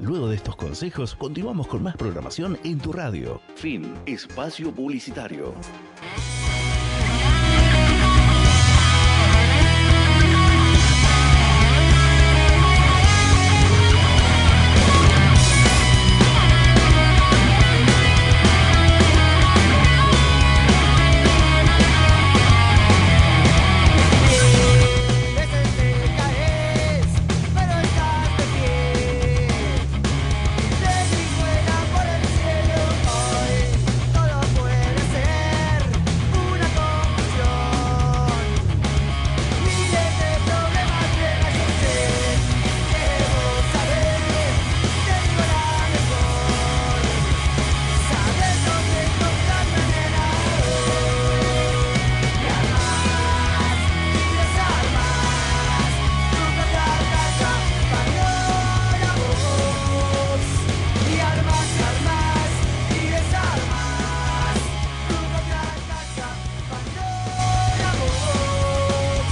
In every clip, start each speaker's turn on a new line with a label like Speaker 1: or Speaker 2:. Speaker 1: Luego de estos consejos, continuamos con más programación en tu radio. Fin. Espacio publicitario.
Speaker 2: Veces te caes, pero estás de pie. Te di vuela por el cielo hoy. Todo puede ser una confusión. Miles de problemas de la gente. Debo saber, te digo la mejor. Sabes dónde encontrar manera hoy. Y amar y desarmar. Nunca tratas a la voz. Y armas, armas y desarmas. Nunca tratas a la voz. Y armas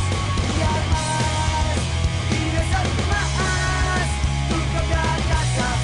Speaker 2: y desarmas. Nunca tratas a la voz.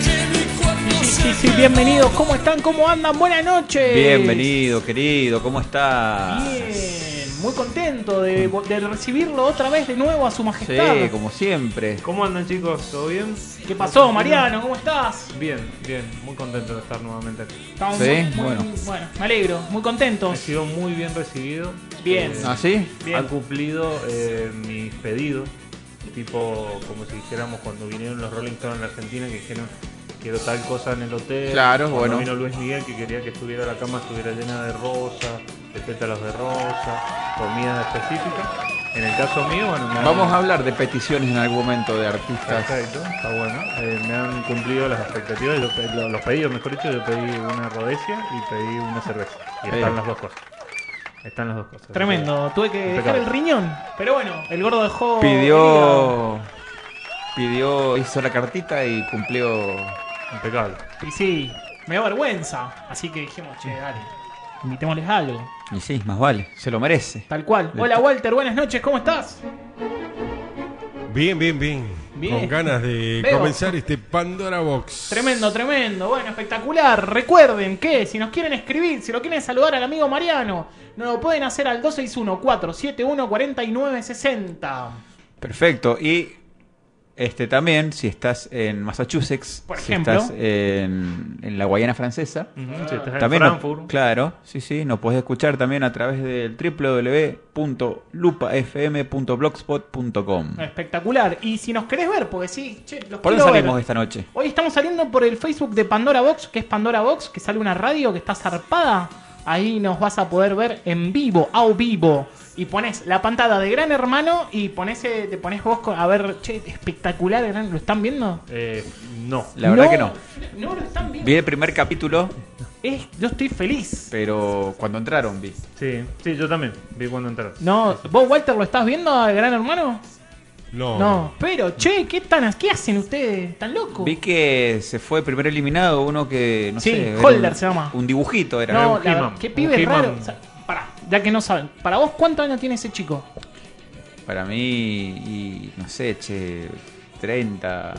Speaker 3: Sí, sí, bienvenidos. ¿Cómo están? ¿Cómo andan? Buenas noches.
Speaker 4: Bienvenido, querido, ¿cómo estás?
Speaker 3: Bien, muy contento de, de recibirlo otra vez de nuevo a su majestad.
Speaker 4: Sí, como siempre.
Speaker 5: ¿Cómo andan chicos? ¿Todo bien?
Speaker 3: ¿Qué pasó, Mariano? ¿Cómo estás?
Speaker 5: Bien, bien, muy contento de estar nuevamente aquí.
Speaker 3: Estamos
Speaker 4: Sí, bueno.
Speaker 3: me alegro, muy
Speaker 5: He
Speaker 3: contentos.
Speaker 5: sido muy bien recibido.
Speaker 3: Bien.
Speaker 5: Eh,
Speaker 4: ¿Así?
Speaker 3: Bien.
Speaker 5: Han cumplido eh, mis pedidos, tipo como si dijéramos cuando vinieron los Rolling Stones en la Argentina que dijeron quiero tal cosa en el hotel.
Speaker 4: Claro,
Speaker 5: Cuando
Speaker 4: bueno.
Speaker 5: vino Luis Miguel que quería que estuviera la cama estuviera llena de rosa, de pétalos de rosa, comida específica. En el caso mío, bueno, me han-
Speaker 4: Vamos a hablar de peticiones en algún momento de artistas.
Speaker 5: Perfecto, está bueno. Eh, me han cumplido las expectativas, yo pe- lo- los pedidos, mejor dicho, yo pedí una rodesia y pedí una cerveza. Y
Speaker 4: Sí.
Speaker 5: están las dos cosas. Están las dos cosas.
Speaker 3: Tremendo, tuve que dejar
Speaker 5: Impecable.
Speaker 3: el riñón. Pero bueno, el gordo dejó. herida.
Speaker 4: Pidió. Pidió, hizo la cartita y cumplió.
Speaker 5: Eh, Impecable.
Speaker 3: Y sí, me da vergüenza. Así que dijimos, che, dale, invitémosles algo.
Speaker 4: Y sí, más vale, se lo merece.
Speaker 3: Tal cual. Hola, Walter, buenas noches, ¿cómo estás?
Speaker 6: Bien, bien, bien.
Speaker 3: Bien.
Speaker 6: Con ganas de
Speaker 3: Veo.
Speaker 6: comenzar este Pandora Box.
Speaker 3: Tremendo, tremendo. Bueno, espectacular. Recuerden que si nos quieren escribir, si lo quieren saludar al amigo Mariano, nos lo pueden hacer al 261-471-4960.
Speaker 4: Perfecto. Y este también, si estás en Massachusetts,
Speaker 3: Por
Speaker 4: si
Speaker 3: ejemplo.
Speaker 4: estás en, en la Guayana Francesa,
Speaker 5: Ujú, si estás en
Speaker 4: Mm, También nos-
Speaker 5: Frankfurt,
Speaker 4: claro, sí, sí, nos podés escuchar también a través del www.lupafm.blogspot.com.
Speaker 3: Eh, Espectacular. Y si nos querés ver, porque sí, che, los
Speaker 4: ¿Por
Speaker 3: quiero
Speaker 4: dónde salimos
Speaker 3: ver.
Speaker 4: esta noche?
Speaker 3: Hoy estamos saliendo por el Facebook de Pandora Box, que es Pandora Box, que sale una radio que está zarpada. Ahí nos vas a poder ver en vivo, a vivo. Y pones la pantalla de Gran Hermano y pones, eh, te pones vos con- a ver, che, espectacular, Gran- ¿lo están viendo?
Speaker 5: eh, no.
Speaker 4: La verdad que no.
Speaker 3: No lo están viendo.
Speaker 4: Vi el primer capítulo,
Speaker 3: Es- yo estoy feliz.
Speaker 4: pero cuando entraron vi.
Speaker 5: Sí, sí, yo también. Vi cuando entraron.
Speaker 3: No, ¿vos, Walter, lo estás viendo a Gran Hermano?
Speaker 6: No.
Speaker 3: No. Pero, che, ¿qué, tan, ¿qué hacen ustedes? ¿Tan locos?
Speaker 4: Vi que se fue el primer eliminado, uno que, no
Speaker 3: Sí,
Speaker 4: sé... era
Speaker 3: Holder
Speaker 4: un-
Speaker 3: se llama.
Speaker 4: Un dibujito era.
Speaker 3: No,
Speaker 5: un
Speaker 3: la-
Speaker 5: He-Man,
Speaker 3: qué
Speaker 5: un
Speaker 3: pibe
Speaker 5: He-Man.
Speaker 3: raro. O sea, pará, ya que no saben. ¿Para vos cuántos años tiene ese chico?
Speaker 4: Para mí, y no sé, che, 30...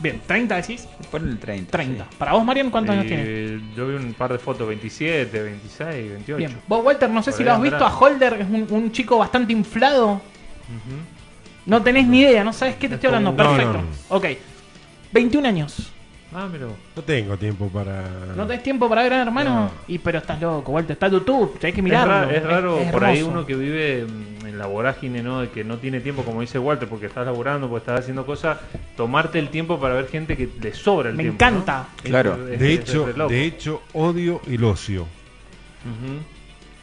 Speaker 3: Bien, ¿30 decís?
Speaker 4: Ponle 30.
Speaker 3: 30.
Speaker 4: sí.
Speaker 3: ¿Para vos, Marian, cuántos años
Speaker 5: Eh,
Speaker 3: tiene?
Speaker 5: Yo vi un par de fotos, 27, 26, 28.
Speaker 3: Bien. Vos, Walter, no sé
Speaker 5: Por
Speaker 3: si
Speaker 5: ahí
Speaker 3: lo has
Speaker 5: andará.
Speaker 3: visto a Holder, es un, un chico bastante inflado. No tenés ni idea, no sabes qué te estoy hablando.
Speaker 6: como un-
Speaker 3: Perfecto.
Speaker 6: No,
Speaker 3: Ok. 21 años.
Speaker 5: Ah, mira vos.
Speaker 6: No tengo tiempo para.
Speaker 3: ¿No tenés tiempo para ver, hermano?
Speaker 6: No.
Speaker 3: Y pero estás loco, Walter. Está en YouTube, tenés que
Speaker 5: Es ra-
Speaker 3: mirarlo.
Speaker 5: Es raro
Speaker 3: es
Speaker 5: por ahí
Speaker 3: hermoso.
Speaker 5: uno que vive mm, en la vorágine, ¿no? De que no tiene tiempo, como dice Walter, porque estás laburando, porque estás haciendo cosas, tomarte el tiempo para ver gente que le sobra el
Speaker 3: Me
Speaker 5: tiempo.
Speaker 3: encanta.
Speaker 5: ¿no?
Speaker 4: Claro.
Speaker 5: Es- es-
Speaker 6: De
Speaker 5: es
Speaker 6: hecho,
Speaker 5: re loco.
Speaker 6: de hecho, odio el ocio.
Speaker 5: Ujú.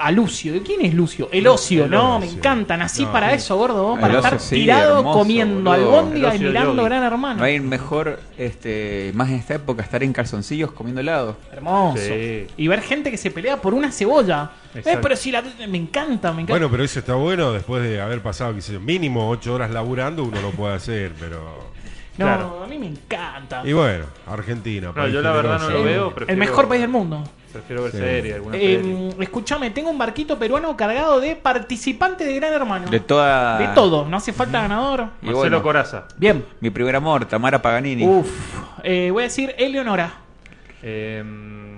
Speaker 3: a Lucio. ¿Y ¿Quién es Lucio? El ocio,
Speaker 6: El
Speaker 3: ¿no?
Speaker 6: Ocio.
Speaker 3: Me encanta. Nací
Speaker 6: No,
Speaker 3: para
Speaker 6: sí.
Speaker 3: eso, gordo. vos,
Speaker 4: El
Speaker 3: Para
Speaker 4: Ocio,
Speaker 3: estar
Speaker 4: sí,
Speaker 3: tirado
Speaker 4: hermoso,
Speaker 3: comiendo
Speaker 4: boludo.
Speaker 3: albóndiga
Speaker 5: El
Speaker 3: y
Speaker 5: Ocio
Speaker 3: mirando
Speaker 5: Yogi.
Speaker 3: Gran Hermano.
Speaker 4: No hay mejor, este, más en esta época, estar en calzoncillos comiendo helado.
Speaker 3: Hermoso.
Speaker 5: Sí.
Speaker 3: Y ver gente que se pelea por una cebolla. Eh,
Speaker 5: Exacto.
Speaker 3: pero si la. Me encanta, me encanta.
Speaker 6: Bueno, pero eso está bueno después de haber pasado, qué sé yo, mínimo ocho horas laburando, uno lo puede hacer, pero...
Speaker 3: no,
Speaker 5: claro.
Speaker 3: a mí me encanta.
Speaker 6: Y bueno, Argentina.
Speaker 5: No, yo la verdad no lo
Speaker 3: Sí.
Speaker 5: veo.
Speaker 3: El
Speaker 5: Prefiero,
Speaker 3: mejor país del mundo.
Speaker 5: Prefiero ver
Speaker 6: Sí.
Speaker 5: series, alguna serie.
Speaker 3: Eh, escúchame, tengo un barquito peruano cargado de participantes de Gran Hermano.
Speaker 4: De toda.
Speaker 3: De todo, no hace falta ganador.
Speaker 4: Y
Speaker 5: Marcelo
Speaker 4: bueno,
Speaker 5: Coraza.
Speaker 3: Bien.
Speaker 4: mi primer amor, Tamara Paganini.
Speaker 3: Uf. Eh, voy a decir Eleonora.
Speaker 5: Eh,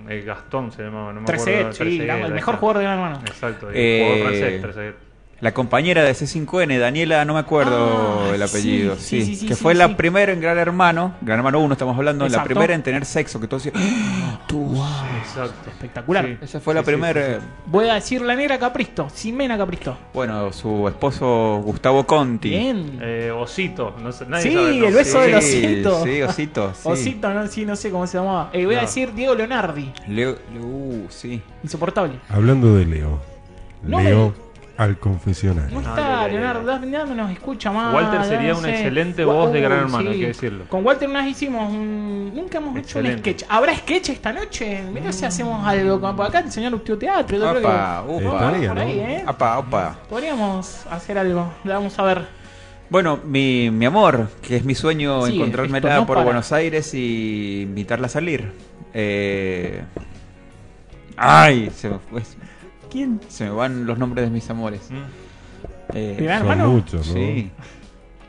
Speaker 5: el Gastón se llamaba, no me acuerdo.
Speaker 3: 13, sí,
Speaker 5: Trezeguet,
Speaker 3: la- el
Speaker 5: ahí
Speaker 3: mejor
Speaker 5: está.
Speaker 3: jugador de Gran Hermano.
Speaker 5: Exacto, el
Speaker 4: Eh,
Speaker 5: jugador francés, Trezeguet.
Speaker 4: La compañera de C5N, Daniela, no me acuerdo
Speaker 3: Ah,
Speaker 4: el apellido.
Speaker 3: sí,
Speaker 4: Sí,
Speaker 3: sí, sí,
Speaker 4: que
Speaker 3: sí,
Speaker 4: fue la
Speaker 3: sí.
Speaker 4: primera en Gran Hermano, Gran Hermano 1 estamos hablando,
Speaker 3: Exacto.
Speaker 4: la primera en tener sexo, que todos decían, ¡Ah, tú, wow".
Speaker 5: Exacto.
Speaker 3: Espectacular.
Speaker 5: Sí.
Speaker 4: Esa fue la
Speaker 5: Sí, sí,
Speaker 4: primera. eh,
Speaker 3: Voy a decir la negra Capristo, Simena Capristo.
Speaker 4: Bueno, su esposo Gustavo Conti.
Speaker 3: Bien.
Speaker 5: Eh, Osito, no sé, nadie
Speaker 3: Sí,
Speaker 5: sabe
Speaker 3: el beso
Speaker 5: nombre.
Speaker 3: de los- Osito.
Speaker 4: Sí, Osito. Sí.
Speaker 3: Osito, no, sí, no sé cómo se llamaba. Eh, voy a
Speaker 5: No.
Speaker 3: decir Diego Leonardi.
Speaker 4: Leo, Leo- uh, sí.
Speaker 3: Insoportable.
Speaker 6: Hablando de Leo.
Speaker 3: No
Speaker 6: Leo
Speaker 3: me-
Speaker 6: al confesionario. Eh,
Speaker 3: No
Speaker 5: no,
Speaker 3: está,
Speaker 5: no, no.
Speaker 3: Leonardo, dame- dame, nos escucha más.
Speaker 5: Walter
Speaker 3: dame,
Speaker 5: sería
Speaker 3: no
Speaker 5: una
Speaker 3: sé.
Speaker 5: excelente
Speaker 3: Gua-
Speaker 5: voz de
Speaker 3: uh,
Speaker 5: Gran Hermano,
Speaker 3: sí.
Speaker 5: hay que decirlo.
Speaker 3: Con Walter una vez hicimos un... Nunca hemos hecho un
Speaker 5: Excelente.
Speaker 3: sketch. ¿Habrá sketch esta noche? Mira si hacemos algo. con- por Acá el señor Ustio Teatro. Yo creo que...
Speaker 4: Apa,
Speaker 6: Está bien.
Speaker 4: upa.
Speaker 3: por ahí, ¿eh?
Speaker 4: Apa, apa.
Speaker 3: Podríamos hacer algo. La Vamos a ver.
Speaker 4: Bueno, mi, mi amor, que es mi sueño
Speaker 3: Sí,
Speaker 4: encontrármela
Speaker 3: esto no
Speaker 4: por
Speaker 3: para.
Speaker 4: Buenos Aires y invitarla a salir. Eh... Ay, se me fue- ¿Quién? Se me van los nombres de mis amores.
Speaker 5: Mm.
Speaker 4: Eh,
Speaker 3: Mirá,
Speaker 6: Son
Speaker 3: hermano.
Speaker 6: muchos, ¿no?
Speaker 4: sí.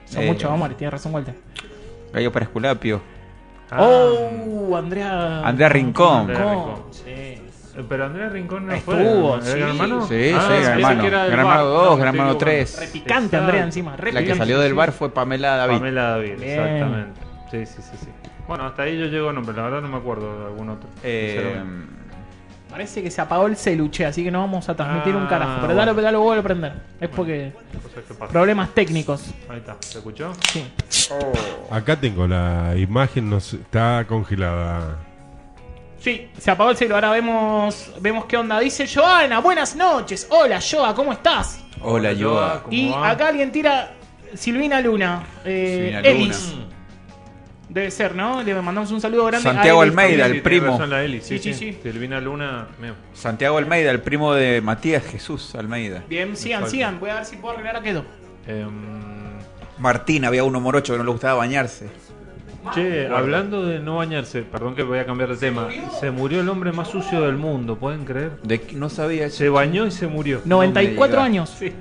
Speaker 3: Son
Speaker 4: Eh,
Speaker 3: muchos amores, tiene razón Walter.
Speaker 4: Gallo para Esculapio.
Speaker 5: Ah,
Speaker 3: Oh, Andrea.
Speaker 4: Andrea Rincón.
Speaker 5: Andrea Rincón.
Speaker 3: Sí.
Speaker 5: Eh, pero Andrea Rincón no
Speaker 3: Estuvo,
Speaker 5: fue. ¿era
Speaker 3: sí.
Speaker 5: Gran hermano? Ah,
Speaker 4: Sí, sí,
Speaker 5: pensé
Speaker 4: Gran Hermano.
Speaker 5: que era del
Speaker 4: Gran Hermano
Speaker 5: bar.
Speaker 4: dos,
Speaker 5: No,
Speaker 4: Gran
Speaker 5: estoy
Speaker 4: Hermano
Speaker 5: equivocado.
Speaker 4: tres.
Speaker 3: Repicante,
Speaker 5: Exacto.
Speaker 3: Andrea, encima.
Speaker 4: La que
Speaker 3: repicante.
Speaker 4: salió del bar fue Pamela David.
Speaker 5: Pamela David,
Speaker 3: Bien.
Speaker 5: exactamente. Sí, sí, sí, sí. Bueno, hasta ahí yo llego a nombre, la verdad no me acuerdo de algún otro.
Speaker 4: Eh,
Speaker 5: sinceramente.
Speaker 3: Parece que se apagó el celuche, así que no vamos a transmitir un
Speaker 5: Ah,
Speaker 3: carajo. Pero dale,
Speaker 5: bueno.
Speaker 3: dale, vuelvo a prender. Es porque.
Speaker 5: Cosas que pasan.
Speaker 3: Problemas técnicos.
Speaker 5: Ahí está, ¿se escuchó?
Speaker 3: Sí.
Speaker 6: Acá tengo la imagen, no sé, está congelada.
Speaker 3: Sí, se apagó el celular. Ahora vemos, vemos qué onda. Dice Joana, buenas noches. Hola, Joa, ¿cómo estás?
Speaker 4: Hola,
Speaker 5: Yoa,
Speaker 4: yo.
Speaker 5: ¿cómo
Speaker 3: Y
Speaker 5: va?
Speaker 3: acá alguien tira Silvina Luna. Eh,
Speaker 4: Silvina Luna.
Speaker 3: Elis. Debe ser, ¿no? Le mandamos un saludo grande.
Speaker 4: Santiago
Speaker 3: Elis
Speaker 4: Almeida,
Speaker 3: también.
Speaker 4: el
Speaker 5: Sí, tiene
Speaker 4: primo.
Speaker 5: razón la Eli,
Speaker 3: Sí,
Speaker 5: Sí, sí,
Speaker 3: sí, sí.
Speaker 5: Silvina Luna, mira,
Speaker 4: Santiago Almeida, el primo de Matías Jesús Almeida.
Speaker 3: Bien, sigan,
Speaker 5: Exacto.
Speaker 3: sigan. Voy a ver si puedo arreglar a Kedo.
Speaker 5: em,
Speaker 4: Martín, había uno morocho que no le gustaba bañarse.
Speaker 3: Ah,
Speaker 5: Che, hablando de no bañarse, perdón que voy a cambiar de tema. Se murió el hombre más sucio del mundo, ¿pueden creer?
Speaker 4: De, que- no sabía
Speaker 5: Se bañó y se murió.
Speaker 3: 94
Speaker 4: digas.
Speaker 3: años.
Speaker 5: Sí,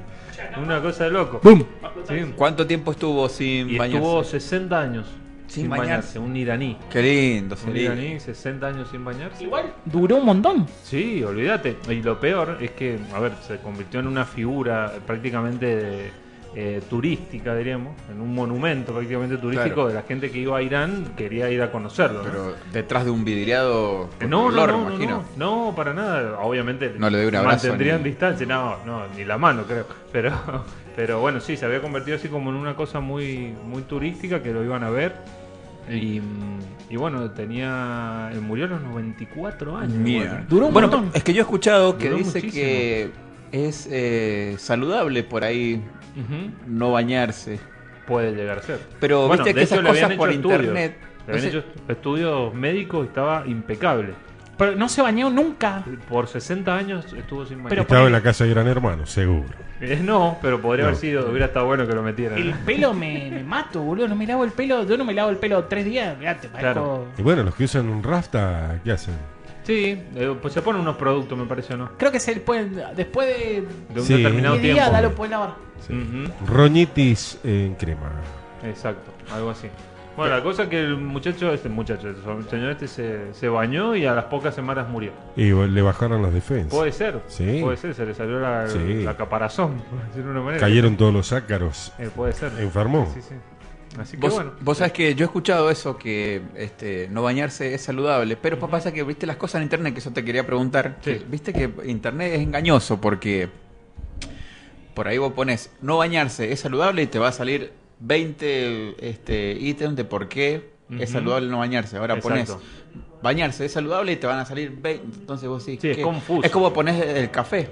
Speaker 5: una cosa de loco.
Speaker 3: ¡Bum!
Speaker 5: Sí.
Speaker 4: ¿Cuánto tiempo estuvo sin
Speaker 5: Y
Speaker 4: bañarse?
Speaker 5: estuvo 60 años
Speaker 4: Sin
Speaker 5: sin bañarse,
Speaker 4: bañarse.
Speaker 5: un iraní.
Speaker 4: Qué lindo,
Speaker 5: Un
Speaker 4: sería.
Speaker 5: iraní, 60 años sin bañarse.
Speaker 3: Igual duró un montón.
Speaker 5: Sí, olvídate. Y lo peor es que, a ver, se convirtió en una figura prácticamente de- eh, turística, diríamos, en un monumento prácticamente turístico
Speaker 4: Claro.
Speaker 5: de la gente que iba a Irán, quería ir a conocerlo. ¿no?
Speaker 4: Pero detrás de un vidriado
Speaker 5: Eh,
Speaker 4: con
Speaker 5: No, no,
Speaker 4: olor,
Speaker 5: no, no,
Speaker 4: me imagino.
Speaker 5: no, no, para nada. Obviamente
Speaker 4: No le doy un abrazo
Speaker 5: mantendrían
Speaker 4: ni-
Speaker 5: distancia, no, no, ni la mano creo. Pero, pero bueno, sí, se había convertido así como en una cosa muy, muy turística que lo iban a ver. Y, mm, y bueno, tenía. él Murió a los 94 años.
Speaker 4: Mierda.
Speaker 5: bueno.
Speaker 3: Duró un
Speaker 4: bueno,
Speaker 3: montón.
Speaker 4: es que yo he escuchado que
Speaker 5: Duró
Speaker 4: dice
Speaker 5: muchísimo.
Speaker 4: que es eh, saludable por ahí
Speaker 5: Ujú.
Speaker 4: no bañarse.
Speaker 5: Puede llegar a ser.
Speaker 4: Pero viste
Speaker 5: de
Speaker 4: que esas
Speaker 5: hecho, le habían
Speaker 4: cosas por
Speaker 5: hecho estudios.
Speaker 4: internet-
Speaker 5: Le habían
Speaker 4: no sé-
Speaker 5: hecho estudios médicos y estaba impecable.
Speaker 3: Pero no se bañó nunca.
Speaker 5: Por 60 años estuvo sin
Speaker 3: Pero
Speaker 5: bañar.
Speaker 6: Estaba
Speaker 3: ponele-
Speaker 6: en la casa de Gran Hermano, seguro.
Speaker 5: Eh, No, pero podría
Speaker 6: No.
Speaker 5: haber sido, hubiera estado bueno que lo metieran. ¿eh?
Speaker 3: El pelo me, me mato, boludo. No me lavo el pelo. Yo no me lavo el pelo tres días. Mirá, te parezco-
Speaker 6: Y bueno, los que usan un rafta, ¿qué hacen?
Speaker 5: Sí, eh, pues se ponen unos productos, me parece, ¿no?
Speaker 3: Creo que se le puede, después de
Speaker 5: De un
Speaker 6: Sí.
Speaker 5: determinado
Speaker 3: 10
Speaker 5: tiempo.
Speaker 3: días, dale, lo puedes lavar.
Speaker 6: Sí.
Speaker 5: Ujú,
Speaker 6: Roñitis en crema.
Speaker 5: Exacto, algo así.
Speaker 6: Eh.
Speaker 5: Bueno, la cosa es que el muchacho, este muchacho, el señor este se, se bañó y a las pocas semanas murió.
Speaker 6: Y le bajaron las defensas.
Speaker 5: Puede ser,
Speaker 6: Sí.
Speaker 5: puede ser, se le salió la,
Speaker 6: Sí.
Speaker 5: la caparazón, por decirlo de una manera.
Speaker 6: Cayeron todos los ácaros.
Speaker 5: Eh, puede ser.
Speaker 6: Enfermó.
Speaker 5: Sí, sí. Así que
Speaker 4: Vos,
Speaker 5: bueno.
Speaker 4: vos sabés que yo he escuchado eso, que este, no bañarse es saludable, pero pa- pasa que viste las cosas en internet, que eso te quería preguntar.
Speaker 5: Sí.
Speaker 4: Que, Viste que internet es engañoso porque por ahí vos pones no bañarse es saludable y te va a salir 20 este, ítems de por qué
Speaker 5: Ujú.
Speaker 4: es saludable no bañarse. Ahora
Speaker 5: Exacto.
Speaker 4: pones bañarse es saludable y te van a salir 20. Entonces vos decís,
Speaker 5: Sí, es
Speaker 4: ¿qué?
Speaker 5: confuso.
Speaker 4: Es como pones el café.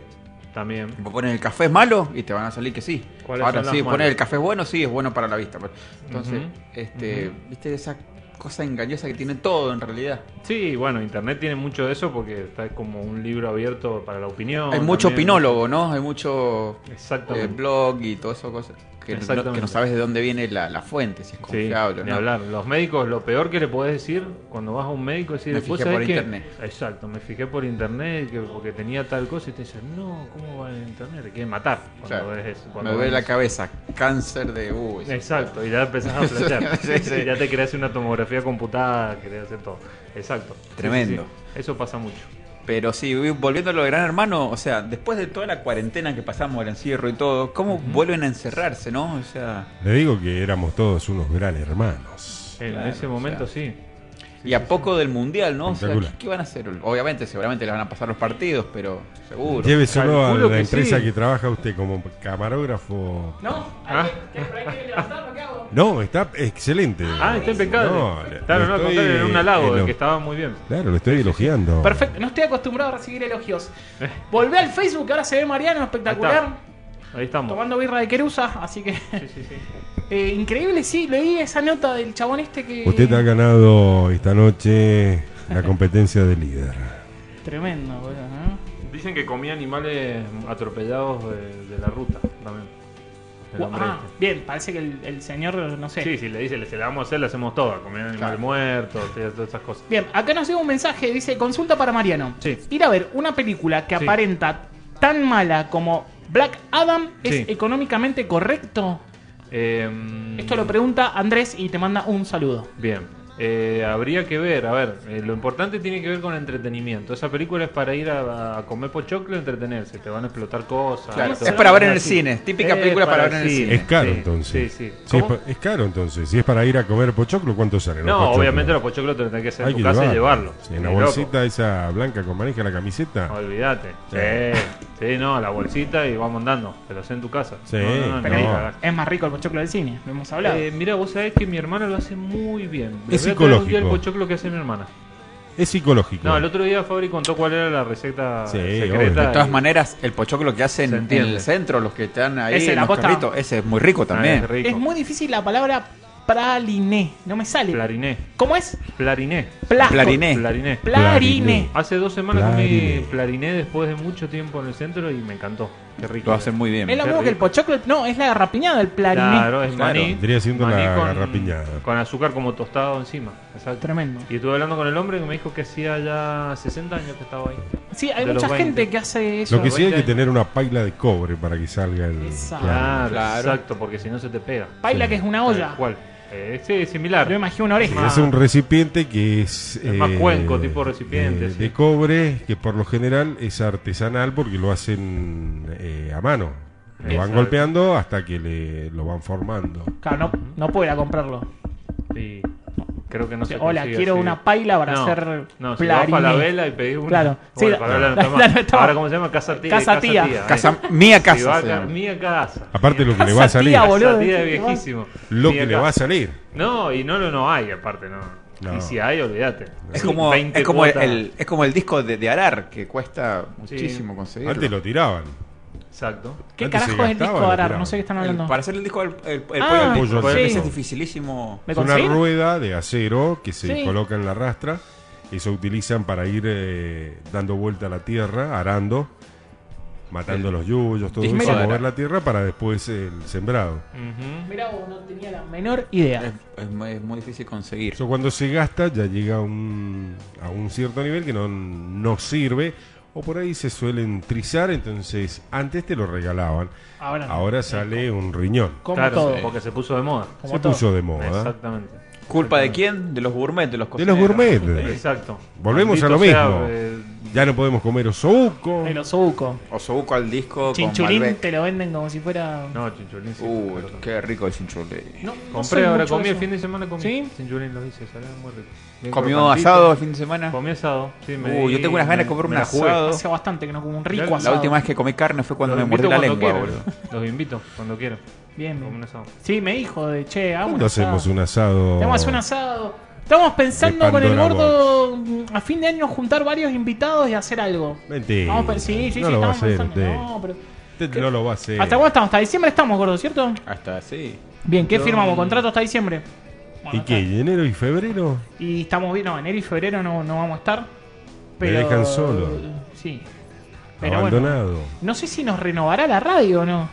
Speaker 5: También.
Speaker 4: Vos pones el café es malo y te van a salir que sí.
Speaker 5: ¿Cuáles
Speaker 4: Ahora
Speaker 5: son las
Speaker 4: sí,
Speaker 5: malas?
Speaker 4: pones el café es bueno, sí, es bueno para la vista. Pero- Entonces,
Speaker 5: Ujú,
Speaker 4: este, viste esa cosa engañosa que tiene todo en realidad.
Speaker 5: Sí, bueno, Internet tiene mucho de eso porque está como un libro abierto para la opinión.
Speaker 4: Hay mucho
Speaker 5: también.
Speaker 4: opinólogo, ¿no? Hay mucho eh,
Speaker 5: Exactamente.
Speaker 4: blog y todo eso cosas que, no,
Speaker 5: Exactamente.
Speaker 4: que no sabes de dónde viene la, la fuente, si es
Speaker 5: Sí,
Speaker 4: confiable o
Speaker 5: ni
Speaker 4: no.
Speaker 5: hablar. Los médicos, lo peor que le podés decir cuando vas a un médico es decir,
Speaker 4: Me
Speaker 5: "Vos
Speaker 4: fijé
Speaker 5: sabés
Speaker 4: por
Speaker 5: que-"
Speaker 4: internet.
Speaker 5: Exacto, me fijé por internet que- porque tenía tal cosa y te dicen, no, ¿cómo va en internet? Te quieren matar
Speaker 4: O
Speaker 5: cuando
Speaker 4: sea,
Speaker 5: ves eso. cuando
Speaker 4: me duele
Speaker 5: ves
Speaker 4: la
Speaker 5: eso.
Speaker 4: cabeza, cáncer de uy.
Speaker 5: Exacto, y ya empezás a plantear.
Speaker 4: Sí, sí.
Speaker 5: Ya te querés hacer una tomografía computada, querés hacer todo. Exacto. Sí, sí,
Speaker 4: Tremendo.
Speaker 5: sí. Eso pasa mucho.
Speaker 4: Pero sí, volviendo a lo de Gran Hermano, o sea, después de toda la cuarentena que pasamos, el encierro y todo, ¿cómo vuelven a encerrarse, no? O sea,
Speaker 6: Le digo que éramos todos unos gran hermanos.
Speaker 5: En
Speaker 4: Claro,
Speaker 5: ese momento
Speaker 4: o
Speaker 5: sí.
Speaker 4: y a poco del mundial, ¿no? O sea, ¿qué,
Speaker 6: Espectacular.
Speaker 4: qué van a hacer? Obviamente, seguramente les van a pasar los partidos, pero seguro.
Speaker 6: Lléveselo a
Speaker 5: Calculo
Speaker 6: la
Speaker 5: que
Speaker 6: empresa
Speaker 5: sí.
Speaker 6: que trabaja usted como camarógrafo.
Speaker 3: No,
Speaker 5: Ah.
Speaker 3: hay que, que- pero hay que levantarlo, ¿qué hago?
Speaker 6: No, está excelente.
Speaker 5: Ah, está impecable.
Speaker 6: No, le-
Speaker 5: claro,
Speaker 6: le
Speaker 5: no, al
Speaker 6: estoy-
Speaker 5: contrario, era un halago, de
Speaker 6: elo-
Speaker 5: que estaba muy bien.
Speaker 6: Claro, lo estoy elogiando.
Speaker 3: Perfecto, no estoy acostumbrado a recibir elogios. Volvé al Facebook, que ahora se ve Mariano
Speaker 5: Eh. Ahí
Speaker 3: espectacular,
Speaker 5: Ahí estamos.
Speaker 3: tomando birra de querusa, así que...
Speaker 5: Sí, sí, sí.
Speaker 3: eh, increíble, sí, leí esa nota del chabón este que...
Speaker 6: Usted ha ganado esta noche la competencia de líder.
Speaker 3: Tremendo, boludo, ¿no?
Speaker 5: Dicen que comía animales atropellados de, de la ruta también. El hombre
Speaker 3: Ah,
Speaker 5: este.
Speaker 3: bien, parece que el, el señor, no sé.
Speaker 5: Sí, si le dice, se la vamos a hacer, la hacemos toda. Comían animal
Speaker 4: Claro.
Speaker 5: muerto, sí, todas esas cosas.
Speaker 3: Bien, acá nos llega un mensaje, dice, consulta para Mariano.
Speaker 5: Sí.
Speaker 3: Ir a ver una película que
Speaker 5: Sí.
Speaker 3: aparenta tan mala como Black Adam es
Speaker 5: Sí.
Speaker 3: económicamente correcto.
Speaker 5: Eh,
Speaker 3: Esto lo pregunta Andrés y te manda un saludo.
Speaker 5: Bien. Eh, habría que ver, a ver, eh, lo importante tiene que ver con entretenimiento. Esa película es para ir a, a comer pochocle y entretenerse. Te van a explotar cosas.
Speaker 4: Claro,
Speaker 5: todo.
Speaker 4: es para ver en el
Speaker 5: Así.
Speaker 4: cine, típica película para ver en el cine.
Speaker 6: Es caro
Speaker 5: sí,
Speaker 6: entonces.
Speaker 5: Sí, sí.
Speaker 6: Si es,
Speaker 5: ¿Cómo?
Speaker 6: pa- es caro entonces. Si es para ir a comer pochoclo, ¿cuánto sale? los
Speaker 5: No,
Speaker 6: pochoclos?
Speaker 5: obviamente los pochoclos te lo tenés que hacer
Speaker 6: Hay
Speaker 5: en tu
Speaker 6: que
Speaker 5: casa y llevarlo.
Speaker 6: llevarlo. Sí, en la
Speaker 5: Ni loco.
Speaker 6: bolsita esa blanca con manija la camiseta.
Speaker 5: Olvídate.
Speaker 6: Sí.
Speaker 5: Sí, sí, no, la bolsita y vamos andando. Te lo sé en tu casa.
Speaker 6: Sí.
Speaker 5: No, no, no,
Speaker 3: Pero
Speaker 5: ni
Speaker 6: No.
Speaker 5: cagás.
Speaker 3: es más rico el pochoclo del cine, lo hemos hablado.
Speaker 5: Eh, mira, vos sabés que mi hermana lo hace muy bien. Le
Speaker 6: Es
Speaker 5: voy a traer un día el
Speaker 6: psicológico.
Speaker 5: pochoclo que hace mi hermana.
Speaker 6: Es psicológico.
Speaker 5: No, el otro día Fabri contó cuál era la receta
Speaker 6: Sí, obvio.
Speaker 5: secreta.
Speaker 4: De todas
Speaker 5: y-
Speaker 4: maneras, el pochoclo que hacen
Speaker 5: Se
Speaker 4: en
Speaker 5: entiende.
Speaker 4: el centro, los que están ahí
Speaker 3: Ese,
Speaker 4: en
Speaker 3: la
Speaker 4: los
Speaker 3: posta.
Speaker 4: carritos, ese es muy rico
Speaker 5: Ah,
Speaker 4: también.
Speaker 5: es rico.
Speaker 3: es muy difícil la palabra praliné, no me sale.
Speaker 5: Plariné.
Speaker 3: ¿Cómo es?
Speaker 5: Plariné.
Speaker 3: Plasco.
Speaker 4: Plariné.
Speaker 5: Plariné.
Speaker 3: Plariné.
Speaker 5: Hace dos semanas comí
Speaker 6: Plariné.
Speaker 5: plariné después de mucho tiempo en el centro y me encantó. Qué rico.
Speaker 4: Lo hacen muy bien.
Speaker 3: Es lo
Speaker 5: Qué
Speaker 3: mismo que el
Speaker 5: rico.
Speaker 3: pochoclo, no, es la garrapiñada, el plariné.
Speaker 5: Claro, es
Speaker 4: Claro.
Speaker 5: maní.
Speaker 6: Vendría siendo
Speaker 5: maní
Speaker 6: la
Speaker 5: con,
Speaker 6: garrapiñada.
Speaker 5: Con azúcar como tostado encima. Exacto.
Speaker 3: Tremendo.
Speaker 5: Y estuve hablando con el hombre que me dijo que hacía ya 60 años que estaba ahí.
Speaker 3: Sí, hay
Speaker 5: de los
Speaker 3: mucha
Speaker 5: 20.
Speaker 3: gente que hace eso.
Speaker 6: Lo que sí hay que
Speaker 5: Veinte.
Speaker 6: tener una paila de cobre para que salga el.
Speaker 3: Esa.
Speaker 5: Claro,
Speaker 4: Ah, Claro.
Speaker 5: exacto, porque si no se te pega.
Speaker 3: Paila
Speaker 6: Sí.
Speaker 3: que es una olla.
Speaker 5: ¿Cuál? Eh, sí, similar.
Speaker 3: Yo imagino una oreja.
Speaker 5: Ah.
Speaker 6: Es un recipiente que es.
Speaker 5: Es más cuenco, tipo recipiente,
Speaker 6: eh,
Speaker 5: sí.
Speaker 6: De cobre, que por lo general es artesanal porque lo hacen eh, a mano. Lo van
Speaker 5: Exacto.
Speaker 6: golpeando hasta que le, lo van formando.
Speaker 3: Claro, no, no puedo ir a comprarlo.
Speaker 5: Sí. Creo que no se
Speaker 3: Hola,
Speaker 5: consigue
Speaker 3: quiero
Speaker 5: así.
Speaker 3: una paila para
Speaker 5: No,
Speaker 3: hacer
Speaker 5: No, si vas
Speaker 3: plariné.
Speaker 5: para la vela y pedís una.
Speaker 3: Claro, sí,
Speaker 5: Bueno, para
Speaker 3: la-
Speaker 5: la vela no está
Speaker 3: la-
Speaker 5: mal.
Speaker 3: no está mal.
Speaker 5: Ahora, ¿cómo se llama? Casa tía.
Speaker 3: Casa tía.
Speaker 5: ahí.
Speaker 4: Casa, mía
Speaker 5: Si
Speaker 4: casa.
Speaker 5: va
Speaker 4: se
Speaker 5: acá,
Speaker 4: llama.
Speaker 5: mía casa.
Speaker 6: Aparte, lo que le va a
Speaker 3: Casa
Speaker 6: salir.
Speaker 3: tía, Ah, boludo.
Speaker 5: Casa tía es
Speaker 3: ¿qué va?
Speaker 5: viejísimo.
Speaker 6: Lo
Speaker 5: Mía
Speaker 6: que le
Speaker 5: casa.
Speaker 6: va a salir.
Speaker 5: No, y no lo no hay, aparte, no.
Speaker 6: No.
Speaker 5: Y si hay, olvídate.
Speaker 4: Es como,
Speaker 5: 20
Speaker 4: es, como el,
Speaker 5: cuotas.
Speaker 4: el- es como el disco de, de Arar, que cuesta
Speaker 5: Sí.
Speaker 4: muchísimo conseguirlo.
Speaker 6: Antes lo tiraban.
Speaker 5: Exacto.
Speaker 3: ¿Qué
Speaker 6: Antes se
Speaker 3: carajo es el
Speaker 6: gastaba,
Speaker 3: disco de
Speaker 6: lo
Speaker 3: Arar?
Speaker 6: tiraban.
Speaker 3: No sé qué están
Speaker 4: El-
Speaker 3: hablando.
Speaker 4: para hacer el disco del el, el
Speaker 3: Ah,
Speaker 4: pollo al disco,
Speaker 6: sí.
Speaker 4: ese es dificilísimo.
Speaker 3: ¿Me
Speaker 6: Es una
Speaker 3: conseguís?
Speaker 6: rueda de acero que se
Speaker 3: Sí.
Speaker 6: coloca en la rastra y se utilizan para ir eh, dando vuelta a la tierra, arando, matando los yuyos, todo eso,
Speaker 4: Disco de
Speaker 6: mover
Speaker 4: ara.
Speaker 6: la tierra para después el sembrado.
Speaker 5: Ujú.
Speaker 3: Mirá vos, no tenía la menor idea.
Speaker 4: Es, es muy- es muy difícil conseguir.
Speaker 6: Eso cuando se gasta ya llega a un, a un cierto nivel que no, no sirve o por ahí se suelen trizar, entonces antes te lo regalaban,
Speaker 3: Ahora no.
Speaker 6: ahora sale un riñón.
Speaker 3: Como
Speaker 5: claro,
Speaker 3: todo.
Speaker 5: porque se puso de moda.
Speaker 3: Como
Speaker 6: Se
Speaker 3: todo.
Speaker 6: puso de moda.
Speaker 5: Exactamente.
Speaker 4: ¿Culpa de quién? De los gourmet, de los
Speaker 6: De los
Speaker 4: cocineros.
Speaker 6: gourmet.
Speaker 5: Exacto.
Speaker 6: Volvemos a lo
Speaker 5: Maldito sea,
Speaker 6: mismo.
Speaker 5: eh,
Speaker 6: Ya no podemos comer osobuco.
Speaker 3: El osobuco.
Speaker 4: Osobuco al disco con
Speaker 3: Chinchulín
Speaker 4: Malbec.
Speaker 3: te lo venden como si fuera.
Speaker 5: no, chinchulín. sí.
Speaker 4: Uy,
Speaker 5: Pero-
Speaker 4: qué rico el chinchulín.
Speaker 3: No, no soy
Speaker 5: Compré ahora,
Speaker 3: mucho
Speaker 5: comí
Speaker 3: de
Speaker 5: el
Speaker 3: eso.
Speaker 5: fin de semana comí.
Speaker 3: ¿Sí?
Speaker 5: Chinchulín lo hice, salada muy rico. Bien
Speaker 4: ¿Comió
Speaker 5: crocantito.
Speaker 4: asado el fin de semana?
Speaker 5: Comí asado, sí. me
Speaker 4: Uy,
Speaker 5: di-
Speaker 4: yo tengo unas ganas de
Speaker 5: me-
Speaker 4: comer un
Speaker 5: me la jugué.
Speaker 4: asado.
Speaker 3: Hace bastante que no como un rico
Speaker 5: La
Speaker 4: La
Speaker 3: asado.
Speaker 4: última vez que comí carne fue cuando
Speaker 5: Los
Speaker 4: me mordí
Speaker 5: invito
Speaker 4: la
Speaker 5: cuando
Speaker 4: lengua,
Speaker 5: quieran.
Speaker 4: boludo.
Speaker 5: Los invito cuando quieran.
Speaker 3: Bien,
Speaker 5: Como un
Speaker 3: bien.
Speaker 5: asado.
Speaker 3: Sí, me dijo de che, hagamos
Speaker 6: ¿Cuándo hacemos un asado?
Speaker 3: Tenemos un asado. Estamos pensando
Speaker 6: De
Speaker 3: con el
Speaker 6: Pandora
Speaker 3: gordo mm, a fin de año juntar varios invitados y hacer algo.
Speaker 6: Mentira.
Speaker 3: Vamos, pero- sí, sí,
Speaker 6: no
Speaker 3: sí,
Speaker 6: lo va a
Speaker 3: estamos
Speaker 6: hacer
Speaker 3: pensando.
Speaker 6: usted.
Speaker 3: No, pero-
Speaker 6: Usted no lo va a hacer.
Speaker 3: ¿Hasta cuándo estamos? Hasta diciembre estamos, gordo, ¿cierto?
Speaker 7: Hasta así.
Speaker 3: Bien, ¿qué
Speaker 7: No.
Speaker 3: firmamos? ¿Contrato hasta diciembre? Bueno,
Speaker 6: ¿Y
Speaker 3: está.
Speaker 6: qué? ¿Enero y febrero?
Speaker 3: Y estamos bien, no, enero y febrero no, no vamos a estar. Pero,
Speaker 6: dejan solo.
Speaker 3: Sí. Pero bueno,
Speaker 6: Abandonado.
Speaker 3: no sé si nos renovará la radio o no.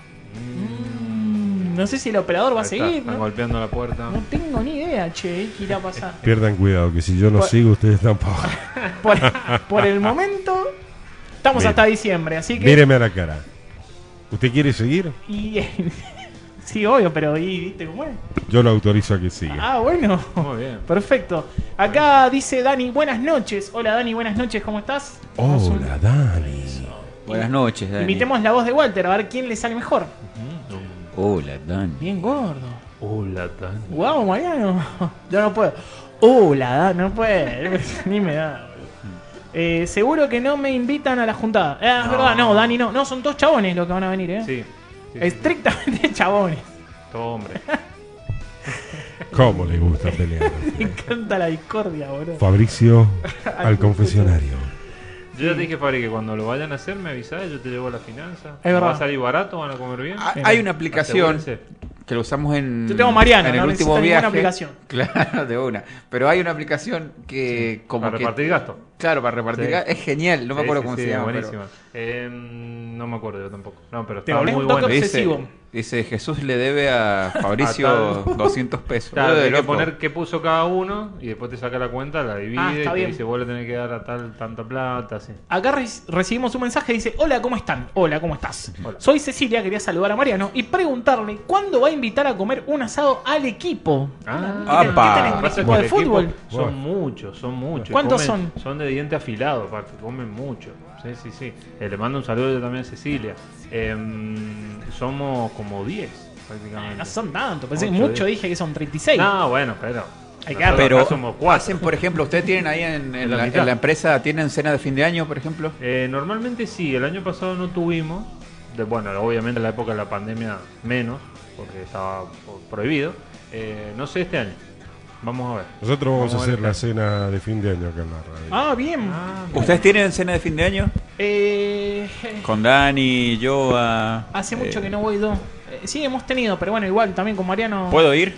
Speaker 3: Mm, No sé si el operador va a
Speaker 5: Ahí está,
Speaker 3: seguir.
Speaker 5: Están
Speaker 3: No,
Speaker 5: golpeando la puerta.
Speaker 3: No tengo ni idea, che, ¿eh? ¿qué irá a pasar?
Speaker 6: Pierdan cuidado, que si yo no
Speaker 3: Por-
Speaker 6: sigo, ustedes tampoco.
Speaker 3: Por, por el momento, estamos
Speaker 6: Mire.
Speaker 3: hasta diciembre, así que.
Speaker 6: Míreme a la cara. ¿Usted quiere seguir?
Speaker 3: Y, sí, obvio, pero y, ¿viste cómo es?
Speaker 6: Yo lo autorizo a que siga.
Speaker 3: Ah, bueno.
Speaker 5: Muy bien.
Speaker 3: Perfecto. Acá dice Dani, buenas noches. Hola Dani, buenas noches, ¿cómo estás? Vamos un-
Speaker 6: Hola, Dani.
Speaker 7: Buenas noches, Dani.
Speaker 3: Imitemos la voz de Walter, a ver quién le sale mejor.
Speaker 7: Hola, Dani.
Speaker 3: Bien gordo.
Speaker 5: Hola, Dani.
Speaker 3: Guau, Mariano. Yo no puedo. Hola, Dani, no puedo. Ni me da. Eh, seguro que no me invitan a la juntada. Eh, Es
Speaker 5: No.
Speaker 3: verdad, no, Dani, no. No, son dos chabones los que van a venir, ¿eh?
Speaker 5: Sí. sí, sí.
Speaker 3: Estrictamente chabones.
Speaker 5: Todo hombre.
Speaker 6: ¿Cómo le gusta pelear?
Speaker 3: Me encanta la discordia, boludo.
Speaker 6: Fabricio al confesionario.
Speaker 5: Yo ya te dije, Fabri, que cuando lo vayan a hacer me avisás, yo te llevo la finanza.
Speaker 3: Es
Speaker 5: ¿Va
Speaker 3: verdad.
Speaker 5: a salir barato? ¿Van a comer bien?
Speaker 7: Ah, Hay una aplicación
Speaker 5: Asegúrense.
Speaker 7: que lo usamos en.
Speaker 3: Yo tengo Mariana,
Speaker 7: en el
Speaker 3: no
Speaker 7: último
Speaker 3: necesito
Speaker 7: viaje.
Speaker 3: ninguna aplicación.
Speaker 7: Claro, de una. Pero hay una aplicación que. como
Speaker 5: Para
Speaker 7: que-
Speaker 5: repartir gastos.
Speaker 7: Claro, para repartir
Speaker 5: Sí.
Speaker 7: gastos. Es genial, no me
Speaker 5: Sí,
Speaker 7: acuerdo
Speaker 5: sí,
Speaker 7: cómo
Speaker 5: sí,
Speaker 7: se llama.
Speaker 5: Buenísima.
Speaker 7: pero-
Speaker 5: Eh, no me acuerdo yo tampoco. No, pero
Speaker 3: Te
Speaker 5: está
Speaker 3: volvés
Speaker 5: muy
Speaker 3: un toque
Speaker 5: bueno.
Speaker 3: obs-
Speaker 7: Dice,
Speaker 3: Obsesivo.
Speaker 7: dice Jesús le debe a
Speaker 5: A
Speaker 7: Fabricio
Speaker 5: tal.
Speaker 7: 200 pesos.
Speaker 5: Claro,
Speaker 7: Boludo,
Speaker 5: tenés que
Speaker 7: loco.
Speaker 5: poner qué puso cada uno y después te saca la cuenta, la divide
Speaker 3: Ah, está
Speaker 5: y te
Speaker 3: bien.
Speaker 5: dice, vos le tenés que dar a tal tanta plata, así.
Speaker 3: Acá re- recibimos un mensaje dice, hola, ¿cómo están? Hola, ¿cómo estás?
Speaker 5: Hola.
Speaker 3: Soy Cecilia, quería saludar a Mariano y preguntarle cuándo va a invitar a comer un asado al equipo.
Speaker 5: Ah,
Speaker 7: ¿qué apa. tenés?
Speaker 5: Lo que pasa es
Speaker 3: ¿Equipo
Speaker 5: que
Speaker 3: de
Speaker 5: el equipo
Speaker 3: fútbol?
Speaker 6: Buah.
Speaker 5: Son muchos, son muchos.
Speaker 3: ¿Cuántos
Speaker 5: Comen-
Speaker 3: son?
Speaker 5: Son de diente afilado, aparte, comen mucho. Sí, sí, sí. Eh, le mando un saludo yo también a Cecilia. Em, somos como 10, prácticamente.
Speaker 3: No Ah, son tanto, pensé que
Speaker 5: Ocho,
Speaker 3: mucho
Speaker 5: diez.
Speaker 3: dije que son 36.
Speaker 5: No, bueno, pero.
Speaker 3: Hay que
Speaker 5: nosotros
Speaker 3: darle.
Speaker 5: acá
Speaker 7: Pero
Speaker 5: somos cuatro.
Speaker 7: hacen, por ejemplo, ustedes tienen ahí en, en
Speaker 5: La
Speaker 7: la,
Speaker 5: mitad.
Speaker 7: en la empresa, tienen cena de fin de año, por ejemplo.
Speaker 5: Eh, normalmente sí, el año pasado no tuvimos. De, bueno, obviamente en la época de la pandemia menos, porque estaba po- prohibido. Eh, no sé este año. Vamos a ver.
Speaker 6: Nosotros vamos, a
Speaker 5: ver
Speaker 6: hacer
Speaker 5: qué
Speaker 6: la
Speaker 5: tal.
Speaker 6: cena de fin de año acá en la radio.
Speaker 3: Ah, bien.
Speaker 5: Ah,
Speaker 7: ¿Ustedes tienen cena de fin de año?
Speaker 3: Eh,
Speaker 7: Con Dani, yo ah, a...
Speaker 3: hace mucho que no voy dos. Eh, sí, hemos tenido, pero bueno, igual también con Mariano.
Speaker 7: ¿Puedo ir?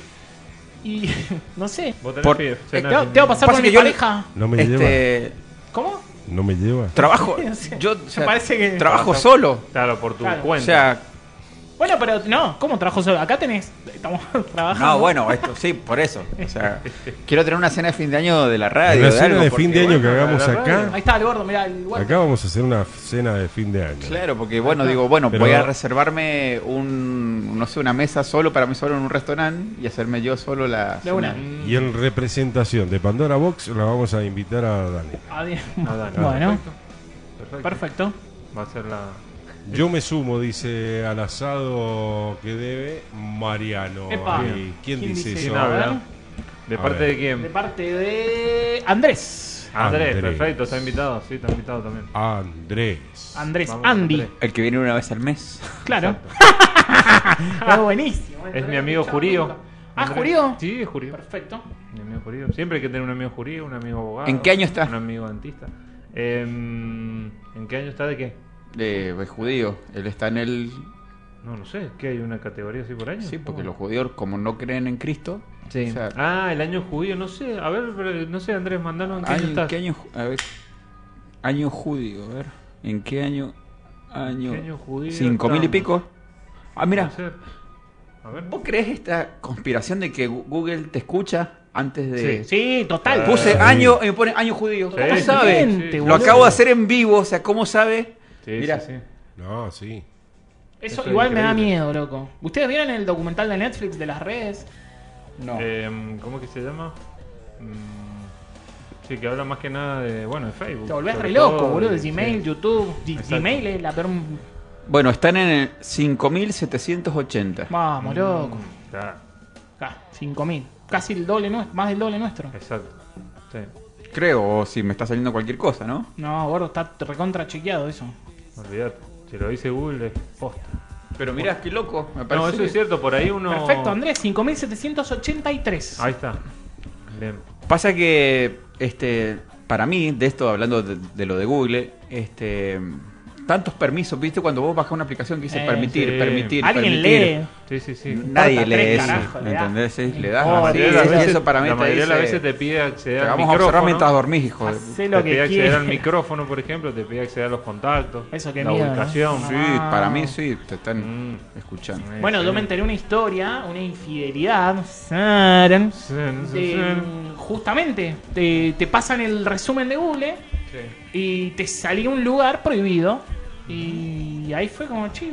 Speaker 3: Y no sé.
Speaker 5: vos tenés
Speaker 7: Por-
Speaker 5: que-
Speaker 7: eh,
Speaker 3: Eh,
Speaker 5: cena
Speaker 3: te, va-
Speaker 5: sin-
Speaker 3: te va a pasar
Speaker 7: Pasa
Speaker 3: con
Speaker 7: que
Speaker 3: mi
Speaker 7: yo-
Speaker 3: pareja.
Speaker 6: No me lleva.
Speaker 7: este,
Speaker 3: ¿Cómo?
Speaker 6: No me lleva.
Speaker 7: Trabajo...
Speaker 3: No sé.
Speaker 7: Yo,
Speaker 3: Me
Speaker 7: o sea,
Speaker 3: parece que-
Speaker 7: Trabajo solo.
Speaker 5: Claro, por tu
Speaker 3: Claro.
Speaker 7: O
Speaker 5: cuenta.
Speaker 7: sea,
Speaker 3: Bueno, pero no, ¿cómo trabajo solo? Acá tenés, estamos trabajando.
Speaker 7: no, bueno, esto sí, por eso. O sea, quiero tener una cena de fin de año de la radio.
Speaker 6: la
Speaker 7: de
Speaker 6: cena
Speaker 7: algo,
Speaker 6: de
Speaker 7: porque,
Speaker 6: fin de año que
Speaker 5: bueno,
Speaker 6: hagamos
Speaker 5: la radio.
Speaker 6: acá,
Speaker 3: Ahí está el gordo, mirá, el gordo.
Speaker 6: acá vamos a hacer una cena de fin de año.
Speaker 7: Claro, porque bueno, digo, bueno,
Speaker 6: Pero-
Speaker 7: voy a reservarme un, no sé, una mesa solo para mí solo en un restaurante y hacerme yo solo la...
Speaker 3: De una.
Speaker 5: Mm,
Speaker 6: Y en representación de Pandora Box la vamos a invitar a Dani.
Speaker 3: Adiós.
Speaker 5: nada, nada,
Speaker 3: Bueno,
Speaker 5: perfecto, perfecto.
Speaker 3: perfecto.
Speaker 5: Va a ser la.
Speaker 6: Yo me sumo, dice al asado que debe Mariano.
Speaker 3: Epa.
Speaker 6: Ahí, ¿Quién,
Speaker 3: ¿Quién
Speaker 6: dice,
Speaker 3: dice
Speaker 5: ¿Quién
Speaker 6: eso?
Speaker 3: no? A ver.
Speaker 5: habla? ¿De
Speaker 6: A
Speaker 5: parte
Speaker 6: ver.
Speaker 5: de quién?
Speaker 3: De parte de Andrés.
Speaker 5: Andrés,
Speaker 6: Andrés.
Speaker 5: perfecto, está invitado. Sí, está invitado también.
Speaker 6: Andrés.
Speaker 3: Andrés,
Speaker 5: Vamos,
Speaker 3: Andy.
Speaker 5: Andrés.
Speaker 7: El que viene una vez al mes.
Speaker 3: Claro. es buenísimo.
Speaker 5: Es mi amigo Jurío.
Speaker 3: Ah,
Speaker 5: Andrés.
Speaker 3: Jurío.
Speaker 5: Sí, es Jurío.
Speaker 3: Perfecto.
Speaker 5: Mi amigo jurío. Siempre hay que tener un amigo jurío, un amigo abogado.
Speaker 7: ¿En qué año está?
Speaker 5: Un amigo dentista. Em, ¿En qué año está de qué?
Speaker 7: De, de Eh, judío. Él está en el...
Speaker 5: No, no sé. ¿Qué hay una categoría así por año?
Speaker 7: Sí, porque los judíos como no creen en Cristo...
Speaker 5: Sí.
Speaker 7: o sea,
Speaker 5: ah, el año judío, no sé. A ver, pero- no sé, Andrés, mandanos en qué año
Speaker 7: año-
Speaker 5: está.
Speaker 7: ¿Qué año? ju- A ver. Año judío, a ver. ¿En qué año? Año.
Speaker 5: ¿Qué año judío
Speaker 7: ¿Cinco mil y
Speaker 5: estamos?
Speaker 7: pico? Ah, mira.
Speaker 5: Puede ser. A ver.
Speaker 7: ¿Vos crees esta conspiración de que Gu- Google te escucha antes de.?
Speaker 3: Sí, total.
Speaker 7: Puse
Speaker 6: Sí.
Speaker 7: año y me pone año judío. ¿Cómo
Speaker 5: sí,
Speaker 7: sabe?
Speaker 5: sí,
Speaker 3: Gente,
Speaker 5: sí.
Speaker 7: Lo
Speaker 3: boludo.
Speaker 7: acabo de hacer en vivo, o sea, ¿cómo sabe?
Speaker 5: Sí,
Speaker 7: Mirá.
Speaker 5: sí, sí.
Speaker 6: No, sí.
Speaker 3: Eso,
Speaker 5: Eso es
Speaker 3: igual me da
Speaker 5: increíble.
Speaker 3: miedo, loco. ¿Ustedes vieron el documental de Netflix de las redes?
Speaker 7: No.
Speaker 5: Em, ¿Cómo que se llama? Mm, sí, que habla más que nada de, bueno, de Facebook.
Speaker 3: Te volvés
Speaker 5: sobre
Speaker 3: re loco,
Speaker 5: todo,
Speaker 3: boludo.
Speaker 5: y- sí.
Speaker 3: Gmail, YouTube. Di-
Speaker 5: Exacto.
Speaker 3: Gmail es la peor.
Speaker 7: Bueno, están en el 5780.
Speaker 5: Mm.
Speaker 3: Vamos, loco.
Speaker 5: Claro,
Speaker 3: Ah, 5000. Casi el doble nuestro. Más del doble nuestro.
Speaker 5: exacto. Sí.
Speaker 7: Creo, o si me está saliendo cualquier cosa, ¿no?
Speaker 3: No, gordo, está recontra chequeado eso.
Speaker 5: Olvídate. Si lo dice Google, es posta.
Speaker 7: Pero mirá, qué loco. Me parece
Speaker 5: No, eso es cierto, por ahí uno.
Speaker 3: Perfecto, Andrés, 5783.
Speaker 5: Ahí está. Bien.
Speaker 7: Pasa que este para mí, de esto hablando de, de lo de Google, este tantos permisos, ¿viste? Cuando vos bajas una aplicación que dice
Speaker 3: Eh,
Speaker 7: permitir,
Speaker 5: sí.
Speaker 7: permitir,
Speaker 3: Alguien
Speaker 7: permitir.
Speaker 3: lee.
Speaker 5: Sí, sí, sí.
Speaker 7: Nadie
Speaker 3: Hasta
Speaker 7: lee
Speaker 3: tres,
Speaker 7: eso,
Speaker 3: carajo, le da.
Speaker 7: ¿entendés? Sí, le das,
Speaker 3: La
Speaker 5: La
Speaker 3: Oh,
Speaker 5: mayoría de
Speaker 7: sí,
Speaker 5: las
Speaker 7: sí,
Speaker 5: veces-
Speaker 7: eso para mí
Speaker 5: la
Speaker 7: te
Speaker 5: mayoría de las
Speaker 7: dice,
Speaker 5: veces te pide acceder
Speaker 7: "Te
Speaker 5: al
Speaker 7: vamos a observar mientras
Speaker 5: micrófono.
Speaker 7: dormís, hijo. de-".
Speaker 3: Hacé
Speaker 5: Te
Speaker 3: lo que
Speaker 5: pide acceder al
Speaker 3: quieras.
Speaker 5: micrófono, por ejemplo, te pide acceder a los contactos,
Speaker 3: Eso, qué
Speaker 5: la
Speaker 3: miedo, ¿no?
Speaker 5: ubicación.
Speaker 7: Sí,
Speaker 3: Ah.
Speaker 7: para mí sí, te están
Speaker 5: Mm.
Speaker 7: escuchando.
Speaker 3: Bueno, yo me enteré una historia, una infidelidad. Saran. de- justamente, te, te pasan el resumen de Google
Speaker 5: Sí.
Speaker 3: y te salía un lugar prohibido. Y ahí fue como, che,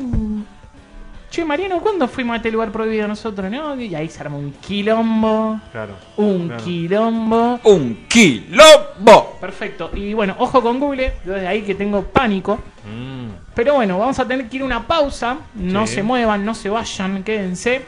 Speaker 3: che Mariano, ¿cuándo fuimos a este lugar prohibido nosotros? no? Y ahí se armó un quilombo.
Speaker 5: Claro.
Speaker 3: Un
Speaker 5: Claro.
Speaker 3: quilombo.
Speaker 7: ¡Un quilombo!
Speaker 3: Perfecto. Y bueno, ojo con Google, yo desde ahí que tengo pánico.
Speaker 5: Mm.
Speaker 3: Pero bueno, vamos a tener que ir a una pausa. No
Speaker 5: Sí.
Speaker 3: se muevan, no se vayan, quédense.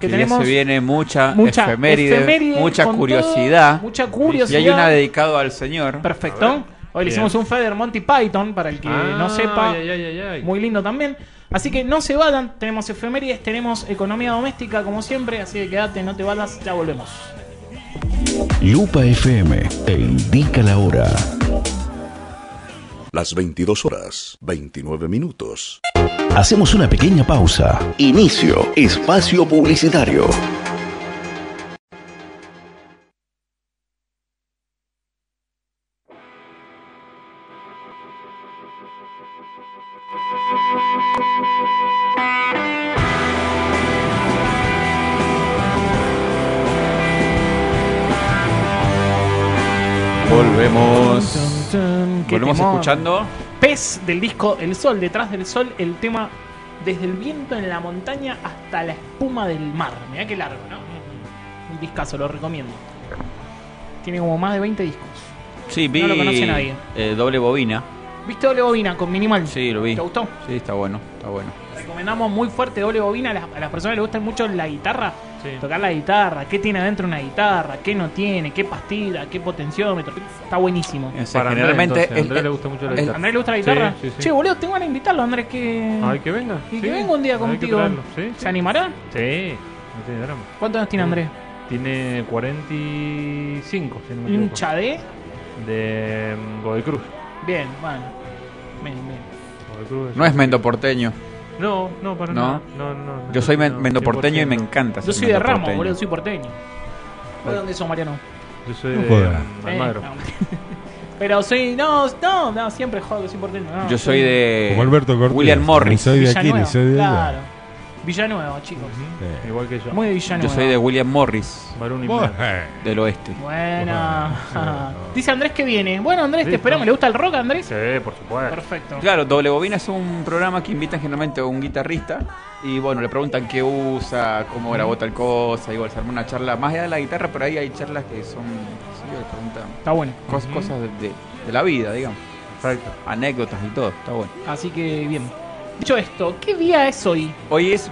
Speaker 3: Que
Speaker 7: Sí,
Speaker 3: tenemos
Speaker 7: se viene mucha,
Speaker 3: mucha
Speaker 7: efeméride,
Speaker 3: efeméride
Speaker 7: mucha
Speaker 3: con
Speaker 7: curiosidad.
Speaker 3: todo, mucha curiosidad.
Speaker 7: Y hay una dedicada al señor.
Speaker 5: A
Speaker 3: Perfecto.
Speaker 5: ver.
Speaker 3: Hoy le
Speaker 5: Bien.
Speaker 3: hicimos un Feder Monty Python, para el que no
Speaker 5: Ah,
Speaker 3: sepa.
Speaker 5: ay, ay, ay, ay.
Speaker 3: Muy lindo también. Así que no se vayan, tenemos efemérides, tenemos economía doméstica como siempre, así que quédate, no te vayas, ya volvemos.
Speaker 1: Lupa FM te indica la hora.
Speaker 8: Las 22 horas, 29 minutos.
Speaker 1: Hacemos una pequeña pausa. Inicio espacio publicitario.
Speaker 7: Volvemos.
Speaker 3: Qué
Speaker 7: Volvemos
Speaker 3: temón.
Speaker 7: escuchando.
Speaker 3: Pez del disco El Sol, detrás del sol, el tema desde el viento en la montaña hasta la espuma del mar. Mirá qué largo, ¿no? Un discazo, lo recomiendo. Tiene como más de 20 discos.
Speaker 7: Sí, vi
Speaker 3: No lo conoce nadie.
Speaker 7: eh, doble bobina.
Speaker 3: ¿Viste Doble Bobina con Minimal?
Speaker 7: Sí, lo vi.
Speaker 3: ¿Te gustó?
Speaker 7: Sí, está bueno, está bueno.
Speaker 3: Recomendamos muy fuerte Doble Bobina a las, a las personas que les gusta mucho la guitarra.
Speaker 5: Sí.
Speaker 3: Tocar la guitarra, qué tiene adentro una guitarra, qué no tiene, qué pastilla, qué potenciómetro. Está buenísimo.
Speaker 7: O sea,
Speaker 5: Para Andrés,
Speaker 7: generalmente
Speaker 5: entonces, a
Speaker 7: es-
Speaker 5: Andrés le gusta mucho la
Speaker 7: es-
Speaker 5: guitarra.
Speaker 3: ¿A Andrés le gusta la guitarra?
Speaker 5: Sí, sí, sí.
Speaker 3: Che, boludo, tengo ganas de invitarlo, Andrés, que...
Speaker 5: Ay, que venga.
Speaker 3: Y
Speaker 5: sí.
Speaker 3: que venga un día
Speaker 5: Hay que
Speaker 3: contigo.
Speaker 5: traerlo, sí, sí.
Speaker 3: ¿Se animará?
Speaker 5: Sí, no tiene drama.
Speaker 3: ¿Cuántos años tiene Andrés?
Speaker 5: Tiene 45, si no me equivoco.
Speaker 3: Hincha de.
Speaker 5: De mm, Godecruz.
Speaker 3: Bien, bueno. Bien, bien.
Speaker 5: Godecruz
Speaker 7: No es mendoporteño.
Speaker 5: No, no, para
Speaker 7: No.
Speaker 5: nada. No, no, no.
Speaker 7: Yo soy men-
Speaker 5: No,
Speaker 7: mendoporteño y me
Speaker 5: 100%.
Speaker 7: encanta.
Speaker 3: Yo
Speaker 7: ser
Speaker 3: soy de Ramos,
Speaker 7: mendoporteño.
Speaker 3: boludo, soy porteño. ¿Vos de dónde sos, Mariano?
Speaker 5: Yo soy
Speaker 6: No
Speaker 5: de
Speaker 6: jodas.
Speaker 5: mm, Almagro.
Speaker 3: Eh, no. Pero soy. No, no, no, siempre jodo que soy porteño. no,
Speaker 7: Yo soy de
Speaker 6: Como Alberto Cortés.
Speaker 7: Eh, William
Speaker 6: Ni
Speaker 7: Morris.
Speaker 6: soy de aquí,
Speaker 3: Villanueva,
Speaker 6: ni soy de allá. Eh.
Speaker 3: Claro. Villanueva, chicos.
Speaker 5: Ujú, Igual que yo.
Speaker 3: Muy de
Speaker 7: Yo
Speaker 3: Villanueva.
Speaker 7: soy de William Morris,
Speaker 5: Varón y
Speaker 6: Vos,
Speaker 5: Mar.
Speaker 6: eh,
Speaker 7: del oeste.
Speaker 3: Buena. Dice Andrés que viene. Bueno, Andrés, te
Speaker 5: Sí,
Speaker 3: esperamos.
Speaker 5: no.
Speaker 3: ¿Le gusta el rock, Andrés?
Speaker 5: Sí, por supuesto.
Speaker 3: Perfecto.
Speaker 7: Claro, Doble Bobina es un programa que invitan generalmente a un guitarrista y bueno, le preguntan qué usa, cómo grabó tal cosa, igual se arma una charla más allá de la guitarra, pero ahí hay charlas que son, sí, le preguntan
Speaker 3: Está bueno.
Speaker 7: cos- cosas de, de- de la vida, digamos,
Speaker 5: Perfecto.
Speaker 7: anécdotas y todo, está bueno.
Speaker 3: Así que bien. Dicho esto, ¿qué día es hoy?
Speaker 7: Hoy es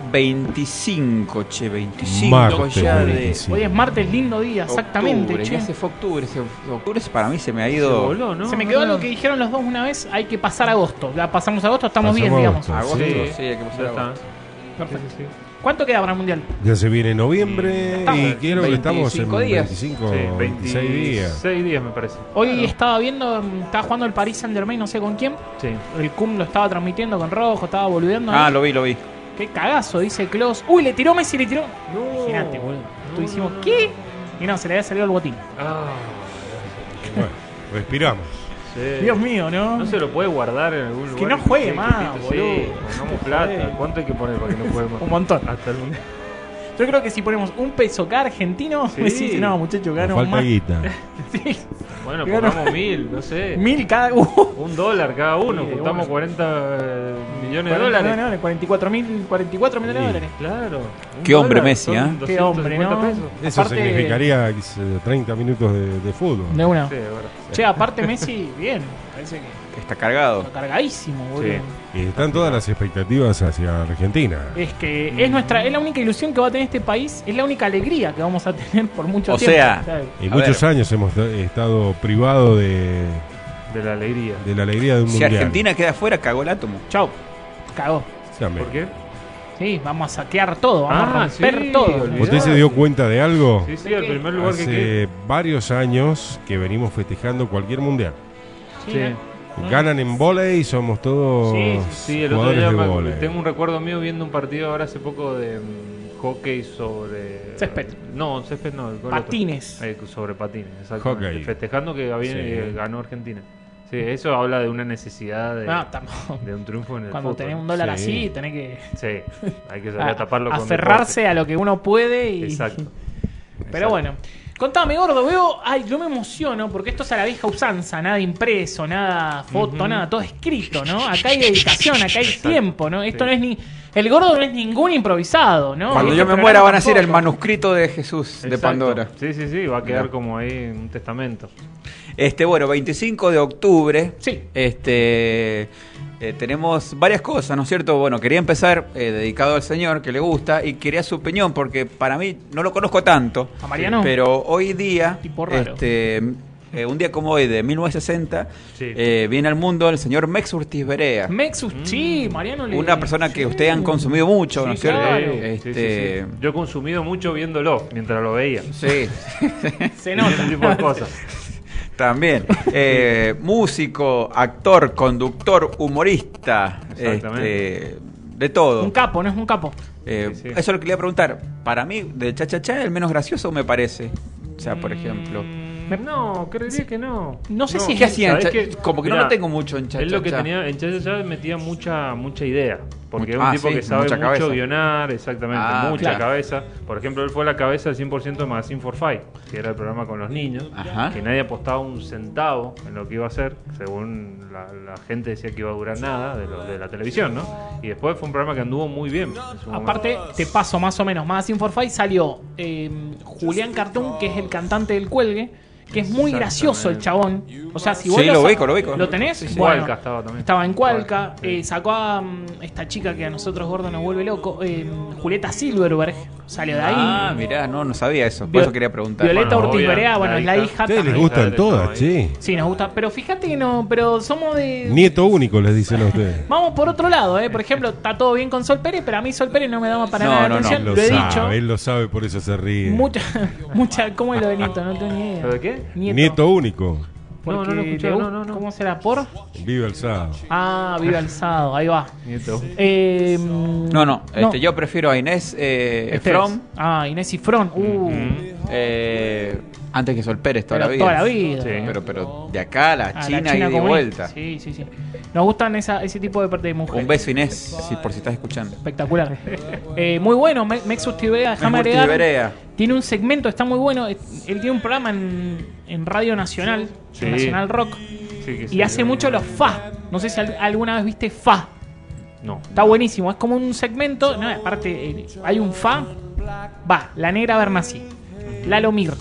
Speaker 7: 25, che, 25
Speaker 6: Martes
Speaker 7: ya de...
Speaker 6: 25. Sí.
Speaker 3: Hoy es martes, lindo día, exactamente.
Speaker 7: Octubre,
Speaker 3: che.
Speaker 7: ya se fue octubre, se- octubre para mí se me ha
Speaker 5: Se
Speaker 7: ido...
Speaker 5: voló, ¿no?
Speaker 3: Se me
Speaker 5: No,
Speaker 3: quedó
Speaker 5: no.
Speaker 3: algo que dijeron los dos una vez, hay que pasar agosto. La pasamos agosto, estamos
Speaker 6: Pasamos
Speaker 3: bien, digamos.
Speaker 6: agosto.
Speaker 7: Agosto, sí,
Speaker 5: Sí,
Speaker 7: hay que pasar
Speaker 5: ya está.
Speaker 7: agosto.
Speaker 3: Perfecto.
Speaker 5: Sí, sí, sí.
Speaker 3: ¿Cuánto queda para el mundial?
Speaker 6: Ya se viene noviembre
Speaker 3: Estamos
Speaker 6: y quiero que estamos en
Speaker 7: 25 días.
Speaker 6: 25,
Speaker 5: Sí,
Speaker 6: 26
Speaker 5: 26
Speaker 6: días.
Speaker 5: Oh, días me parece.
Speaker 3: Hoy estaba viendo, mm, estaba jugando el Paris Saint Germain, no sé con quién.
Speaker 5: Sí.
Speaker 3: El Cum lo estaba transmitiendo con rojo, estaba boludeando.
Speaker 7: Ah, lo vi, lo vi.
Speaker 3: Qué cagazo, dice Klaus. Uy, le tiró Messi, le tiró.
Speaker 5: No.
Speaker 3: Imagínate, boludo. Tú
Speaker 5: No,
Speaker 3: hicimos,
Speaker 5: no, no.
Speaker 3: ¿qué? Y no, se le había salido el botín.
Speaker 5: Ah,
Speaker 6: Bueno, respiramos.
Speaker 5: sí.
Speaker 3: Dios mío, ¿no?
Speaker 5: No se lo puede guardar en algún lugar.
Speaker 3: Que no juegue
Speaker 5: Sí,
Speaker 3: más,
Speaker 5: Pepito,
Speaker 3: boludo.
Speaker 5: Pongamos
Speaker 3: Te
Speaker 5: plata.
Speaker 3: jodés.
Speaker 5: ¿Cuánto hay que poner para que no juegue más?
Speaker 3: Un montón.
Speaker 5: Hasta el lunes.
Speaker 3: Yo creo que si ponemos un peso cada argentino,
Speaker 5: Sí.
Speaker 3: Messi dice, no, muchachos,
Speaker 6: Nos
Speaker 3: gano
Speaker 6: falta
Speaker 3: más.
Speaker 6: guita.
Speaker 3: Sí.
Speaker 5: Bueno,
Speaker 3: Claro.
Speaker 5: pongamos mil, no sé.
Speaker 3: Mil cada uno.
Speaker 5: Un dólar cada uno.
Speaker 3: Sí, de
Speaker 5: Juntamos
Speaker 3: una.
Speaker 5: 40 eh, millones de dólares.
Speaker 3: 44 mil, 44 millones de
Speaker 6: Sí.
Speaker 3: dólares.
Speaker 5: Claro. Un
Speaker 7: Qué hombre
Speaker 5: dólar
Speaker 7: Messi,
Speaker 5: son
Speaker 7: ¿eh?
Speaker 5: 250
Speaker 3: Qué hombre, ¿no?
Speaker 5: pesos.
Speaker 6: Eso
Speaker 3: Aparte-
Speaker 6: significaría eh, 30 minutos de, de fútbol.
Speaker 3: De una.
Speaker 5: Sí, bueno.
Speaker 3: Che, aparte Messi, bien. Parece que
Speaker 7: Está cargado.
Speaker 3: está cargadísimo, boludo.
Speaker 5: Sí.
Speaker 6: Y están todas las expectativas hacia Argentina.
Speaker 3: Es que es nuestra, es la única ilusión que va a tener este país, es la única alegría que vamos a tener por mucho
Speaker 7: O
Speaker 3: tiempo.
Speaker 7: sea,
Speaker 3: ¿sabes?
Speaker 6: Y
Speaker 7: A
Speaker 6: muchos
Speaker 7: ver.
Speaker 6: años hemos eh, estado privados de,
Speaker 5: De la alegría.
Speaker 6: de la alegría de un
Speaker 7: Si
Speaker 6: mundial.
Speaker 7: Argentina queda afuera, cagó el átomo.
Speaker 3: chau. Cagó.
Speaker 6: Dígame,
Speaker 5: ¿Por qué?
Speaker 3: Sí, vamos a saquear todo, vamos a
Speaker 5: Ah,
Speaker 3: romper
Speaker 5: sí,
Speaker 3: todo.
Speaker 5: olvidé.
Speaker 6: ¿Usted se dio cuenta de algo?
Speaker 5: Sí, Ah, sí, el primer lugar que quede.
Speaker 6: Hace varios años que venimos festejando cualquier mundial.
Speaker 5: Sí.
Speaker 6: Ganan en volei y somos todos
Speaker 5: Mm. Sí, sí, el otro
Speaker 6: jugadores
Speaker 5: día
Speaker 6: de
Speaker 5: me-
Speaker 6: volei.
Speaker 5: tengo un recuerdo mío viendo un partido ahora hace poco de mm, hockey sobre...
Speaker 3: Césped.
Speaker 5: No, césped no. el otro.
Speaker 3: Patines.
Speaker 5: Eh, sobre patines, exactamente.
Speaker 6: Hockey.
Speaker 5: Festejando que había-
Speaker 6: Sí.
Speaker 5: eh, ganó Argentina. Sí, eso habla de una necesidad de,
Speaker 3: No, Ah, tampoco.
Speaker 5: de un triunfo en el
Speaker 3: Cuando
Speaker 5: fútbol.
Speaker 3: tenés un dólar
Speaker 6: Sí.
Speaker 3: así, tenés que
Speaker 5: Sí, hay que saber
Speaker 3: a-
Speaker 5: taparlo con
Speaker 3: aferrarse a lo que uno puede y...
Speaker 5: deporte. Exacto.
Speaker 3: Pero bueno, contame, gordo, veo, ay, yo me emociono porque esto es a la vieja usanza, nada impreso, nada foto, nada, todo escrito, ¿no? Acá hay dedicación, acá hay
Speaker 5: Exacto,
Speaker 3: tiempo, ¿no? Esto
Speaker 5: sí.
Speaker 3: no es ni el gordo no es ningún improvisado, ¿no?
Speaker 7: Cuando
Speaker 3: Y
Speaker 7: yo
Speaker 3: este
Speaker 7: me muera
Speaker 3: programa
Speaker 7: van a ser el
Speaker 3: tampoco.
Speaker 7: manuscrito de Jesús de
Speaker 5: Exacto.
Speaker 7: Pandora.
Speaker 5: Sí, sí, sí, va a quedar
Speaker 7: Mirá.
Speaker 5: como ahí un testamento.
Speaker 7: Este, bueno, 25 de octubre.
Speaker 3: Sí.
Speaker 7: Este. eh, tenemos varias cosas, ¿no es cierto? Bueno, quería empezar eh, dedicado al señor que le gusta y quería su opinión porque para mí no lo conozco tanto.
Speaker 3: A Mariano.
Speaker 7: Pero hoy día,
Speaker 3: Tipo raro.
Speaker 7: este, eh, un día como hoy de 1960,
Speaker 5: Sí.
Speaker 7: eh, viene al mundo el señor Mex Urtiz Berea.
Speaker 3: Mexus, sí, Mariano le-
Speaker 7: Mm. Una persona que
Speaker 3: sí.
Speaker 7: ustedes han consumido mucho,
Speaker 3: Sí,
Speaker 7: ¿no es cierto?
Speaker 3: claro.
Speaker 5: Sí, sí, sí.
Speaker 7: Este,
Speaker 5: Yo he consumido mucho viéndolo mientras lo veía.
Speaker 7: sí.
Speaker 3: Se
Speaker 5: Ese tipo de
Speaker 3: nota.
Speaker 5: cosas.
Speaker 7: También. Eh, músico, actor, conductor, humorista.
Speaker 5: Exactamente.
Speaker 7: este, de todo.
Speaker 3: un capo, no es un capo.
Speaker 7: Eh,
Speaker 5: Sí, sí.
Speaker 7: Eso es lo que quería preguntar. Para mí, de Cha Cha Cha, el menos gracioso me parece. O sea, por ejemplo.
Speaker 5: No, creería que no.
Speaker 3: No sé si es-
Speaker 7: ¿Qué hacían?
Speaker 5: ¿sabés
Speaker 7: Cha-
Speaker 5: qué?
Speaker 7: Como que no
Speaker 5: Mirá,
Speaker 7: lo tengo mucho en Cha
Speaker 5: Él
Speaker 7: Cha
Speaker 5: lo que
Speaker 7: Cha.
Speaker 5: tenía en Chacha Chá metía mucha mucha idea, porque
Speaker 7: Mucho-
Speaker 5: es un
Speaker 7: ah,
Speaker 5: tipo
Speaker 7: sí,
Speaker 5: que sabe
Speaker 7: mucha
Speaker 5: mucho
Speaker 7: cabeza.
Speaker 5: guionar, exactamente,
Speaker 7: Ah,
Speaker 5: mucha
Speaker 7: claro.
Speaker 5: cabeza. Por ejemplo, él fue la cabeza del 100% de Magazine for Five, que era el programa con los niños,
Speaker 7: Ajá.
Speaker 5: que nadie apostaba un centavo en lo que iba a hacer, según la, la gente decía que iba a durar nada de los de la televisión, ¿no? Y después fue un programa que anduvo muy bien. en su
Speaker 3: Aparte,
Speaker 5: momento.
Speaker 3: te paso más o menos. Más Sin for Five salió eh, Julián Cartón, que es el cantante del cuelgue, que es muy gracioso el chabón. O sea, si vos
Speaker 7: Sí, lo ubico, lo ubico.
Speaker 3: tenés?
Speaker 5: Sí, sí.
Speaker 3: Bueno,
Speaker 5: Cualca estaba también.
Speaker 3: Estaba en Cualca.
Speaker 5: Cualca, sí.
Speaker 3: eh, sacó a mm, esta chica que a nosotros gordo nos vuelve loco, eh, Julieta Silverberg. Salió de ahí.
Speaker 7: Ah, mirá, no, no sabía eso. Por eso quería preguntar.
Speaker 3: Violeta
Speaker 5: Bueno,
Speaker 3: Ortiz
Speaker 5: obvio,
Speaker 3: Berea, bueno,
Speaker 5: la
Speaker 3: es la
Speaker 5: hija.
Speaker 3: hija.
Speaker 6: ¿Ustedes les
Speaker 3: también.
Speaker 6: gustan
Speaker 5: Está
Speaker 6: todas,
Speaker 5: ahí.
Speaker 6: sí?
Speaker 3: Sí, nos gusta. Pero fíjate que no, pero somos de.
Speaker 6: Nieto único, les dicen a ustedes.
Speaker 3: Vamos por otro lado, ¿eh? Por ejemplo, está todo bien con Sol Pérez, pero a mí Sol Pérez no me daba para
Speaker 7: No,
Speaker 3: nada la
Speaker 7: no, no,
Speaker 3: atención.
Speaker 6: Lo
Speaker 3: lo he
Speaker 6: sabe,
Speaker 3: dicho.
Speaker 6: él lo sabe, por eso se ríe.
Speaker 3: Mucha, mucha, ¿cómo es lo de Nieto? No tengo ni idea.
Speaker 5: ¿Lo de qué?
Speaker 6: Nieto.
Speaker 3: Nieto. único.
Speaker 5: No, no lo
Speaker 3: Porque
Speaker 5: escuché,
Speaker 3: le-
Speaker 5: no, no, no.
Speaker 3: ¿Cómo será? ¿Por?
Speaker 6: Vive el sábado.
Speaker 3: Ah, vive alzado, ahí va.
Speaker 5: Nieto.
Speaker 3: Eh,
Speaker 7: No, no, Este, yo prefiero a Inés eh,
Speaker 5: Este
Speaker 3: Esteves.
Speaker 7: From
Speaker 3: Ah, Inés y From. Uh,
Speaker 7: eh, antes que Sol Pérez toda
Speaker 3: Pero
Speaker 7: la vida.
Speaker 3: toda la vida.
Speaker 5: Sí.
Speaker 7: Pero, pero de acá a la
Speaker 3: a la
Speaker 7: China, y de
Speaker 3: como es.
Speaker 7: vuelta.
Speaker 3: Sí, sí, sí. Nos gustan esa, ese tipo de parte de mujeres.
Speaker 7: Un beso, Inés, si, por si estás escuchando.
Speaker 3: Espectacular. Eh, muy bueno, Me- Mexus Tiberea, déjame
Speaker 7: Mejor
Speaker 3: agregar.
Speaker 7: Tiberea.
Speaker 3: Tiene un segmento, está muy bueno. Él tiene un programa en, en Radio Nacional,
Speaker 5: Sí.
Speaker 3: Nacional Rock.
Speaker 5: Sí, que
Speaker 3: Y
Speaker 5: sí.
Speaker 3: hace mucho los fa. No sé si al- alguna vez viste fa.
Speaker 5: No.
Speaker 3: Está buenísimo. Es como un segmento. No, aparte, eh, hay un fa. Va, la negra Bernassi. Lalo Mir.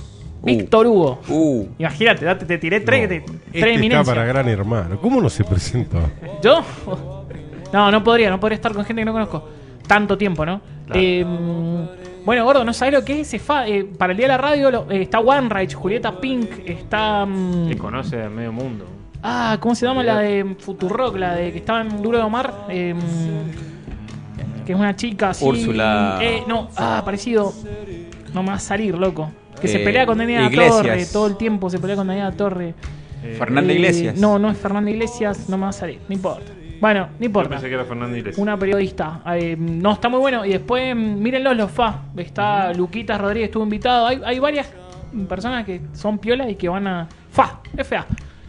Speaker 3: Víctor Hugo.
Speaker 7: Uh,
Speaker 3: Imagínate, date- te tiré tres, te- tres
Speaker 6: Este está
Speaker 3: eminencias.
Speaker 6: para gran hermano. ¿Cómo no se presentó?
Speaker 3: ¿Yo? No, no podría, no podría estar con gente que no conozco. Tanto tiempo, ¿no?
Speaker 5: Claro.
Speaker 3: Eh, bueno, gordo, no sabés lo que es ese fa. eh, para el día de la radio lo- eh, está One Rage, Julieta Pink, está. mm,
Speaker 5: Que conoce a medio mundo.
Speaker 3: ah, ¿cómo se llama la de Futurock? La de que estaba en Duro de Omar. eh, que es una chica así.
Speaker 7: Úrsula.
Speaker 3: eh, no, ah, parecido. No me va a salir, loco. Que se
Speaker 7: Eh,
Speaker 3: pelea con Daniela
Speaker 7: Iglesias.
Speaker 3: Torre todo el tiempo, se pelea con Daniela Torre.
Speaker 5: Eh,
Speaker 7: Fernanda
Speaker 3: Eh,
Speaker 7: Iglesias.
Speaker 3: No, no es Fernanda Iglesias, no me va a salir, no importa. Bueno, no
Speaker 5: Yo
Speaker 3: importa.
Speaker 5: pensé que era Fernando Iglesias.
Speaker 3: Una periodista. Eh, no, está muy bueno. Y después, mm, mírenlo, los fa. Está Luquitas Rodríguez, estuvo invitado. Hay, hay varias personas que son piolas y que van a. Fa, FA.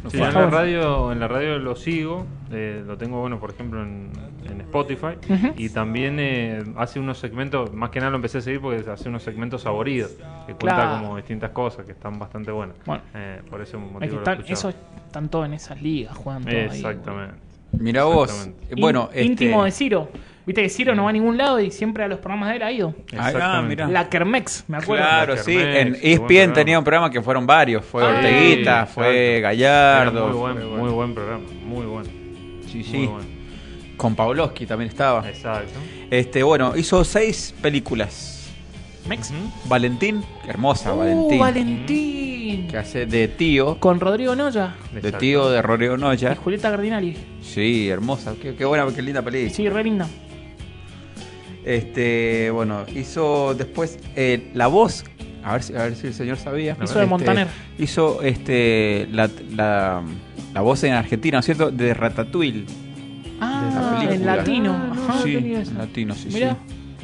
Speaker 5: Sí,
Speaker 3: Fa.
Speaker 5: yo en la radio, en la radio lo sigo, eh, lo tengo bueno, por ejemplo, en, en Spotify
Speaker 3: Ujú.
Speaker 5: y también eh, hace unos segmentos, más que nada lo empecé a seguir porque hace unos segmentos saboridos que cuenta
Speaker 3: Claro.
Speaker 5: como distintas cosas que están bastante buenas.
Speaker 3: Bueno.
Speaker 5: Eh, por ese motivo
Speaker 3: Hay que
Speaker 5: lo
Speaker 3: estar-
Speaker 5: escuchaba.
Speaker 3: eso están todos en esas ligas, juegan todos ahí.
Speaker 5: Exactamente.
Speaker 7: mira vos.
Speaker 5: Exactamente.
Speaker 3: In-
Speaker 7: Bueno, este-
Speaker 3: íntimo de Ciro. Viste que Ciro no va a ningún lado y siempre a los programas de él ha ido.
Speaker 7: Ah,
Speaker 5: Exactamente.
Speaker 7: mirá.
Speaker 3: La Kermex, me acuerdo.
Speaker 7: Claro,
Speaker 5: Kermés,
Speaker 7: sí. En E
Speaker 5: qué buen
Speaker 7: ESPN
Speaker 5: programa.
Speaker 7: tenía un programa que fueron varios. Fue
Speaker 3: Ah,
Speaker 7: Orteguita,
Speaker 5: sí,
Speaker 7: fue
Speaker 5: exacto. Era
Speaker 7: Gallardo.
Speaker 5: Muy buen, muy buen programa, muy bueno.
Speaker 7: Sí, sí.
Speaker 5: Muy bueno.
Speaker 7: Con Pavlovsky también estaba.
Speaker 5: Exacto.
Speaker 7: Este, bueno, hizo seis películas.
Speaker 3: Mex.
Speaker 7: Valentín, hermosa
Speaker 3: Uh,
Speaker 7: Ah, Valentín.
Speaker 3: Valentín.
Speaker 7: Que hace de tío.
Speaker 3: Con Rodrigo Noya
Speaker 7: De
Speaker 5: Exacto.
Speaker 7: tío de Rodrigo
Speaker 3: y
Speaker 7: Noya.
Speaker 3: Julieta Cardinali.
Speaker 7: Sí, hermosa. Qué, qué buena, qué linda película.
Speaker 3: Sí, re linda.
Speaker 7: Este, bueno, hizo después eh, la voz. A ver, si, a ver si el señor sabía. Este,
Speaker 3: Hizo
Speaker 5: este
Speaker 3: de Montaner.
Speaker 7: Hizo este, la, la, la voz en Argentina, ¿no es cierto? De Ratatouille.
Speaker 3: Ah,
Speaker 7: película.
Speaker 3: en latino.
Speaker 7: Ah, no,
Speaker 3: Ajá,
Speaker 7: sí,
Speaker 3: tenía eso.
Speaker 7: en latino, sí,
Speaker 3: Mirá,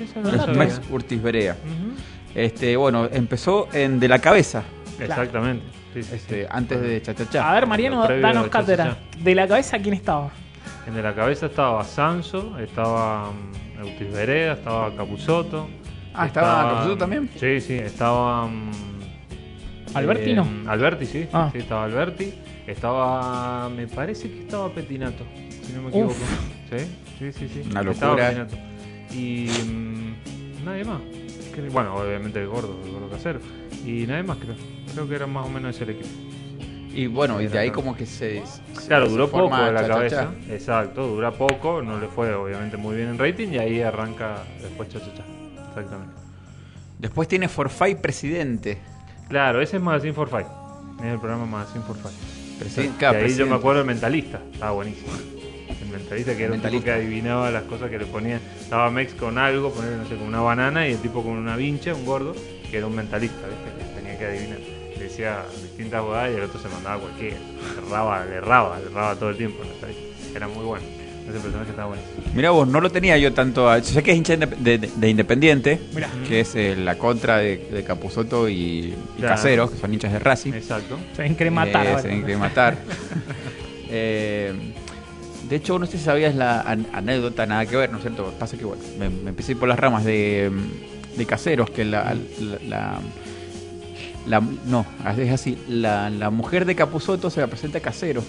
Speaker 3: eso no lo
Speaker 5: sabía.
Speaker 7: Es
Speaker 3: sabía.
Speaker 7: Max Urtis Berea.
Speaker 5: Ujú.
Speaker 7: Este, bueno, empezó en De la Cabeza,
Speaker 5: Exactamente. Sí, sí, sí.
Speaker 7: este, antes de Cha Cha Cha.
Speaker 5: Ah,
Speaker 3: A ver, Mariano,
Speaker 5: Lo previo
Speaker 3: danos
Speaker 5: de
Speaker 3: cátedra.
Speaker 5: Chachachá.
Speaker 3: De la cabeza, ¿quién estaba?
Speaker 5: En de la cabeza estaba Sanso, estaba mm, Eutis Vereda, estaba Capuzotto.
Speaker 7: Ah, ¿estaba Capusotto también?
Speaker 5: Sí, sí, estaba. mm,
Speaker 3: ¿Alberti
Speaker 5: eh,
Speaker 3: no?
Speaker 5: Alberti, sí,
Speaker 3: Ah.
Speaker 5: sí, estaba Alberti. Estaba. Me parece que estaba Petinato, si no me
Speaker 3: Uf.
Speaker 5: equivoco. Sí, sí, sí. sí.
Speaker 7: Una
Speaker 5: Estaba
Speaker 7: locura.
Speaker 5: Petinato. Y. mm, nadie más. Creo- Bueno, obviamente el gordo, el gordo casero. Y nadie más, creo. Creo que era más o menos ese el equipo.
Speaker 7: Y bueno, y de ahí como que se. se-
Speaker 5: Claro,
Speaker 7: se
Speaker 5: duró
Speaker 7: forma
Speaker 5: poco de la
Speaker 7: Cha Cha
Speaker 5: cabeza.
Speaker 7: Cha.
Speaker 5: Exacto, dura poco. No le fue obviamente muy bien en rating y ahí arranca después cha, cha, cha. Exactamente.
Speaker 7: Después tiene Forfait Presidente.
Speaker 5: Claro, ese es Magazine for Five. Es el programa Magazine for Five.
Speaker 7: Presidente,
Speaker 5: Y ahí
Speaker 7: claro,
Speaker 5: yo me
Speaker 7: presidente.
Speaker 5: acuerdo del mentalista. Estaba buenísimo. El mentalista que era un tipo
Speaker 7: Mentalista.
Speaker 5: que adivinaba las cosas que le ponía. Estaba Mex con algo, ponerle, no sé, con una banana y el tipo con una vincha, un gordo, que era un mentalista, ¿viste? Que tenía que adivinar. Le decía distintas bodas y el otro se mandaba cualquiera. Le erraba, le erraba, le erraba todo el tiempo. el mentalista. Era muy bueno. Ese personaje estaba buenísimo.
Speaker 7: Mirá vos, no lo tenía yo tanto. a- Sé que es hincha indep- de, de- de Independiente,
Speaker 3: Mirá.
Speaker 7: que es eh, la contra de, de Capusotto y, y
Speaker 5: Claro.
Speaker 7: Casero, que son hinchas de Racing.
Speaker 5: Exacto.
Speaker 3: Se ven que matar.
Speaker 7: Eh,
Speaker 3: ahora.
Speaker 7: se tienen que matar. Eh, de hecho, no sé si sabías la an- anécdota, nada que ver, ¿no es cierto? Pasa que bueno, me, me empecé a ir por las ramas de, mm, de caseros, que la, la, la- la- No, es así. La, la mujer de Capuzoto se la presenta a casero.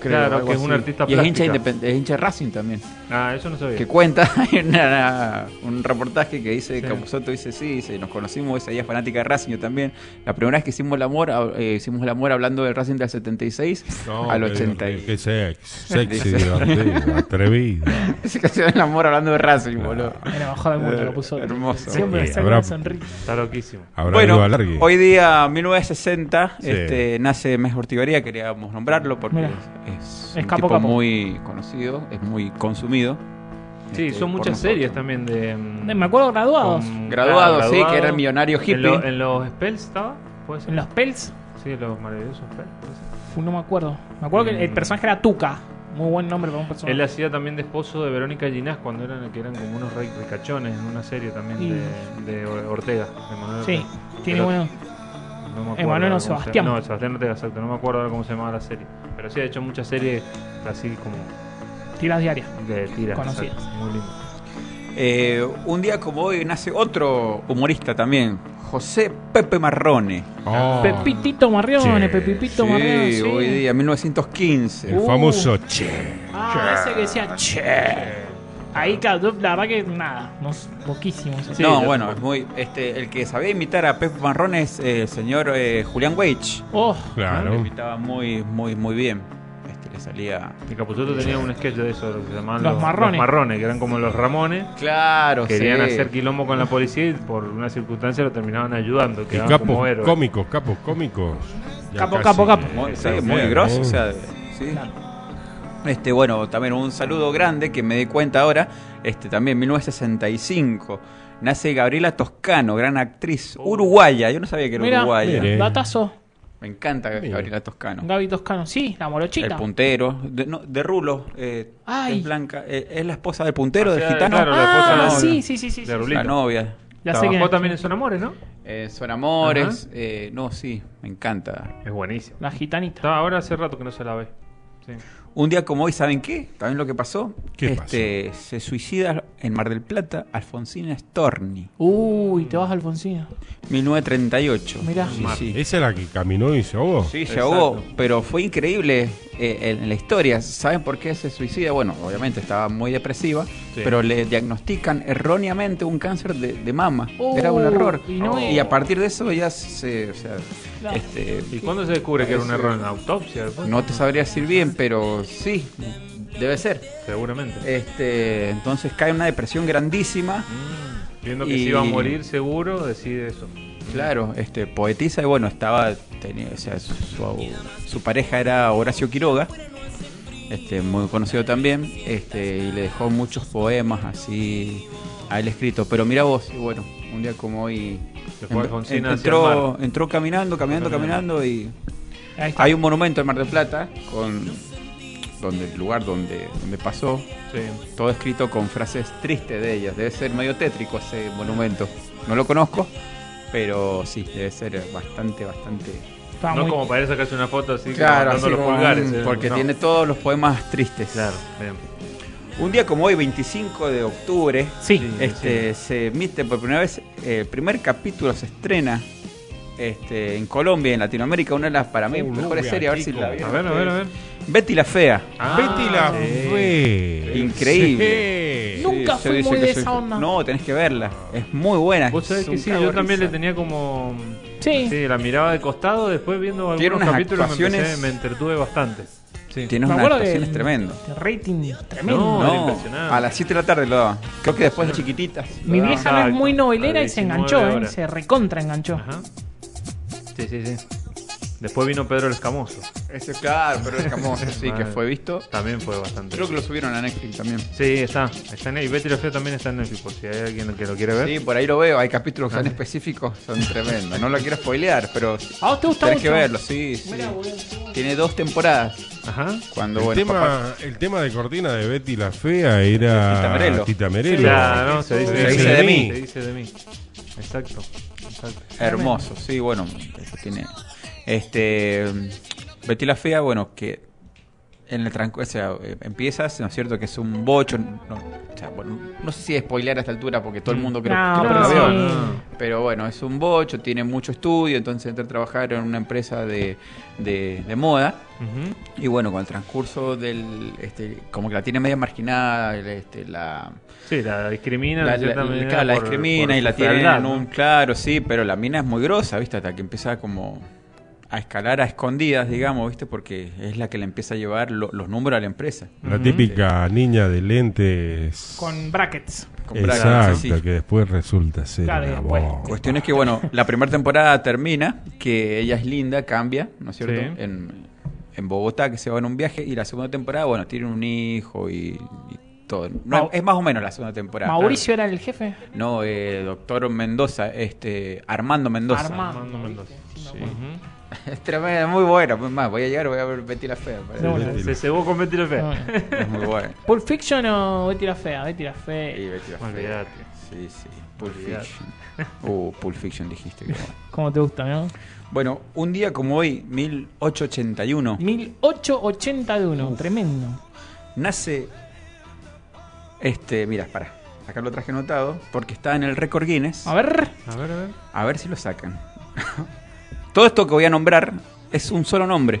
Speaker 7: creo,
Speaker 5: Claro,
Speaker 7: algo
Speaker 5: que es
Speaker 7: así.
Speaker 5: una artista
Speaker 7: Y es hincha,
Speaker 5: plástica.
Speaker 7: independ- es hincha de Racing también
Speaker 5: Ah, eso no sabía.
Speaker 7: que cuenta hay una- un reportaje que dice
Speaker 5: Sí.
Speaker 7: Capusotto dice sí dice, nos conocimos esa ella es fanática de Racing yo también la primera vez que hicimos el amor ah, eh, hicimos el amor hablando del Racing del 76 al
Speaker 6: qué
Speaker 7: 80
Speaker 6: divertido, Qué
Speaker 7: y
Speaker 6: sex, sexy,
Speaker 7: Dice.
Speaker 6: divertido, atrevido.
Speaker 7: se hicieron el amor hablando de Racing boludo
Speaker 3: Era bajada del mundo, lo puso.
Speaker 7: hermoso
Speaker 3: Siempre me
Speaker 6: Sí,
Speaker 3: saca
Speaker 6: habrá-
Speaker 3: una sonrisa.
Speaker 5: Está loquísimo.
Speaker 6: Habrá
Speaker 7: bueno,
Speaker 6: algo alargue.
Speaker 7: hoy día 1960
Speaker 6: Sí.
Speaker 7: este, nace Mes Ortigoría, queríamos nombrarlo porque
Speaker 3: Mira.
Speaker 7: es, es
Speaker 3: Es
Speaker 7: un
Speaker 3: capo,
Speaker 7: tipo
Speaker 3: capo.
Speaker 7: muy conocido, es muy consumido.
Speaker 5: Sí,
Speaker 7: este,
Speaker 5: son
Speaker 7: por
Speaker 5: muchas
Speaker 7: nosotros.
Speaker 5: series también de. mm,
Speaker 3: Me acuerdo graduados.
Speaker 5: con-
Speaker 7: Graduados,
Speaker 5: claro,
Speaker 7: sí, que eran millonarios
Speaker 5: En, lo-
Speaker 7: hippie.
Speaker 5: en los Spells estaba, puede ser.
Speaker 3: En los Pels,
Speaker 5: Sí, en los maravillosos Spells. puede ser.
Speaker 3: fu- no me acuerdo. Me acuerdo que el
Speaker 5: Mm.
Speaker 3: personaje era Tuca. Muy buen nombre para un
Speaker 5: Él
Speaker 3: personaje.
Speaker 5: hacía también de esposo de Verónica Ginás cuando eran, que eran como unos rey ricachones en una serie también
Speaker 3: Y-
Speaker 5: de, de Ortega. de Manuel
Speaker 3: Sí,
Speaker 5: Ortega.
Speaker 3: tiene
Speaker 5: Pero-
Speaker 3: bueno.
Speaker 5: No me acuerdo
Speaker 3: Emanuel
Speaker 5: ahora
Speaker 3: o
Speaker 5: cómo se llama.
Speaker 3: Sebastián.
Speaker 5: No, Sebastián Ortega, exacto. No me acuerdo ahora cómo se llamaba la serie. Pero sí, ha hecho muchas series así como
Speaker 3: Tiras diarias.
Speaker 5: de tiras.
Speaker 3: Conocidas.
Speaker 5: exacto. Muy lindo.
Speaker 7: Eh, un día como hoy nace otro humorista también, José Pepe Marrone.
Speaker 6: Oh,
Speaker 3: Pepitito Marrione,
Speaker 6: Sí,
Speaker 3: Pepitito
Speaker 7: sí,
Speaker 3: Marrione. Sí.
Speaker 7: hoy día, 1915.
Speaker 6: El
Speaker 3: Uh.
Speaker 6: famoso che.
Speaker 3: Ah, ese que decía che. Ahí, claro, yo, la verdad que nada. No, s- poquísimo. ese.
Speaker 7: no,
Speaker 5: yo
Speaker 7: bueno, es muy, este, el que sabía imitar a Pepe Marrone es eh, el señor eh, Julián Weich.
Speaker 3: Oh,
Speaker 7: Lo
Speaker 6: Claro.
Speaker 7: imitaba muy, muy, muy bien. Este, le salía.
Speaker 5: Y Capuzoto tenía un sketch de eso, de lo que se llamaban
Speaker 3: Los
Speaker 5: los,
Speaker 3: marrones.
Speaker 5: los marrones, que eran como los ramones.
Speaker 7: Claro,
Speaker 5: Querían
Speaker 7: sí.
Speaker 5: hacer quilombo con la policía y por una circunstancia lo terminaban ayudando.
Speaker 6: Y
Speaker 5: Quedaban como
Speaker 6: capos
Speaker 5: héroes.
Speaker 6: cómicos, capos cómicos. Ya
Speaker 3: Capo,
Speaker 6: casi,
Speaker 3: capo, capo.
Speaker 7: Muy,
Speaker 6: eh,
Speaker 7: sí,
Speaker 6: también,
Speaker 7: muy grosso,
Speaker 6: ¿no?
Speaker 7: o sea, de- sí. Este, bueno, también un saludo grande que me di cuenta ahora, este también 1965. Nace Gabriela Toscano, gran actriz uruguaya. Yo no sabía que era
Speaker 3: mira,
Speaker 7: uruguaya.
Speaker 6: mire.
Speaker 3: datazo.
Speaker 7: Me encanta
Speaker 6: Mira.
Speaker 7: Gabriela Toscano.
Speaker 3: Gaby Toscano. Sí, la
Speaker 7: El
Speaker 3: morochita.
Speaker 7: puntero, de, no, de Rulo, eh,
Speaker 3: Ay.
Speaker 7: es blanca, eh, es la esposa del puntero,
Speaker 5: O
Speaker 7: del
Speaker 5: sea,
Speaker 7: gitano,
Speaker 5: claro, la esposa
Speaker 3: Ah,
Speaker 5: de-
Speaker 3: sí, sí, sí, sí,
Speaker 5: de
Speaker 3: sí, sí.
Speaker 5: Rulito.
Speaker 7: la novia.
Speaker 3: La sé quién
Speaker 5: Trabajó
Speaker 3: es.
Speaker 5: también en Son Amores, ¿no?
Speaker 7: Eh, son amores, eh, no, sí, me encanta.
Speaker 5: Es buenísimo.
Speaker 3: La gitanita.
Speaker 5: Estaba ahora hace rato que no se la ve. Sí.
Speaker 7: Un día como hoy, ¿saben qué? ¿También lo que pasó?
Speaker 6: ¿Qué
Speaker 7: este, Se suicida en Mar del Plata Alfonsina Storni,
Speaker 3: Uy, te vas, Alfonsina.
Speaker 7: 1938.
Speaker 3: Mirá.
Speaker 7: Sí, sí.
Speaker 6: Esa es la que caminó y "Oh, se ahogó.
Speaker 7: Sí, se
Speaker 5: Exacto.
Speaker 7: ahogó, pero fue increíble eh, en la historia. ¿Saben por qué se suicida? Bueno, obviamente estaba muy depresiva, pero le diagnostican erróneamente un cáncer de, de mama.
Speaker 3: Oh,
Speaker 7: era un error.
Speaker 3: y
Speaker 7: Y,
Speaker 3: no es-
Speaker 7: a partir de eso ya se... o sea,
Speaker 3: Claro.
Speaker 7: este,
Speaker 5: ¿Y cuándo se descubre que era un error en la autopsia? después?
Speaker 7: no te sabría decir bien, pero sí, debe ser.
Speaker 5: Seguramente.
Speaker 7: Este, entonces cae en una depresión grandísima.
Speaker 5: Mm, Viendo que
Speaker 7: Eh, Y-
Speaker 5: se iba a morir seguro, decide eso.
Speaker 7: Claro, este, poetiza y bueno, estaba, tenía, o sea, su, su- su pareja era Horacio Quiroga, este, muy conocido también, este, y le dejó muchos poemas así a él escrito. Pero mira vos, y bueno, un día como hoy.
Speaker 5: Se fue Alfonsina hacia el
Speaker 7: entró,
Speaker 5: mar.
Speaker 7: entró caminando, caminando, caminando y.
Speaker 3: Ahí está.
Speaker 7: Hay un monumento en Mar del Plata con donde el lugar donde, donde pasó,
Speaker 5: Sí.
Speaker 7: todo escrito con frases tristes de ellas. Debe ser medio tétrico ese monumento. No lo conozco, pero sí, debe ser bastante, bastante.
Speaker 3: Está
Speaker 5: Ah, no
Speaker 3: muy-
Speaker 5: como para ir a sacarse una foto así,
Speaker 7: Ah, así
Speaker 5: mandando los
Speaker 7: como,
Speaker 5: pulgares.
Speaker 7: mm,
Speaker 5: eh,
Speaker 7: porque
Speaker 5: no.
Speaker 7: tiene todos los poemas tristes.
Speaker 5: Claro, bien.
Speaker 7: Un día como hoy, 25 de octubre,
Speaker 3: Sí.
Speaker 5: Sí.
Speaker 7: este, se emite por primera vez, eh, el primer capítulo se estrena este, en Colombia, en Latinoamérica, una de las para mí
Speaker 6: Colombia,
Speaker 7: mejores series, a ver si
Speaker 6: chico.
Speaker 5: Uh,
Speaker 7: la
Speaker 5: A
Speaker 7: vieron
Speaker 5: ver, a ver, a ver.
Speaker 7: ustedes. Betty la Fea.
Speaker 5: Ah,
Speaker 6: Betty la
Speaker 5: sí.
Speaker 6: Fe.
Speaker 7: Increíble.
Speaker 6: Sí.
Speaker 3: Nunca
Speaker 7: Sí,
Speaker 3: fui
Speaker 7: yo
Speaker 3: muy
Speaker 7: que
Speaker 3: de
Speaker 7: soy-
Speaker 3: esa onda.
Speaker 7: No, tenés que verla. Es muy buena.
Speaker 5: Vos sabés
Speaker 7: es
Speaker 5: que
Speaker 7: un
Speaker 5: sí,
Speaker 7: cago
Speaker 5: yo
Speaker 7: de
Speaker 5: también le
Speaker 7: risa.
Speaker 5: tenía como.
Speaker 3: Sí.
Speaker 5: la miraba de costado, después viendo
Speaker 7: Tiene
Speaker 5: algunos
Speaker 7: unas
Speaker 5: capítulos me, empecé-
Speaker 7: actuaciones-
Speaker 5: me entretuve bastante. Sí.
Speaker 7: Tiene unas actuaciones tremendas.
Speaker 3: el rating tremendo.
Speaker 5: No, era
Speaker 7: No,
Speaker 5: impresionante.
Speaker 7: a las 7 de la tarde lo daban. Creo que después de chiquititas.
Speaker 3: Mi vieja no es
Speaker 5: Exacto.
Speaker 3: muy novelera
Speaker 5: A
Speaker 3: y se
Speaker 5: 19
Speaker 3: enganchó, ¿eh?
Speaker 5: horas.
Speaker 3: se recontra enganchó.
Speaker 5: Ajá. Sí, sí, sí. Después vino Pedro el Escamoso.
Speaker 7: Ese, claro, pero el camoso sí que
Speaker 5: Madre.
Speaker 7: fue visto.
Speaker 5: También fue bastante.
Speaker 7: Creo que lo subieron a Netflix también.
Speaker 5: Sí, está. está en, y Betty la Fea también está en Netflix, por si hay alguien que lo quiere ver.
Speaker 7: Sí, por ahí lo veo. Hay capítulos que son específicos, son tremendos. No lo quiero spoilear, pero
Speaker 3: ¿A vos te gusta
Speaker 7: tenés que
Speaker 3: mucho?
Speaker 7: verlo. Sí, sí.
Speaker 3: Mirá, boludo.
Speaker 7: Tiene dos temporadas.
Speaker 5: Ajá.
Speaker 7: Cuando,
Speaker 6: El,
Speaker 7: bueno, papá-
Speaker 6: tema, el tema de cortina de Betty la Fea era
Speaker 7: Tita Merelo.
Speaker 6: Tita Merelo.
Speaker 5: Ya, ¿no? Se dice,
Speaker 7: Se dice de mí.
Speaker 5: Se dice de mí. Exacto. Exacto.
Speaker 7: Hermoso, sí, bueno, eso tiene. Este. Betty la Fea, bueno, que en el tranco, o sea, eh, empiezas, ¿no es cierto? Que es un bocho. No, o sea, bueno, no sé si spoilear a esta altura porque todo el mundo creo,
Speaker 3: No,
Speaker 7: creo que
Speaker 3: Ah, pero
Speaker 7: lo vio.
Speaker 3: sí.
Speaker 7: Pero bueno, es un bocho, tiene mucho estudio, entonces entra a trabajar en una empresa de, de- de moda.
Speaker 5: Ujú.
Speaker 7: Y bueno, con el transcurso del. Este, como que la tiene media marginada, el- este, la.
Speaker 5: Sí, la discrimina.
Speaker 7: La,
Speaker 5: en cierta
Speaker 7: la-
Speaker 5: manera
Speaker 7: claro, la
Speaker 5: por-
Speaker 7: discrimina
Speaker 5: por
Speaker 7: y la
Speaker 5: su
Speaker 7: tiene
Speaker 5: fealdad,
Speaker 7: en
Speaker 5: ¿no?
Speaker 7: un claro, sí, pero la mina es muy grosa, ¿viste? Hasta que empieza como a escalar a escondidas, digamos, ¿viste? Porque es la que le empieza a llevar lo- los números a la empresa.
Speaker 6: La típica niña de lentes.
Speaker 3: Con brackets.
Speaker 7: Con
Speaker 6: Exacto,
Speaker 7: Bragas, sí.
Speaker 6: que después resulta ser
Speaker 3: Claro,
Speaker 6: una
Speaker 3: después.
Speaker 6: bomba.
Speaker 7: Cuestión es que, bueno, la primera temporada termina, que ella es linda, cambia, ¿no es cierto?
Speaker 5: Sí.
Speaker 7: En, en Bogotá, que se va en un viaje, y la segunda temporada, bueno, tiene un hijo y, y todo. No,
Speaker 3: Mau-
Speaker 7: es más o menos la segunda temporada.
Speaker 3: Mauricio era el jefe.
Speaker 7: No, eh, doctor Mendoza, este, Armando Mendoza.
Speaker 5: Armando Mendoza. Ujú.
Speaker 7: Es tremendo, muy bueno. Es más, voy a llegar voy a ver Betty la Fea. parece.
Speaker 3: No,
Speaker 6: Este
Speaker 3: no.
Speaker 5: Se cebó con Betty la Fea.
Speaker 3: Por
Speaker 7: Es muy bueno.
Speaker 3: Pulp Fiction o Betty la Fea, Betty la Fea.
Speaker 7: Sí, Betty la Fea.
Speaker 5: Olvídate.
Speaker 7: Sí, sí. Pulp
Speaker 5: Olvidate.
Speaker 7: Fiction. Uh, Pulp Fiction dijiste. qué bueno.
Speaker 3: Como te gusta, ¿no?
Speaker 7: Bueno, un día como hoy, 1881,
Speaker 3: 1881, tremendo.
Speaker 7: nace. Este, mira, pará. Acá lo traje anotado porque está en el récord Guinness.
Speaker 3: A ver,
Speaker 5: A ver, a ver.
Speaker 7: A ver si lo sacan. Todo esto que voy a nombrar es un solo nombre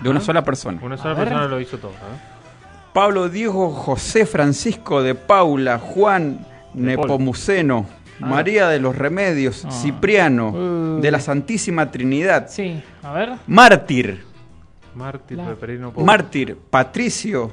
Speaker 7: de una
Speaker 5: Ajá.
Speaker 7: sola persona.
Speaker 5: Una
Speaker 3: A
Speaker 5: sola
Speaker 3: ver.
Speaker 5: persona lo hizo todo. ¿eh?
Speaker 7: Pablo Diego José Francisco de Paula,
Speaker 5: De
Speaker 7: Juan
Speaker 5: Paul.
Speaker 7: Nepomuceno, María de los Remedios,
Speaker 3: Ah.
Speaker 7: Cipriano,
Speaker 3: Uh.
Speaker 7: de la Santísima Trinidad,
Speaker 3: sí, a ver.
Speaker 5: Ah,
Speaker 7: Mártir,
Speaker 5: Mártir,
Speaker 3: La-
Speaker 5: pero ahí no puedo.
Speaker 7: Mártir, Patricio,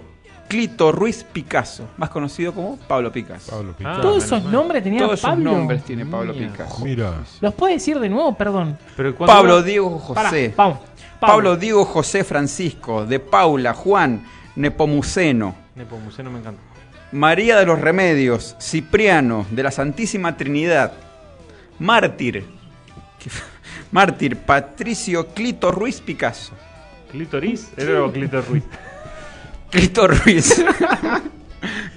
Speaker 7: Clito Ruiz Picasso, más conocido como Pablo Picasso.
Speaker 6: Pablo
Speaker 5: Ah,
Speaker 6: Picasso.
Speaker 3: Todos
Speaker 5: menos
Speaker 3: esos
Speaker 5: mal.
Speaker 3: nombres tenía
Speaker 7: Todos sus
Speaker 3: Pablo.
Speaker 7: nombres tiene Pablo
Speaker 5: Mía.
Speaker 7: Picasso.
Speaker 6: Mira,
Speaker 3: ¿Los puedes decir de nuevo? Perdón.
Speaker 5: Pero ¿cuándo
Speaker 7: Pablo
Speaker 5: va?
Speaker 7: Diego
Speaker 3: Pará,
Speaker 7: José, Pablo.
Speaker 3: vamos. Pablo.
Speaker 7: Diego José Francisco, de Paula, Juan Nepomuceno,
Speaker 5: Nepomuceno me encanta.
Speaker 7: María de los Remedios, Cipriano de la Santísima Trinidad, Mártir, que- Mártir, Patricio Clito Ruiz Picasso.
Speaker 5: ¿Clitoris? Era o Clitor Ruiz.
Speaker 7: Clito Ruiz.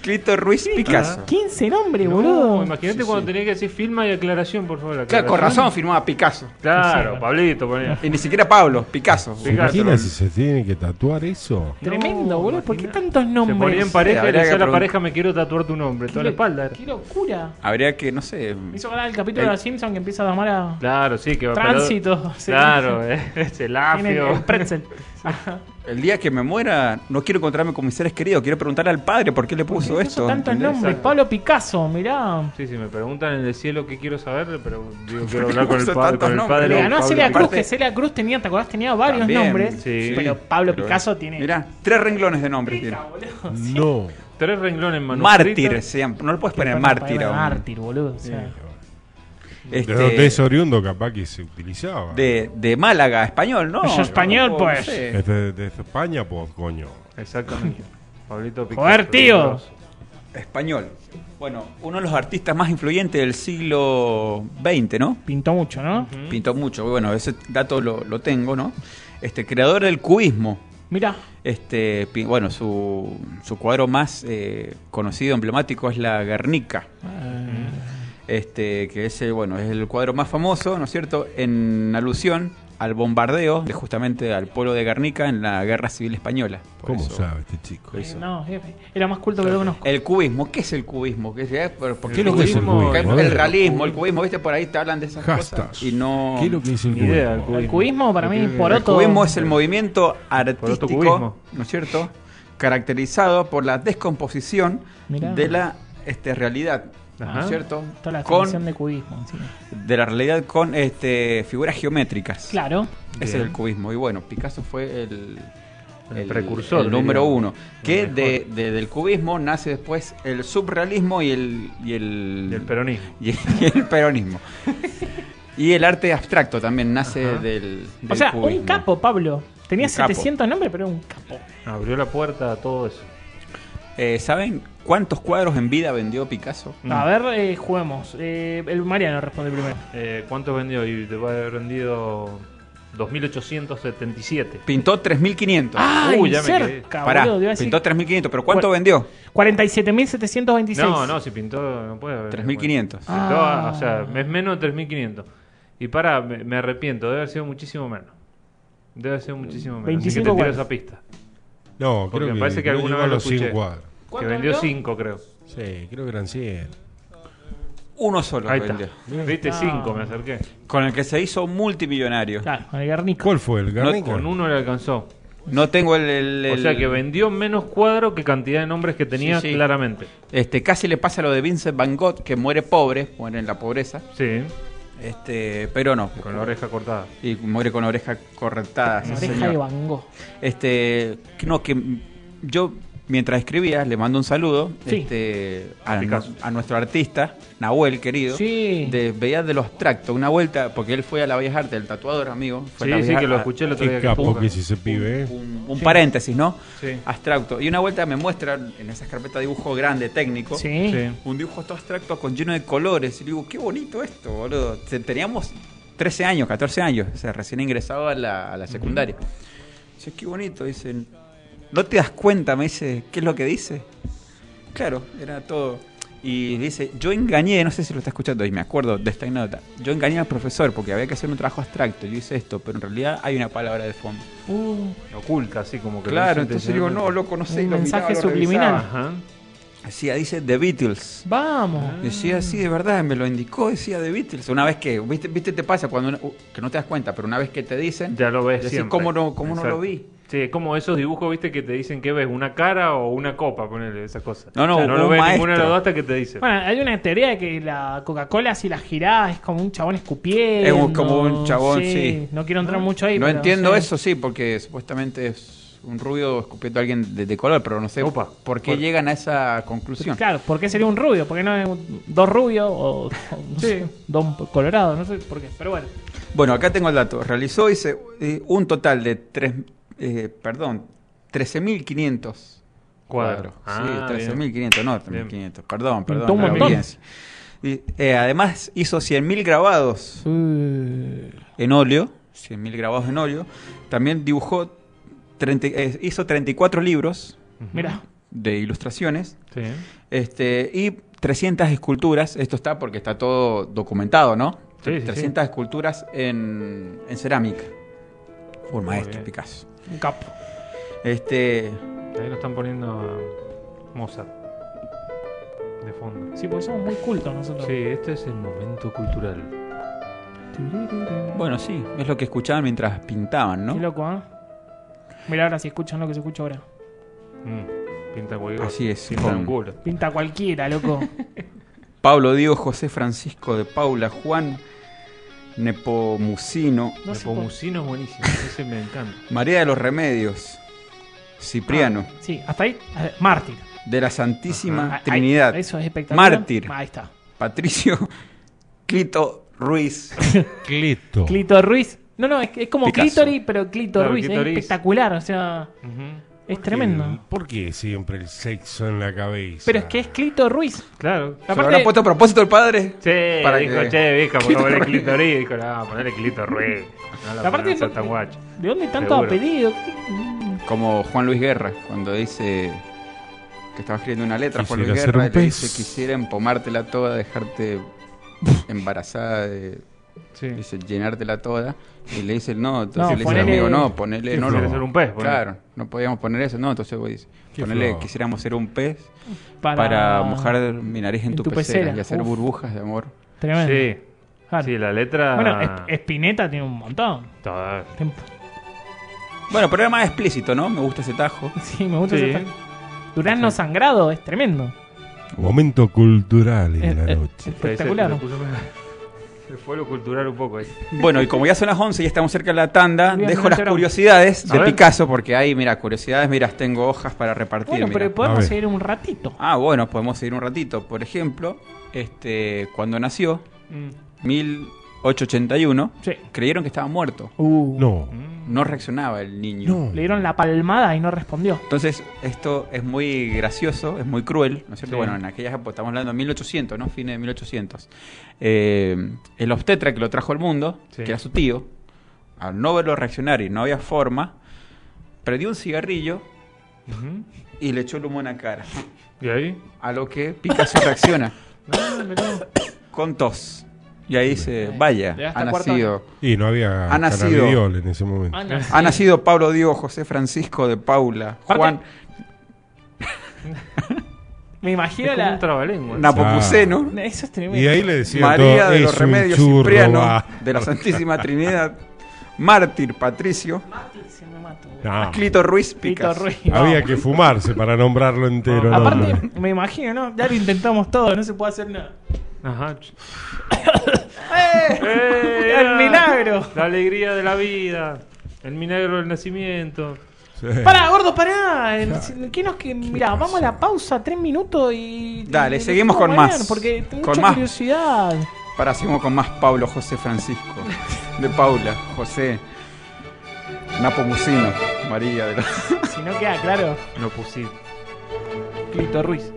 Speaker 7: Clito Ruiz Picasso.
Speaker 3: 15 nombres,
Speaker 5: No,
Speaker 3: boludo.
Speaker 5: imagínate
Speaker 7: Sí,
Speaker 5: cuando
Speaker 7: sí.
Speaker 5: tenía que decir firma y aclaración, por favor.
Speaker 7: Claro,
Speaker 5: aclaración.
Speaker 7: con razón firmaba Picasso.
Speaker 5: Claro, Pablito ponía.
Speaker 7: Y ni siquiera Pablo, Picasso.
Speaker 5: Sí,
Speaker 6: ¿se
Speaker 5: Picasso,
Speaker 6: imagina
Speaker 5: lo-
Speaker 6: si se tiene que tatuar eso?
Speaker 3: Tremendo,
Speaker 5: No,
Speaker 3: boludo. ¿Por qué
Speaker 5: imagina-
Speaker 3: tantos
Speaker 5: Se
Speaker 3: nombres?
Speaker 5: ponía en
Speaker 7: Sí,
Speaker 5: pareja y le
Speaker 7: habría
Speaker 5: decía a
Speaker 7: que
Speaker 5: la
Speaker 7: pregun-
Speaker 5: pareja, me quiero tatuar tu nombre. Toda la espalda ¿eh? era.
Speaker 3: Qué locura.
Speaker 7: Habría que, no sé.
Speaker 3: Me hizo ganar el capítulo de los Simpsons que empieza a tomar a.
Speaker 5: Claro, sí, que va
Speaker 3: Tránsito,
Speaker 5: pelado.
Speaker 3: sí.
Speaker 5: Claro, eh, ese
Speaker 3: en el, el
Speaker 5: lafio.
Speaker 3: pretzel. Ajá.
Speaker 7: El día que me muera, no quiero encontrarme con mis seres queridos. Quiero preguntarle al padre por qué le puso
Speaker 3: Incluso
Speaker 7: esto.
Speaker 3: tantos
Speaker 7: ¿entendés?
Speaker 3: nombres.
Speaker 5: Exacto.
Speaker 3: Pablo Picasso, mirá.
Speaker 5: Sí, sí, me preguntan en el cielo qué quiero saber, pero digo, quiero hablar con el,
Speaker 7: puso
Speaker 5: padre,
Speaker 7: tantos
Speaker 5: con el
Speaker 7: nombres?
Speaker 5: padre.
Speaker 3: Le
Speaker 7: Pero
Speaker 3: ganó a
Speaker 5: Pablo
Speaker 3: Celia Cruz,
Speaker 7: aparte-
Speaker 5: Picasso.
Speaker 3: que Celia Cruz tenía, ¿te acordás? Tenía varios
Speaker 7: También,
Speaker 3: nombres.
Speaker 5: sí.
Speaker 3: Pero Pablo
Speaker 7: Pero-
Speaker 3: Picasso tiene.
Speaker 7: Mirá, tres renglones de nombres tiene.
Speaker 3: Pica, boludo.
Speaker 6: No.
Speaker 5: Tres renglones manuscritos.
Speaker 7: Mártir, se llama. no le puedes poner
Speaker 3: Para-
Speaker 7: mártir
Speaker 3: para- para-
Speaker 7: a un-
Speaker 3: Mártir, boludo. o sea.
Speaker 7: Este,
Speaker 6: De donde es oriundo, capaz que se utilizaba.
Speaker 7: de, de Málaga, español, ¿no?
Speaker 3: Es español,
Speaker 7: No,
Speaker 3: pues.
Speaker 7: no
Speaker 6: Eh.
Speaker 7: sé.
Speaker 6: Este, de España, pues, coño.
Speaker 5: Exactamente. Pablito Picasso.
Speaker 3: Joder, tío.
Speaker 5: grosso.
Speaker 7: Español. Bueno, uno de los artistas más influyentes del siglo XX, ¿no?
Speaker 3: Pintó mucho, ¿no?
Speaker 7: Pintó mucho. Bueno, ese dato lo, lo tengo, ¿no? Este, creador del cubismo.
Speaker 3: Mira,
Speaker 7: Este, pi- bueno, su, su cuadro más eh, conocido, emblemático, es la Guernica. Este, que es, eh, bueno, es el cuadro más famoso, ¿no es cierto?, en alusión al bombardeo de justamente al pueblo de Guernica en la Guerra Civil Española. Por
Speaker 6: ¿Cómo
Speaker 7: eso-
Speaker 6: sabe este chico?
Speaker 7: por
Speaker 5: Pues
Speaker 7: eso.
Speaker 3: no, jefe, era más culto que lo conozco.
Speaker 7: El cubismo, ¿qué es el cubismo? ¿Qué es, eh? ¿Por- por
Speaker 5: El
Speaker 7: qué
Speaker 6: lo que es el
Speaker 7: cubismo?
Speaker 6: cubismo?
Speaker 7: ¿Qué-
Speaker 6: A
Speaker 7: El
Speaker 6: ver.
Speaker 7: realismo, el cubismo, ¿viste? Por ahí te hablan de esas
Speaker 6: Hashtags.
Speaker 7: cosas. Y no...
Speaker 6: ¿Qué es lo que dice el
Speaker 5: Ni idea,
Speaker 6: cubismo?
Speaker 3: El cubismo para mí,
Speaker 5: El
Speaker 7: El
Speaker 3: poroto.
Speaker 7: cubismo es el movimiento
Speaker 5: otro
Speaker 7: artístico,
Speaker 5: cubismo.
Speaker 7: ¿no es cierto? Caracterizado por la descomposición
Speaker 3: Mirá.
Speaker 7: de la este, realidad, ¿no
Speaker 5: Ajá.
Speaker 7: es cierto?
Speaker 3: Toda la definición
Speaker 7: Con,
Speaker 3: de cubismo. encima.
Speaker 7: de la realidad con este, figuras geométricas.
Speaker 3: Claro.
Speaker 7: Ese
Speaker 5: Bien.
Speaker 7: es el cubismo. Y bueno, Picasso fue el,
Speaker 5: El precursor,
Speaker 7: el número
Speaker 5: diría.
Speaker 7: uno.
Speaker 5: El
Speaker 7: Que
Speaker 5: mejor.
Speaker 7: de- de- del cubismo nace después el subrealismo y el. Y el,
Speaker 5: Del peronismo.
Speaker 7: y el peronismo. y el arte abstracto también nace
Speaker 5: Ajá.
Speaker 7: del,
Speaker 3: O
Speaker 7: del
Speaker 3: sea,
Speaker 7: cubismo.
Speaker 3: un capo, Pablo. Tenía
Speaker 7: Un capo.
Speaker 3: 700 nombres, pero era un capo.
Speaker 5: Abrió la puerta a todo eso.
Speaker 7: Eh, ¿Saben cuántos cuadros en vida vendió Picasso?
Speaker 5: Mm.
Speaker 3: A ver, eh, juguemos. Eh, el Mariano responde primero.
Speaker 5: Eh, ¿Cuánto vendió? Y te va a haber vendido 2.877.
Speaker 7: Pintó 3.500.
Speaker 3: ¡Ay,
Speaker 5: Uy, ya me
Speaker 3: cerca,
Speaker 7: Pará,
Speaker 3: boludo! Te iba a decir
Speaker 7: pintó 3.500, pero ¿cuánto
Speaker 3: Cu-
Speaker 7: vendió?
Speaker 3: 47.726.
Speaker 5: No, no, si pintó, no puede haber.
Speaker 7: 3.500.
Speaker 5: Pintó,
Speaker 3: Ah.
Speaker 5: O sea, es menos de 3.500. Y para, me, me arrepiento, debe haber sido muchísimo menos. Debe haber sido muchísimo menos.
Speaker 3: 25
Speaker 5: Así que te tiro
Speaker 3: cuadros.
Speaker 5: esa pista.
Speaker 6: No,
Speaker 5: Porque
Speaker 6: creo
Speaker 5: me
Speaker 6: que,
Speaker 5: parece que
Speaker 6: no
Speaker 5: alguna vez
Speaker 6: llegó a
Speaker 5: lo
Speaker 6: los 100
Speaker 5: escuché.
Speaker 6: cuadros.
Speaker 5: Que
Speaker 3: ¿Cuánto
Speaker 5: vendió
Speaker 3: vendió?
Speaker 5: 5, creo.
Speaker 6: Sí, creo que eran 100.
Speaker 7: Uno solo
Speaker 5: Ahí está.
Speaker 7: vendió.
Speaker 5: Viste,
Speaker 3: Ah.
Speaker 5: 5, me acerqué.
Speaker 7: Con el que se hizo multimillonario.
Speaker 3: Claro, con el Guernica.
Speaker 6: ¿Cuál fue el Garnica?
Speaker 5: Con uno le alcanzó.
Speaker 7: No tengo el. el-
Speaker 5: O
Speaker 7: el-
Speaker 5: sea que vendió menos cuadro que cantidad de nombres que tenía
Speaker 7: Sí, sí.
Speaker 5: claramente.
Speaker 7: Este, casi le pasa lo de Vincent Van Gogh, que muere pobre, muere en la pobreza.
Speaker 5: Sí,
Speaker 7: Este, pero no.
Speaker 5: con la oreja cortada.
Speaker 7: Y muere con la oreja correctada. sí,
Speaker 3: Oreja
Speaker 7: señor.
Speaker 3: de Van Gogh.
Speaker 7: Este, que no, que m- yo mientras escribía le mando un saludo
Speaker 3: Sí.
Speaker 7: este, a,
Speaker 5: Picasso.
Speaker 7: a nuestro artista, Nahuel, querido.
Speaker 3: Sí.
Speaker 7: De Bellas de los Abstractos, una vuelta, porque él fue a la Bellas Artes, el tatuador amigo. Fue a la
Speaker 5: Sí, sí,
Speaker 7: Bellas
Speaker 5: que lo
Speaker 7: Ar-
Speaker 5: escuché el otro día.
Speaker 6: Qué
Speaker 5: que
Speaker 6: capo
Speaker 5: estuvo.
Speaker 6: que es ese pibe, eh.
Speaker 7: Un, un paréntesis, ¿no?
Speaker 5: Sí.
Speaker 7: Abstracto. Y una vuelta me muestra en esas carpetas dibujo grande, técnico.
Speaker 3: Sí.
Speaker 5: Sí.
Speaker 7: Un dibujo todo abstracto con lleno de colores. Y digo, qué bonito esto, boludo. Te- Teníamos 13 años, 14 años. O sea, recién ingresado a la, a la secundaria. Dice, qué bonito. Dicen, ¿no te das cuenta? Me dice, ¿qué es lo que dice? Claro, era todo. Y dice, yo engañé, no sé si lo está escuchando, y me acuerdo de esta nota. Yo engañé al profesor porque había que hacer un trabajo abstracto. Yo hice esto, pero en realidad hay una palabra de fondo.
Speaker 3: Uh,
Speaker 5: Oculta, así como que. lo hizo
Speaker 7: Claro, entonces digo, no,
Speaker 5: intencionalmente.
Speaker 7: loco, no sé.
Speaker 3: Un
Speaker 7: lo
Speaker 3: mensaje
Speaker 7: miraba, lo
Speaker 3: subliminal.
Speaker 7: revisaba.
Speaker 5: Ajá.
Speaker 7: Decía, dice The Beatles.
Speaker 3: vamos.
Speaker 7: Decía así, de verdad, me lo indicó, decía The Beatles. Una vez que, viste, viste te pasa cuando, una- uh, que no te das cuenta, pero una vez que te dicen,
Speaker 5: Ya lo ves
Speaker 7: decís,
Speaker 5: siempre.
Speaker 7: ¿cómo no, cómo no
Speaker 5: Exacto.
Speaker 7: lo vi?
Speaker 5: Sí, es como esos dibujos, viste, que te dicen que ves una cara o una copa, ponele esas cosas.
Speaker 7: No, no,
Speaker 5: O sea, no
Speaker 7: un
Speaker 5: lo ves
Speaker 7: maestro.
Speaker 5: ninguna de las dos hasta que te dice.
Speaker 3: Bueno, hay una teoría de que la Coca-Cola, si la girás, es como un chabón escupiendo.
Speaker 7: Es un- como un chabón, sí.
Speaker 3: No quiero entrar mucho ahí.
Speaker 7: no
Speaker 3: pero,
Speaker 7: entiendo
Speaker 3: sí.
Speaker 7: eso, sí, porque supuestamente es un rubio escupiendo a alguien de, de color, pero no sé
Speaker 5: Opa.
Speaker 7: por qué
Speaker 5: Por-
Speaker 7: llegan a esa conclusión.
Speaker 3: Claro, ¿por qué sería un rubio? ¿Por qué no es un- dos rubios o, o no sé, dos colorados? No sé por qué, pero bueno.
Speaker 7: Bueno, acá tengo el dato. Realizó hice, eh, un total de tres, eh, perdón, 13.500
Speaker 5: Cuadro.
Speaker 7: cuadros.
Speaker 5: Ah,
Speaker 7: sí, 13.500, no,
Speaker 5: Bien.
Speaker 7: 13.500. Perdón, perdón.
Speaker 3: Pintó un
Speaker 7: la
Speaker 3: montón.
Speaker 7: audiencia. Y, eh, además hizo 100.000 grabados en óleo. 100.000 grabados en óleo. También dibujó, 30, eh, hizo 34 libros
Speaker 3: Mira,
Speaker 7: de ilustraciones.
Speaker 5: Sí.
Speaker 7: Este, y 300 esculturas, esto está porque está todo documentado, ¿no?
Speaker 5: Sí, sí,
Speaker 7: 300 esculturas en, en cerámica. Un maestro,
Speaker 5: bien.
Speaker 7: Picasso.
Speaker 3: un capo.
Speaker 7: Este,
Speaker 5: Ahí nos están poniendo a Mozart. De fondo.
Speaker 3: Sí, porque somos muy cultos nosotros.
Speaker 5: Sí, este es el momento cultural.
Speaker 7: bueno, sí, es lo que escuchaban mientras pintaban,
Speaker 3: Qué
Speaker 7: ¿no?
Speaker 3: loco, ¿eh? Mira ahora si escuchan lo que se escucha ahora.
Speaker 5: Mm, Pinta cualquier
Speaker 7: Así es.
Speaker 5: Pinta
Speaker 7: con
Speaker 5: un culo.
Speaker 3: Pinta cualquiera, loco.
Speaker 7: Pablo Diego, José Francisco de Paula, Juan Nepomucino,
Speaker 3: No
Speaker 5: el
Speaker 3: sé por-
Speaker 5: pomucino es buenísimo. Ese me encanta.
Speaker 7: María de los Remedios, Cipriano,
Speaker 5: Ah.
Speaker 3: Sí, hasta ahí. a ver, Mártir.
Speaker 7: de la Santísima
Speaker 3: Ah, ahí-
Speaker 7: Trinidad,
Speaker 3: eso es espectacular.
Speaker 7: Mártir.
Speaker 3: Ahí está.
Speaker 7: Patricio Clito Ruiz.
Speaker 6: Cleto.
Speaker 3: Clito Ruiz. No, no, es, es como
Speaker 7: Picasso.
Speaker 3: Clitori, pero Clito
Speaker 5: Claro,
Speaker 3: Ruiz. Es
Speaker 5: Clitoris.
Speaker 3: espectacular, o sea.
Speaker 5: Ujú.
Speaker 3: Es tremendo.
Speaker 6: ¿Por qué siempre el sexo en la cabeza?
Speaker 3: Pero es que es Clito Ruiz.
Speaker 5: Claro.
Speaker 7: ¿Se lo habrá
Speaker 3: Aparte,
Speaker 7: puesto a propósito el padre?
Speaker 5: Che,
Speaker 7: Para
Speaker 5: dijo,
Speaker 7: que-
Speaker 5: che, vieja, por
Speaker 7: Clito
Speaker 5: favor, el
Speaker 7: Ruiz.
Speaker 5: clitoris. Dijo, no, ponele clitoris. No la
Speaker 3: Aparte, eh,
Speaker 5: pongas
Speaker 3: no-
Speaker 5: tan guacho.
Speaker 3: ¿de dónde tanto
Speaker 5: Seguro.
Speaker 3: apellido?
Speaker 7: Como Juan Luis Guerra, cuando dice que estaba escribiendo una letra, Juan Luis
Speaker 6: Quisiera ser
Speaker 7: Guerra, y
Speaker 6: un
Speaker 7: le
Speaker 6: pez.
Speaker 7: dice, quisiera empomártela toda, dejarte embarazada, de-
Speaker 5: Sí.
Speaker 7: dice, llenártela toda. Y le dice, no, entonces
Speaker 3: No,
Speaker 7: le dice
Speaker 3: ponele-
Speaker 7: al amigo, no, ponele,
Speaker 5: Sí,
Speaker 7: no,
Speaker 5: quisiera
Speaker 7: no.
Speaker 5: ser un pez, ponele.
Speaker 7: Claro, no podíamos poner eso, no, entonces voy, dice,
Speaker 6: Qué
Speaker 7: ponele,
Speaker 6: flojo.
Speaker 7: quisiéramos ser un pez para, mojar mi nariz en, tu, pecera, y hacer
Speaker 3: Uf.
Speaker 7: burbujas de amor.
Speaker 3: Tremendo.
Speaker 5: Sí.
Speaker 3: Claro.
Speaker 5: Sí, la letra.
Speaker 3: Bueno, Esp- Spinetta tiene un montón.
Speaker 5: Toda-
Speaker 7: Bueno, pero era más explícito, ¿no? Me gusta ese tajo.
Speaker 3: Sí, me gusta
Speaker 5: Sí.
Speaker 3: ese tal. Durazno sangrado es tremendo.
Speaker 6: Momento cultural en
Speaker 3: Eh,
Speaker 6: la
Speaker 3: eh,
Speaker 6: noche.
Speaker 5: se-
Speaker 3: Espectacular.
Speaker 5: Se, puso- se fue lo cultural un poco ahí.
Speaker 7: Bueno, y como ya son las 11 y estamos cerca de la tanda,
Speaker 3: Bien,
Speaker 7: dejo
Speaker 3: no
Speaker 7: las
Speaker 3: enteramos.
Speaker 7: curiosidades
Speaker 5: A
Speaker 7: de
Speaker 5: ver.
Speaker 7: Picasso, porque ahí, mira, curiosidades, miras, tengo hojas para repartir.
Speaker 3: Bueno,
Speaker 7: mira.
Speaker 3: pero
Speaker 6: A
Speaker 3: podemos
Speaker 6: ver.
Speaker 3: seguir un ratito.
Speaker 7: Ah, bueno, podemos seguir un ratito. Por ejemplo, este, cuando nació, 1881,
Speaker 3: Mm. Sí.
Speaker 7: creyeron que estaba muerto.
Speaker 3: Uh,
Speaker 6: No,
Speaker 7: No reaccionaba el niño.
Speaker 6: no.
Speaker 3: Le dieron la palmada y no respondió.
Speaker 7: Entonces, esto es muy gracioso, es muy cruel, ¿no es cierto?
Speaker 5: Sí.
Speaker 7: Bueno, en aquellas épocas, estamos hablando de 1800, ¿no? Fines de 1800. Eh, el obstetra que lo trajo al mundo,
Speaker 5: Sí.
Speaker 7: que era su tío, al no verlo reaccionar y no había forma, prendió un cigarrillo
Speaker 5: Ujú.
Speaker 7: y le echó el humo en la cara.
Speaker 5: ¿Y ahí?
Speaker 7: A lo que Picasso reacciona
Speaker 3: Ah,
Speaker 5: No, mirá.
Speaker 7: con tos. Y ahí dice, vaya,
Speaker 3: Le da hasta
Speaker 7: ha
Speaker 3: cuarto
Speaker 7: nacido,
Speaker 6: Y no había
Speaker 7: Ha nacido.
Speaker 6: cannabidiol en ese momento.
Speaker 3: Ah,
Speaker 7: ha nacido Pablo Diego, José Francisco de Paula,
Speaker 3: Aparte-
Speaker 7: Juan
Speaker 3: Me
Speaker 5: Es
Speaker 3: imagino
Speaker 5: como un
Speaker 3: la.
Speaker 5: trabalenguas. ah.
Speaker 7: Napomuceno.
Speaker 3: Eso es tremendo.
Speaker 6: Y ahí le decían
Speaker 7: María
Speaker 6: todo,
Speaker 7: de los
Speaker 6: "Es un
Speaker 7: Remedios
Speaker 6: churro,
Speaker 7: Cipriano,
Speaker 6: va".
Speaker 7: de la Santísima Trinidad, Mártir Patricio,
Speaker 3: Mati, se me mató.
Speaker 6: No,
Speaker 7: Clito Ruiz
Speaker 3: Pito
Speaker 7: Picasso.
Speaker 3: Ruiz.
Speaker 6: había que fumarse para nombrarlo entero. no,
Speaker 3: Aparte,
Speaker 6: no.
Speaker 3: me imagino, ¿no? Ya lo intentamos todo, no se puede hacer nada.
Speaker 5: Ajá.
Speaker 3: ¡Eh! ¡El milagro!
Speaker 5: La alegría de la vida. El milagro del nacimiento.
Speaker 6: Sí.
Speaker 3: Pará, gordo, pará. El- ¿Qué nos que Mirá,
Speaker 6: pasa?
Speaker 3: vamos a la pausa, tres minutos y.
Speaker 7: Dale,
Speaker 3: y- y-
Speaker 7: seguimos
Speaker 3: no,
Speaker 7: con
Speaker 3: mañana,
Speaker 7: más.
Speaker 3: Porque
Speaker 7: Con
Speaker 3: tengo mucha
Speaker 7: más.
Speaker 3: curiosidad.
Speaker 7: Para seguimos con más Pablo José Francisco, de Paula, José Napomuceno, María de los...
Speaker 3: Si no queda claro,
Speaker 5: No pusí.
Speaker 3: Clito Ruiz.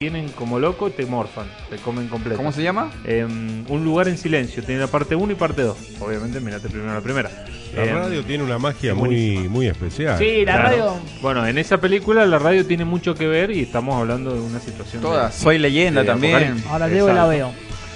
Speaker 5: Vienen como loco y te morfan. Te comen completo.
Speaker 7: ¿Cómo se llama?
Speaker 5: Em, un lugar en silencio. Tiene la parte 1 y parte 2. Obviamente, mirate primero la primera.
Speaker 6: La
Speaker 5: Em,
Speaker 6: radio tiene una magia muy, muy especial.
Speaker 3: Sí, la
Speaker 5: claro.
Speaker 3: radio.
Speaker 5: Bueno, en esa película la radio tiene mucho que ver y estamos hablando de una situación. de-
Speaker 7: Todas. Soy leyenda
Speaker 5: Sí,
Speaker 7: también.
Speaker 5: Apocalipsis.
Speaker 3: Ahora llego y la
Speaker 5: Exacto.
Speaker 3: veo.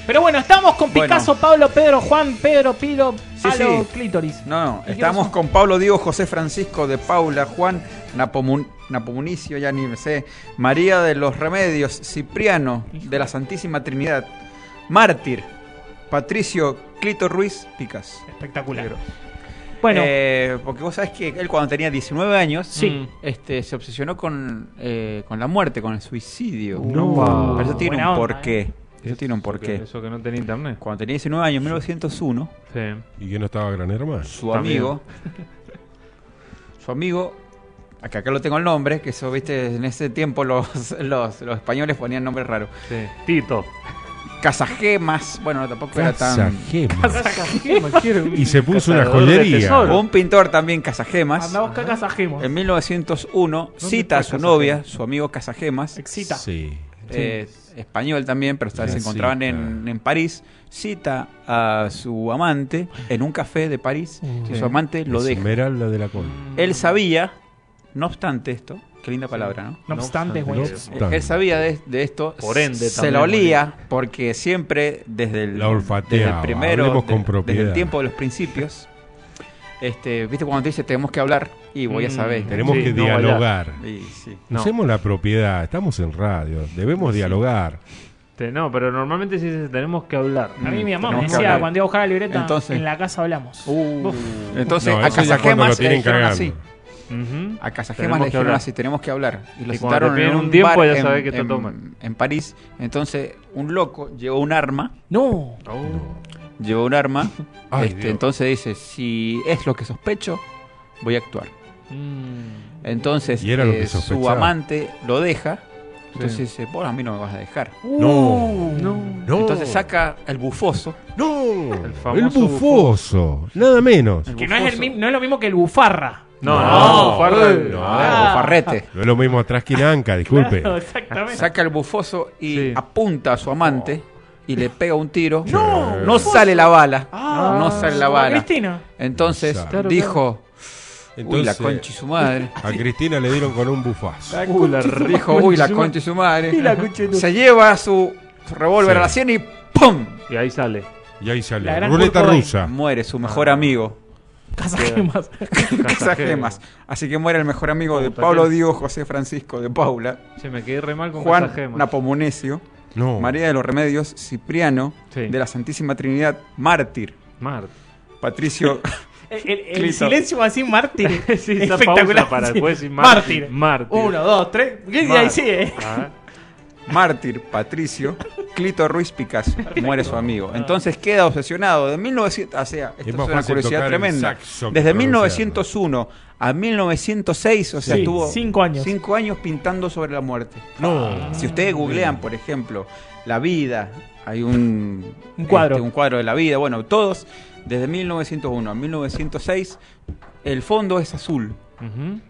Speaker 3: Pero bueno, estamos con
Speaker 7: Bueno.
Speaker 3: Picasso, Pablo, Pedro, Juan, Pedro, Pilo,
Speaker 7: Sí,
Speaker 3: Palo,
Speaker 7: sí.
Speaker 3: Clítoris.
Speaker 7: No, no,
Speaker 3: ¿Y qué
Speaker 7: estamos
Speaker 3: pasó?
Speaker 7: con Pablo Diego, José Francisco de Paula, Juan Napomun- Napomunicio, ya ni me sé, María de los Remedios, Cipriano de la Santísima Trinidad, Mártir, Patricio Clito Ruiz Picas.
Speaker 3: Espectacular. Bueno,
Speaker 7: Eh, porque vos sabés que él cuando tenía 19 años,
Speaker 3: Sí.
Speaker 7: este, se obsesionó con, eh, con la muerte, con el suicidio.
Speaker 5: No.
Speaker 7: Pero eso tiene
Speaker 3: Buena
Speaker 7: un
Speaker 3: onda,
Speaker 7: porqué.
Speaker 3: eh.
Speaker 7: Eso tiene un porqué.
Speaker 5: Eso que no tenía internet.
Speaker 7: Cuando tenía 19 años, en 1901,
Speaker 5: Sí.
Speaker 6: Y que no estaba Gran Hermano.
Speaker 7: su
Speaker 5: También.
Speaker 7: amigo. su amigo. Acá, acá lo tengo el nombre, que eso, viste, en ese tiempo los, los, los españoles ponían nombres raros.
Speaker 5: sí. Tito.
Speaker 7: Casagemas, bueno, tampoco era tan.
Speaker 6: Casajema.
Speaker 5: Y
Speaker 6: Y se puso una joyería.
Speaker 7: Un pintor también, Casagemas.
Speaker 3: andamos acá casajemos.
Speaker 7: En 1901 cita
Speaker 5: Ah, está
Speaker 7: a su
Speaker 5: Casagemas?
Speaker 7: novia, su amigo Casagemas,
Speaker 3: Excita.
Speaker 6: Sí.
Speaker 7: eh, español también, pero esta vez se
Speaker 6: Sí,
Speaker 7: encontraban en,
Speaker 6: claro.
Speaker 7: en París. Cita a su amante en un café de París. y su amante lo deja.
Speaker 6: Esmeralda de la Col.
Speaker 7: Él sabía, no obstante esto, qué linda palabra, ¿no?
Speaker 3: No obstante,
Speaker 6: No
Speaker 3: güey.
Speaker 6: obstante.
Speaker 7: Él sabía de, de esto,
Speaker 5: Por ende,
Speaker 7: se
Speaker 5: también
Speaker 7: la olía, porque siempre desde el,
Speaker 6: La olfateaba,
Speaker 7: desde el primero,
Speaker 6: hablemos con
Speaker 7: de- desde el
Speaker 6: propiedad.
Speaker 7: tiempo de los principios, este, viste cuando te dice tenemos que hablar y voy a
Speaker 5: Mm,
Speaker 7: saber.
Speaker 6: Tenemos
Speaker 5: Sí,
Speaker 6: que
Speaker 5: no,
Speaker 6: dialogar.
Speaker 7: Y sí.
Speaker 5: No.
Speaker 6: Usemos la propiedad. Estamos en radio. Debemos dialogar.
Speaker 5: Te- este, No, pero normalmente sí se- tenemos que hablar.
Speaker 3: A mí mi mamá me
Speaker 7: Tenemos que
Speaker 3: decía
Speaker 7: hablar.
Speaker 3: cuando iba a buscar la libreta,
Speaker 7: Entonces.
Speaker 3: en la casa hablamos.
Speaker 7: Uh, entonces
Speaker 6: No,
Speaker 7: a
Speaker 6: eso ya cuando lo
Speaker 7: Casagemas le
Speaker 6: tienen
Speaker 7: dijeron
Speaker 6: cagando.
Speaker 7: eh, así,
Speaker 5: Ujú.
Speaker 7: a
Speaker 5: Tenemos
Speaker 7: Casagemas
Speaker 5: que
Speaker 7: le dijeron
Speaker 5: hablar.
Speaker 7: así, tenemos que hablar. Y lo
Speaker 5: Y cuando te
Speaker 7: citaron en
Speaker 5: piden
Speaker 7: un,
Speaker 5: un tiempo,
Speaker 7: bar
Speaker 5: ya
Speaker 7: en-
Speaker 5: sabés que te
Speaker 7: en-
Speaker 5: toman.
Speaker 7: en París. Entonces un loco llevó un arma
Speaker 3: No.
Speaker 5: Oh.
Speaker 7: llevó un arma.
Speaker 6: Ay,
Speaker 7: este,
Speaker 6: Dios.
Speaker 7: entonces dice, si es lo que sospecho, voy a actuar. Entonces, eh,
Speaker 6: Y era lo que
Speaker 7: su
Speaker 6: sospechaba.
Speaker 7: amante lo deja. Entonces dice, vos a mí no me vas a dejar.
Speaker 6: No.
Speaker 5: No.
Speaker 6: No.
Speaker 7: Entonces saca el bufoso.
Speaker 6: No.
Speaker 5: El
Speaker 6: El,
Speaker 5: famoso
Speaker 6: bufoso. Nada menos.
Speaker 7: el
Speaker 3: Que no es, el,
Speaker 7: bufoso.
Speaker 3: mi- no es lo mismo que el bufarra.
Speaker 5: No,
Speaker 6: No.
Speaker 5: no, farra-
Speaker 6: No.
Speaker 7: Ah, el bufarrete.
Speaker 6: No es lo mismo atrás que en anca, disculpe.
Speaker 3: Claro, exactamente.
Speaker 7: Saca el bufoso y
Speaker 5: Sí.
Speaker 7: apunta a su amante y le pega un tiro.
Speaker 6: No.
Speaker 7: No sale la bala.
Speaker 3: Ah,
Speaker 7: no sale la
Speaker 3: como
Speaker 7: bala.
Speaker 3: Cristina.
Speaker 7: Entonces
Speaker 6: Claro,
Speaker 5: claro.
Speaker 7: dijo, uy, la
Speaker 6: Entonces,
Speaker 7: concha y su madre.
Speaker 6: a Cristina le dieron con un bufazo.
Speaker 5: Uh, la re-
Speaker 7: Dijo, uy, la concha y su madre.
Speaker 5: Y la concha y su-
Speaker 7: Se lleva su, su revólver
Speaker 6: Sí.
Speaker 7: a la sien y ¡pum!
Speaker 5: Y ahí sale.
Speaker 6: Y ahí salió.
Speaker 3: La gran
Speaker 6: Ruleta
Speaker 3: Kurt Cobain.
Speaker 6: rusa.
Speaker 7: Muere su mejor amigo.
Speaker 3: Casajemas.
Speaker 7: Casagemas. Así que muere el mejor amigo de
Speaker 5: Puta,
Speaker 7: Pablo
Speaker 5: ¿quién?
Speaker 7: Diego José Francisco de Paula,
Speaker 5: Se me quedé re mal con
Speaker 7: Juan
Speaker 5: Casagemas.
Speaker 7: Napomonesio,
Speaker 6: No.
Speaker 7: María de los Remedios, Cipriano
Speaker 5: Sí.
Speaker 7: de la Santísima Trinidad, mártir,
Speaker 5: Mart.
Speaker 7: Patricio,
Speaker 3: El, el- el
Speaker 7: Clito.
Speaker 3: silencio así, mártir.
Speaker 5: Sí, esa
Speaker 3: espectacular.
Speaker 5: pausa para
Speaker 3: Sí.
Speaker 5: después decir
Speaker 3: mártir.
Speaker 5: mártir. Mártir.
Speaker 3: Uno, dos, tres. Y ahí eh.
Speaker 5: Mártir.
Speaker 3: sigue.
Speaker 5: Ah,
Speaker 7: mártir, Patricio, Clito Ruiz Picasso, muere su amigo. Entonces queda obsesionado de 1900, o sea, esto
Speaker 6: Es
Speaker 7: es
Speaker 6: más
Speaker 7: una
Speaker 6: fácil
Speaker 7: curiosidad
Speaker 6: tocar el
Speaker 7: tremenda.
Speaker 6: saxo que
Speaker 7: Desde
Speaker 6: pronunciarlo.
Speaker 7: 1901 a 1906, o sea,
Speaker 3: Sí,
Speaker 7: estuvo
Speaker 3: cinco años.
Speaker 7: cinco años pintando sobre la muerte.
Speaker 6: No.
Speaker 7: Si ustedes googlean, por ejemplo, La vida, hay un,
Speaker 3: Un cuadro.
Speaker 7: este, un cuadro de la vida, bueno, todos, desde 1901 a 1906, el fondo es azul,
Speaker 5: ujú.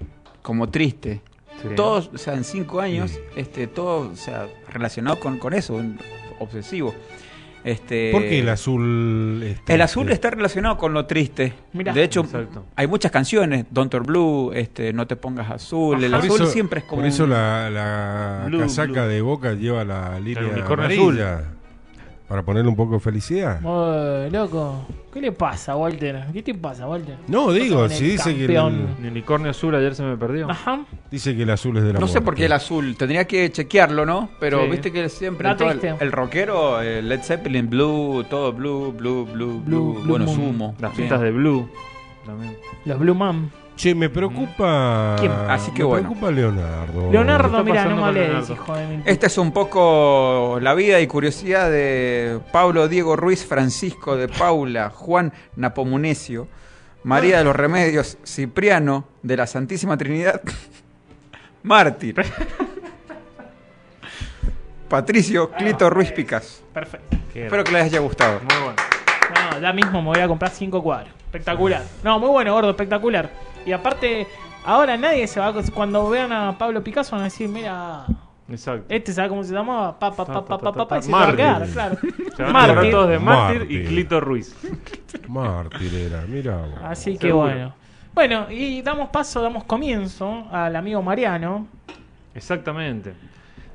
Speaker 7: como triste.
Speaker 5: Sí.
Speaker 7: Todos, o sea, en cinco años,
Speaker 6: Sí.
Speaker 7: este, todo, o sea, relacionado con, con eso, un obsesivo. Este,
Speaker 6: ¿Por qué el azul? este,
Speaker 7: el azul
Speaker 6: este?
Speaker 7: está relacionado con lo triste.
Speaker 3: Mirá.
Speaker 7: de hecho,
Speaker 5: Exacto.
Speaker 7: hay muchas canciones, Doctor Blue, este, No te pongas azul, el
Speaker 6: Por
Speaker 7: azul
Speaker 6: eso-
Speaker 7: siempre es como...
Speaker 6: Por eso
Speaker 7: un-
Speaker 6: la, la
Speaker 5: Blue,
Speaker 6: casaca
Speaker 5: blue.
Speaker 6: de Boca lleva la línea
Speaker 5: unicornio
Speaker 6: amarilla. Para ponerle un poco de felicidad.
Speaker 3: Uy, loco. ¿Qué le pasa, Walter? ¿Qué te pasa, Walter?
Speaker 6: No, digo,
Speaker 3: con el
Speaker 6: si dice que, el,
Speaker 3: campeón.
Speaker 5: Mi unicornio azul ayer se me perdió.
Speaker 3: Ajá.
Speaker 6: dice que el azul es de la
Speaker 7: No sé
Speaker 6: muerte.
Speaker 7: por qué el azul, tendría que chequearlo, ¿no? Pero
Speaker 5: Sí.
Speaker 7: viste que siempre
Speaker 3: Da
Speaker 7: en todo el,
Speaker 3: triste.
Speaker 7: el rockero, eh, Led Zeppelin, Blue, todo Blue, Blue, Blue, Blue,
Speaker 3: Blue, Blue
Speaker 7: bueno,
Speaker 3: Moon.
Speaker 7: Sumo.
Speaker 5: Las
Speaker 7: también.
Speaker 5: pintas de Blue. También.
Speaker 3: Los Blue Man.
Speaker 6: Che, me preocupa.
Speaker 3: ¿Quién?
Speaker 7: Así
Speaker 6: me
Speaker 7: que bueno.
Speaker 6: preocupa Leonardo.
Speaker 3: Leonardo,
Speaker 5: está
Speaker 3: mira, no
Speaker 5: pasando
Speaker 3: me
Speaker 5: con
Speaker 3: hables,
Speaker 5: Leonardo?
Speaker 3: hijo de mi-
Speaker 7: Esta es un poco la vida y curiosidad de Pablo Diego Ruiz, Francisco de Paula, Juan Napomunecio, María de los Remedios, Cipriano de la Santísima Trinidad, Mártir, Patricio Clito Ruiz Picas.
Speaker 3: Perfecto.
Speaker 5: Qué
Speaker 7: Espero que les haya gustado.
Speaker 5: Muy bueno.
Speaker 3: No, ya mismo me voy a comprar cinco cuadros. Espectacular. No, muy bueno, gordo, espectacular. Y aparte, ahora nadie se va a... Cuando vean a Pablo Picasso van a decir, mira...
Speaker 5: Exacto.
Speaker 3: Este sabe cómo se llamaba, pa, pa, pa, pa, pa, pa, pa, y se
Speaker 5: Mártir.
Speaker 3: va a quedar, claro.
Speaker 5: Se van a
Speaker 3: Mártir.
Speaker 5: acordar todos de Mártir, y
Speaker 6: Mártir.
Speaker 5: Clito Ruiz.
Speaker 6: Mártir era, mirá. vos.
Speaker 3: Así que
Speaker 5: Seguro.
Speaker 3: bueno. Bueno, y damos paso, damos comienzo al amigo Mariano.
Speaker 5: Exactamente.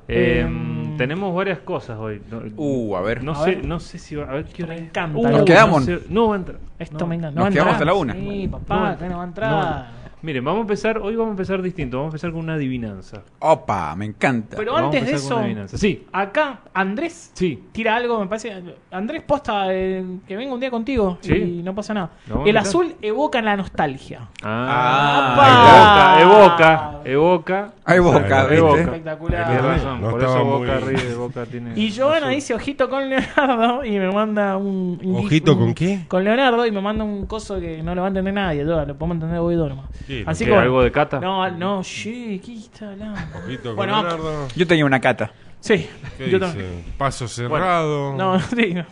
Speaker 5: Eh,
Speaker 3: Em.
Speaker 5: tenemos varias cosas hoy. No,
Speaker 7: Uh, a ver.
Speaker 5: no
Speaker 3: a
Speaker 5: sé,
Speaker 3: ver.
Speaker 5: no sé si va, a ver qué hora
Speaker 3: Me
Speaker 5: es.
Speaker 3: encanta.
Speaker 5: Uh,
Speaker 3: Nos
Speaker 5: no
Speaker 7: quedamos.
Speaker 5: sé- no va a entrar.
Speaker 3: Esto
Speaker 5: No.
Speaker 3: me encanta.
Speaker 7: Nos
Speaker 3: va a entrar.
Speaker 7: quedamos hasta la una.
Speaker 3: Sí,
Speaker 5: No,
Speaker 3: papá, acá no va a entrar.
Speaker 5: Miren, vamos a empezar, hoy vamos a empezar distinto, vamos a empezar con una adivinanza.
Speaker 7: Opa, me encanta.
Speaker 3: Pero
Speaker 5: Vamos a
Speaker 3: antes de
Speaker 5: empezar con
Speaker 3: eso,
Speaker 5: una adivinanza. Sí,
Speaker 3: acá Andrés
Speaker 5: sí.
Speaker 3: tira algo, me parece. Andrés posta eh, que venga un día contigo
Speaker 5: Sí.
Speaker 3: y no pasa nada.
Speaker 5: Lo vamos a
Speaker 3: El
Speaker 5: meter.
Speaker 3: azul evoca la nostalgia.
Speaker 5: Ah, evoca, evoca, evoca.
Speaker 7: Hay boca,
Speaker 6: Ahí va.
Speaker 7: ¿viste?
Speaker 3: Espectacular.
Speaker 5: Tienes razón,
Speaker 6: No
Speaker 5: por
Speaker 6: estaba
Speaker 5: eso Boca
Speaker 6: muy-
Speaker 5: ríe, Boca tiene.
Speaker 3: Y Giovanna
Speaker 5: azul.
Speaker 3: dice ojito con Leonardo y me manda un. un gif-
Speaker 6: ¿Ojito
Speaker 3: un-
Speaker 6: con qué?
Speaker 3: Con Leonardo y me manda un coso que no lo va a entender nadie. Yo, lo podemos entender hoy dormo.
Speaker 6: Sí,
Speaker 3: Así que.
Speaker 5: ¿Qué,
Speaker 3: bueno.
Speaker 5: algo de cata?
Speaker 3: No, no, sí, ¿qué está hablando?
Speaker 6: Ojito con
Speaker 3: Bueno,
Speaker 6: Leonardo.
Speaker 7: Yo tenía una cata.
Speaker 3: Sí,
Speaker 6: ¿Qué
Speaker 3: yo
Speaker 6: dice?
Speaker 3: también.
Speaker 6: Paso cerrado.
Speaker 3: No, sí, no.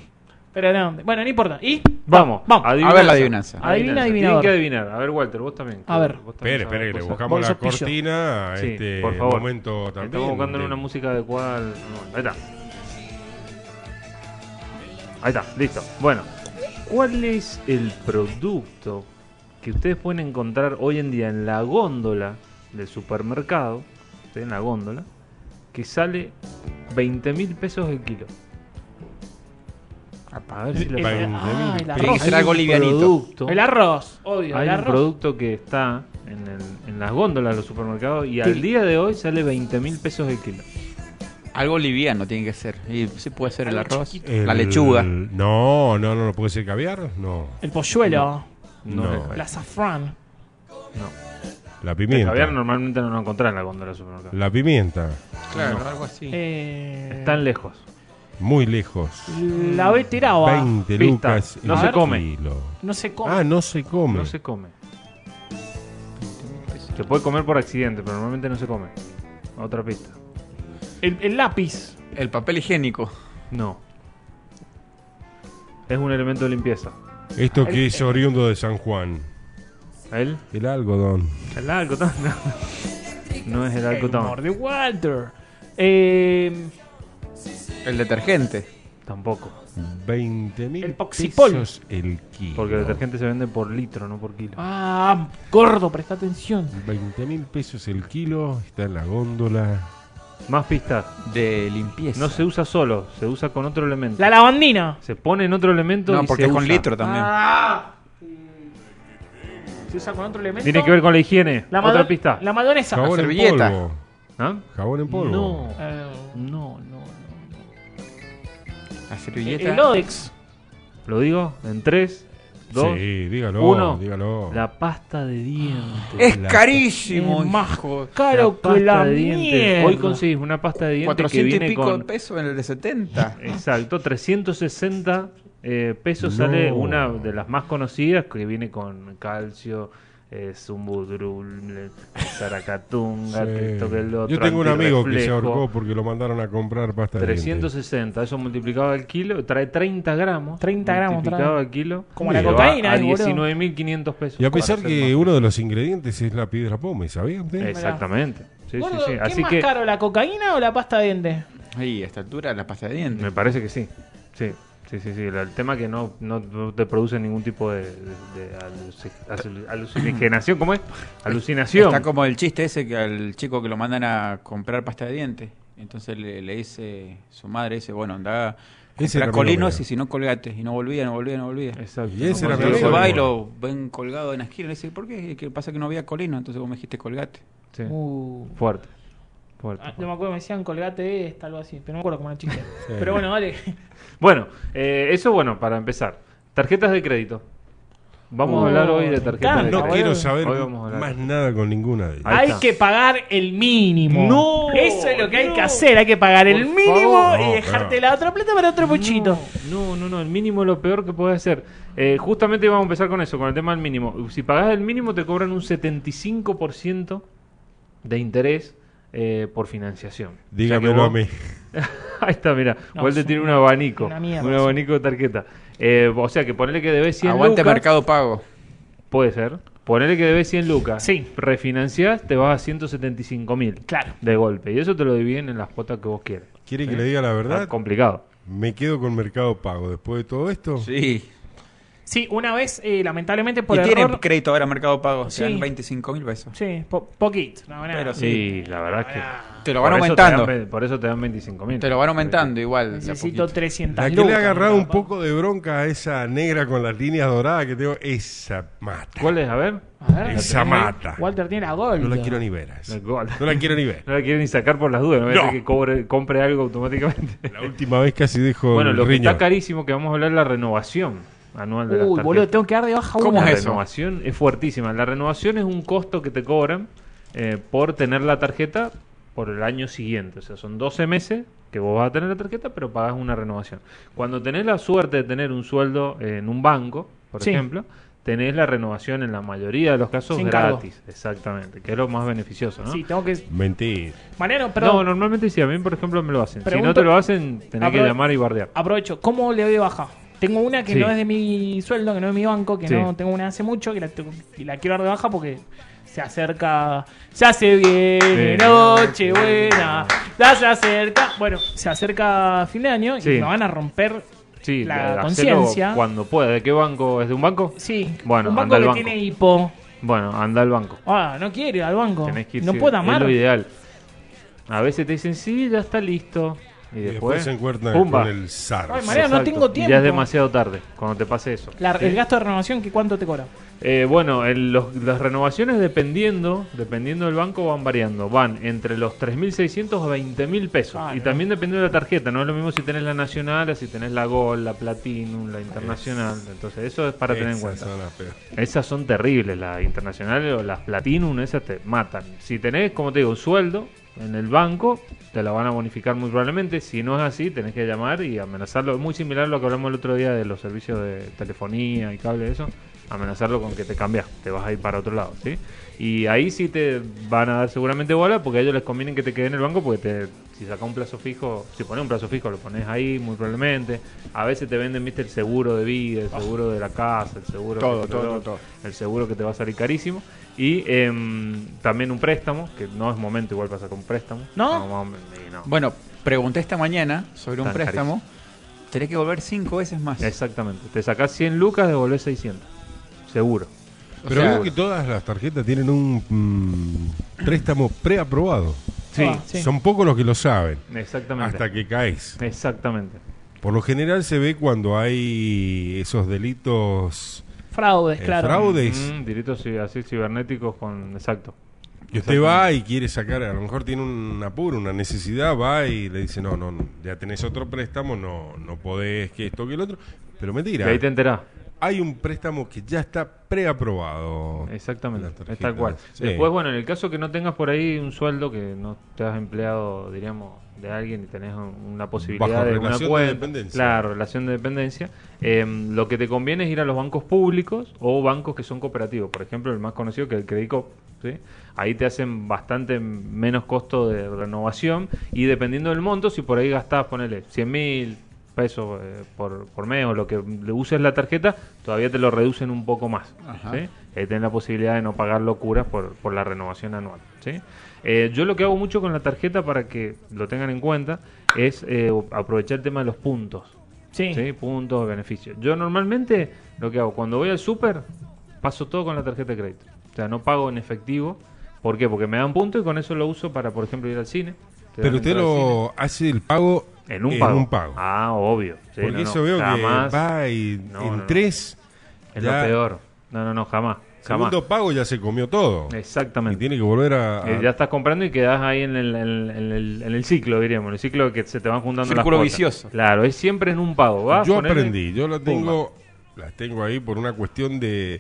Speaker 3: Pero no. Bueno, no importa. ¿Y?
Speaker 5: Vamos,
Speaker 3: vamos.
Speaker 7: A ver la adivinanza.
Speaker 3: Adivina,
Speaker 5: Tienen
Speaker 3: adivinador.
Speaker 5: que adivinar. A ver, Walter, vos también.
Speaker 3: A ver.
Speaker 5: Vos también sabés
Speaker 6: Espere, espere, que le
Speaker 5: cosas.
Speaker 6: buscamos la
Speaker 3: Bolso pillo.
Speaker 6: cortina.
Speaker 5: Sí,
Speaker 6: este,
Speaker 5: por favor.
Speaker 6: momento también.
Speaker 5: Estamos buscando
Speaker 6: de-
Speaker 5: una música adecuada. al- bueno, ahí está. Ahí está, listo. Bueno, ¿cuál es el producto que ustedes pueden encontrar hoy en día en la góndola del supermercado? ¿sí? En la góndola, que sale 20 mil pesos el kilo. A ver si
Speaker 3: El-
Speaker 5: la
Speaker 3: el-
Speaker 6: Veinte
Speaker 3: ah,
Speaker 6: mil.
Speaker 3: el
Speaker 7: Tiene que
Speaker 3: arroz.
Speaker 7: ser algo livianito.
Speaker 5: producto.
Speaker 3: El arroz, obvio.
Speaker 5: Hay
Speaker 3: el
Speaker 5: un
Speaker 3: arroz.
Speaker 5: producto que está en, el- en las góndolas de los supermercados y al día de hoy sale 20 mil pesos el kilo.
Speaker 7: Algo liviano tiene que ser. Y sí puede ser el arroz,
Speaker 6: el-
Speaker 7: la lechuga.
Speaker 6: No, no, no, no puede ser caviar. No.
Speaker 3: El polluelo.
Speaker 5: No,
Speaker 6: No.
Speaker 5: es caviar.
Speaker 3: La safrán.
Speaker 5: no.
Speaker 6: La
Speaker 5: El
Speaker 6: pimienta.
Speaker 5: caviar normalmente no lo encontrás en la góndola del supermercado.
Speaker 6: La pimienta.
Speaker 7: Claro, algo así.
Speaker 3: Eh,
Speaker 5: Están lejos.
Speaker 6: Muy lejos.
Speaker 3: La veteraba.
Speaker 6: 20
Speaker 5: Pista.
Speaker 6: lucas.
Speaker 5: No
Speaker 6: el
Speaker 5: se come.
Speaker 6: kilo.
Speaker 3: No sé cómo.
Speaker 6: Ah, no se come.
Speaker 5: No se come. Se puede comer por accidente, pero normalmente no se come. Otra pista.
Speaker 3: El, el lápiz.
Speaker 7: El papel higiénico.
Speaker 5: No. Es un elemento de limpieza.
Speaker 6: Esto que es oriundo de San Juan.
Speaker 5: ¿El?
Speaker 6: El algodón.
Speaker 5: El algodón. No, No es el
Speaker 3: humor
Speaker 5: algodón.
Speaker 3: de Walter. Eh,
Speaker 7: El detergente.
Speaker 5: Tampoco.
Speaker 6: 20 mil
Speaker 3: El poxipol.
Speaker 6: pesos el kilo.
Speaker 5: Porque el detergente se vende por litro, no por kilo.
Speaker 3: ah, gordo, presta atención.
Speaker 6: 20 mil pesos el kilo, está en la góndola.
Speaker 5: Más pistas.
Speaker 7: De limpieza.
Speaker 5: No se usa solo, se usa con otro elemento.
Speaker 3: La lavandina.
Speaker 5: Se pone en otro elemento.
Speaker 7: No,
Speaker 5: y
Speaker 7: porque
Speaker 5: se
Speaker 7: es con
Speaker 5: usa.
Speaker 7: litro también.
Speaker 3: Ah. se usa con otro elemento.
Speaker 5: Tiene que ver con la higiene.
Speaker 3: la
Speaker 5: Otra
Speaker 3: mado-
Speaker 5: pista.
Speaker 3: La madonesa.
Speaker 6: Jabón
Speaker 7: servilleta.
Speaker 6: en polvo.
Speaker 5: ¿Ah?
Speaker 6: Jabón en polvo.
Speaker 5: No.
Speaker 3: Eh,
Speaker 5: No, no.
Speaker 7: Ah, La
Speaker 3: el,
Speaker 7: servilleta.
Speaker 3: Odex.
Speaker 5: Lo digo en 3, 2,
Speaker 6: Sí, dígalo,
Speaker 5: uno.
Speaker 6: dígalo.
Speaker 5: La pasta de dientes.
Speaker 7: Es
Speaker 6: La-
Speaker 7: carísimo.
Speaker 3: Es
Speaker 7: hijo.
Speaker 3: más caro
Speaker 5: pasta
Speaker 3: que la
Speaker 5: de
Speaker 3: mierda.
Speaker 5: dientes. Hoy conseguís una pasta de dientes que
Speaker 7: 400 y
Speaker 5: viene
Speaker 7: pico
Speaker 5: con.
Speaker 7: de pesos en el de 70.
Speaker 5: Exacto, 360 eh, pesos
Speaker 6: No.
Speaker 5: sale una de las más conocidas que viene con calcio, eh, zumbudrul, zaracatunga,
Speaker 6: Sí.
Speaker 5: que esto que el otro.
Speaker 6: Yo tengo un amigo que se
Speaker 5: antirreflejo.
Speaker 6: ahorcó porque lo mandaron a comprar pasta de dientes.
Speaker 5: 360, eso multiplicado al kilo, trae 30 gramos.
Speaker 3: 30 gramos
Speaker 5: Multiplicado
Speaker 3: trae.
Speaker 5: al kilo.
Speaker 3: Como
Speaker 5: y
Speaker 3: la
Speaker 5: va
Speaker 3: cocaína,
Speaker 5: A
Speaker 3: eh, boludo.
Speaker 5: 19.500 pesos.
Speaker 6: Y a pesar
Speaker 5: Para
Speaker 6: que
Speaker 5: ser
Speaker 6: uno de los ingredientes es la piedra pome, ¿sabía usted?
Speaker 5: más. Exactamente. Sí, sí,
Speaker 3: Gordo,
Speaker 5: sí.
Speaker 3: ¿Qué
Speaker 5: Así
Speaker 3: más
Speaker 5: que
Speaker 3: caro, la cocaína o la pasta de dientes?
Speaker 7: Ahí, a esta altura, la pasta de dientes.
Speaker 5: me parece que sí. Sí. Sí, sí, sí. El tema que no, no te produce ningún tipo de, de- de aluci- alu- alucinación. ¿Cómo es? Alucinación.
Speaker 7: Está como el chiste ese que al chico que lo mandan a comprar pasta de dientes. Entonces le, le dice, su madre dice, bueno, anda
Speaker 6: Ese era
Speaker 7: comprar
Speaker 6: mi
Speaker 7: colinos
Speaker 6: novio.
Speaker 7: y si no colgate. Y no volvía, no volvía, no volvía.
Speaker 5: Exacto.
Speaker 6: Y ese
Speaker 5: Como
Speaker 6: era
Speaker 5: si
Speaker 6: mi
Speaker 7: Entonces
Speaker 5: fuera-
Speaker 6: amigo.
Speaker 7: va y lo ven colgado en la esquina. Le dice, ¿por qué? ¿Qué pasa que no había colino? Entonces vos me dijiste colgate.
Speaker 5: Sí.
Speaker 3: Uh.
Speaker 5: Fuerte. Fuerte.
Speaker 3: Ah,
Speaker 5: fuerte.
Speaker 3: no me acuerdo, me decían colgate esta, algo así. Pero no me acuerdo cómo era el chiste.
Speaker 6: Sí.
Speaker 3: Pero bueno, dale.
Speaker 5: Bueno, eh, eso bueno, para empezar. Tarjetas de crédito. Vamos
Speaker 3: Oh,
Speaker 5: a hablar hoy de
Speaker 3: me
Speaker 5: tarjetas de
Speaker 3: encanta,
Speaker 6: No
Speaker 5: crédito.
Speaker 3: boludo.
Speaker 6: quiero saber
Speaker 5: Hoy vamos a hablar.
Speaker 6: más nada con ninguna de ellas.
Speaker 5: Ahí
Speaker 3: Hay
Speaker 5: está.
Speaker 3: que pagar el mínimo.
Speaker 5: No,
Speaker 3: Eso es lo que hay que
Speaker 5: no.
Speaker 3: hacer. Hay que pagar el
Speaker 5: Por
Speaker 3: mínimo
Speaker 5: favor.
Speaker 3: y
Speaker 6: No,
Speaker 3: dejarte
Speaker 6: claro.
Speaker 3: la otra plata para otro puchito.
Speaker 5: No, no, no, el mínimo es lo peor que puedes hacer. Eh, justamente vamos a empezar con eso, con el tema del mínimo. Si pagás el mínimo te cobran un 75% de interés eh, por financiación.
Speaker 6: Dígamelo
Speaker 5: O sea
Speaker 6: a mí.
Speaker 5: que vos- Ahí está, mira,
Speaker 3: No,
Speaker 5: Walter
Speaker 3: es
Speaker 5: tiene un
Speaker 3: una-
Speaker 5: abanico.
Speaker 3: una mierda,
Speaker 5: un
Speaker 3: sí.
Speaker 5: abanico de tarjeta. Eh, o sea que ponerle que debes 100
Speaker 7: Aguante
Speaker 5: lucas.
Speaker 7: Mercado Pago.
Speaker 5: Puede ser. Ponerle que debes 100 lucas.
Speaker 3: Sí.
Speaker 5: Refinanciás, te vas a 175 mil.
Speaker 3: Claro.
Speaker 5: De golpe. Y eso te lo dividen en las cuotas que vos quieras.
Speaker 6: ¿Quiere que le diga la
Speaker 5: Está
Speaker 6: verdad?
Speaker 5: complicado.
Speaker 6: Me quedo con Mercado Pago después de todo esto.
Speaker 7: Sí.
Speaker 3: Sí, una vez, eh, lamentablemente por
Speaker 7: y tienen
Speaker 3: error.
Speaker 7: crédito ahora Mercado Pago.
Speaker 3: Sí.
Speaker 7: Se dan 25 mil pesos.
Speaker 3: Sí, po- poquito. No, nada.
Speaker 7: Pero
Speaker 5: Sí, la verdad es que.
Speaker 7: Te lo van
Speaker 5: por eso
Speaker 7: aumentando.
Speaker 5: te dan ve- por eso te dan 25 mil.
Speaker 7: Te lo van aumentando igual. de a
Speaker 3: Necesito
Speaker 7: poquito.
Speaker 3: 300
Speaker 6: La que le
Speaker 3: lucas,
Speaker 6: ha agarrado
Speaker 3: ¿no?
Speaker 6: un poco de bronca a esa negra con las líneas doradas que tengo, esa mata.
Speaker 5: ¿Cuál es? A ver.
Speaker 7: Ah.
Speaker 3: A ver,
Speaker 6: Esa mata.
Speaker 3: Walter tiene la gol.
Speaker 6: No la quiero ni ver. a esa.
Speaker 5: La gol.
Speaker 6: No la quiero ni ver.
Speaker 5: No la quieren ni sacar por las dudas. No, vaya a
Speaker 6: No.
Speaker 5: ser que cobre- compre algo automáticamente.
Speaker 6: La última vez casi dijo
Speaker 5: bueno, lo que
Speaker 6: riñón.
Speaker 5: está carísimo que vamos a hablar es la renovación anual de las
Speaker 3: Uy,
Speaker 5: tarjetas.
Speaker 3: boludo, tengo que dar de baja
Speaker 7: ¿Cómo
Speaker 3: una.
Speaker 5: La
Speaker 7: es eso?
Speaker 5: renovación es fuertísima. La renovación es un costo que te cobran eh, por tener la tarjeta por el año siguiente. O sea, son 12 meses que vos vas a tener la tarjeta, pero pagás una renovación. Cuando tenés la suerte de tener un sueldo eh, en un banco, por
Speaker 3: Sí.
Speaker 5: ejemplo, tenés la renovación en la mayoría de los casos
Speaker 3: Sin cargo.
Speaker 5: gratis. Exactamente, que es lo más beneficioso, ¿no?
Speaker 3: Sí, tengo que.
Speaker 6: Mentir.
Speaker 3: Mariano,
Speaker 5: No,
Speaker 3: perdón.
Speaker 5: normalmente sí, a mí por ejemplo me lo hacen. si no
Speaker 3: Pregunto-
Speaker 5: te lo hacen, tenés
Speaker 3: Apro-
Speaker 5: que llamar y bardear.
Speaker 3: Aprovecho. ¿Cómo le doy de baja? Tengo una que
Speaker 5: Sí.
Speaker 3: no es de mi sueldo, que no es de mi banco, que
Speaker 5: Sí.
Speaker 3: no tengo una hace mucho, que la, tengo- y la quiero dar de baja porque se acerca. Se hace bien,
Speaker 5: Bien.
Speaker 3: noche buena. Ya se acerca. Bueno, se acerca fin de año
Speaker 5: Sí.
Speaker 3: y me van a romper
Speaker 5: Sí,
Speaker 3: la
Speaker 5: hacelo
Speaker 3: conciencia.
Speaker 5: Cuando pueda. ¿De qué banco? ¿Es de un banco?
Speaker 3: Sí,
Speaker 5: Bueno,
Speaker 3: un banco
Speaker 5: anda al
Speaker 3: que
Speaker 5: banco.
Speaker 3: tiene hipo.
Speaker 5: Bueno, anda al banco.
Speaker 3: Ah, no quiere ir al banco.
Speaker 5: Tenés que
Speaker 3: no
Speaker 5: irse,
Speaker 3: puedo amar.
Speaker 5: Es lo ideal. A veces te dicen, sí, ya está listo. Y
Speaker 6: Y
Speaker 5: después,
Speaker 6: después se encuentra
Speaker 5: pumba.
Speaker 6: con el SARS.
Speaker 3: Ay, Mariano, no
Speaker 5: Exacto.
Speaker 3: tengo
Speaker 5: Y
Speaker 3: tiempo.
Speaker 5: Ya es demasiado tarde cuando te pase eso.
Speaker 3: La-
Speaker 5: Sí.
Speaker 3: El gasto de renovación, que ¿cuánto te cobra?
Speaker 5: Eh, bueno, el- los- las renovaciones dependiendo dependiendo del banco van variando. Van entre los 3.600 a 20.000 pesos.
Speaker 3: Claro.
Speaker 5: Y también depende de la tarjeta. No es lo mismo si tenés la nacional, a si tenés la Gold, la Platinum, la Internacional. Entonces eso es para tener en
Speaker 6: Esas
Speaker 5: cuenta.
Speaker 6: son las peores.
Speaker 5: Esas son terribles, las internacionales o las platinum, esas te matan. Si tenés, como te digo, un sueldo en el banco, te la van a bonificar muy probablemente. Si no es así, tenés que llamar y amenazarlo. Es muy similar a lo que hablamos el otro día de los servicios de telefonía y cable, eso. amenazarlo con que te cambias, te vas a ir para otro lado, ¿sí? Y ahí sí te van a dar seguramente bola porque a ellos les conviene que te quede en el banco porque te, si sacas un plazo fijo, si pones un plazo fijo lo pones ahí muy probablemente. A veces te venden, viste, el seguro de vida, el seguro de la casa, el seguro...
Speaker 7: Ah. Todo,
Speaker 5: que te
Speaker 7: todo,
Speaker 5: lo-
Speaker 7: todo, todo.
Speaker 5: el seguro que te va a salir carísimo. Y em, también un préstamo, que no es momento igual para sacar un préstamo.
Speaker 3: ¿No?
Speaker 5: mam- y no.
Speaker 7: Bueno, pregunté esta mañana sobre un
Speaker 5: Tan
Speaker 7: préstamo. Tenés que volver cinco veces más.
Speaker 5: Exactamente. Te sacás 100 lucas, devolvés 600. Seguro.
Speaker 7: O
Speaker 6: Pero
Speaker 7: sea,
Speaker 6: veo que todas las tarjetas tienen un mm, préstamo preaprobado.
Speaker 5: Sí,
Speaker 3: Ah, sí.
Speaker 6: Son pocos los que lo saben.
Speaker 5: exactamente.
Speaker 6: Hasta que caes.
Speaker 5: Exactamente.
Speaker 6: Por lo general se ve cuando hay esos delitos,
Speaker 3: Fraudes,
Speaker 6: eh,
Speaker 3: claro.
Speaker 6: fraudes,
Speaker 5: Mm, delitos ci- así cibernéticos con... Exacto.
Speaker 6: y usted va y quiere sacar, a lo mejor tiene un apuro, una necesidad, va y le dice, no, no, ya tenés otro préstamo, no, no podés, que esto, que el otro. Pero
Speaker 5: Y
Speaker 6: mentira,
Speaker 5: ahí te enterás.
Speaker 6: hay un préstamo que ya está preaprobado. Las
Speaker 5: Exactamente,
Speaker 6: tarjetas.
Speaker 5: es tal cual.
Speaker 6: Sí.
Speaker 5: Después, bueno, en el caso que no tengas por ahí un sueldo, que no te has empleado, diríamos, de alguien y tenés un- una posibilidad
Speaker 6: Bajo
Speaker 5: de una
Speaker 6: relación de
Speaker 5: cuenta,
Speaker 6: dependencia.
Speaker 5: claro, relación de dependencia, eh, lo que te conviene es ir a los bancos públicos o bancos que son cooperativos. Por ejemplo, el más conocido que es el Credicop, ¿sí? Ahí te hacen bastante menos costo de renovación y dependiendo del monto, si por ahí gastás, ponele 100 mil pesos eh, por, por mes o lo que le uses la tarjeta, todavía te lo reducen un poco más.
Speaker 7: Ajá.
Speaker 5: ¿sí? eh, tener la posibilidad de no pagar locuras por, por la renovación anual. ¿sí? Eh, yo lo que hago mucho con la tarjeta para que lo tengan en cuenta es eh, aprovechar el tema de los puntos.
Speaker 3: Sí.
Speaker 5: ¿sí? Puntos, beneficios. Yo normalmente lo que hago, cuando voy al súper, paso todo con la tarjeta de crédito. O sea, no pago en efectivo. ¿Por qué? Porque me dan puntos y con eso lo uso para, por ejemplo, ir al cine. Te dan
Speaker 6: Pero usted
Speaker 5: entrada al cine.
Speaker 6: lo hace el pago
Speaker 5: En un pago.
Speaker 6: En un pago.
Speaker 5: Ah, obvio. Sí,
Speaker 6: Porque
Speaker 5: no,
Speaker 6: eso
Speaker 5: no,
Speaker 6: veo
Speaker 5: jamás
Speaker 6: que va y
Speaker 5: No,
Speaker 6: en
Speaker 5: no, no.
Speaker 6: tres,
Speaker 5: Es
Speaker 6: ya-
Speaker 5: lo peor. No, no, no, jamás. Jamás.
Speaker 6: segundo pago ya se comió todo. Y
Speaker 5: Exactamente.
Speaker 6: tiene que volver a...
Speaker 7: Ah.
Speaker 5: Eh,
Speaker 6: a-
Speaker 5: ya estás comprando y quedás ahí en el, en el- en el- en el ciclo, diríamos. En el ciclo que se te van juntando
Speaker 7: Círculo
Speaker 5: las cosas.
Speaker 7: vicioso.
Speaker 5: Claro, es siempre en un pago. ¿va?
Speaker 6: yo
Speaker 5: Ponele-
Speaker 6: aprendí, yo la tengo, las tengo ahí por una cuestión de,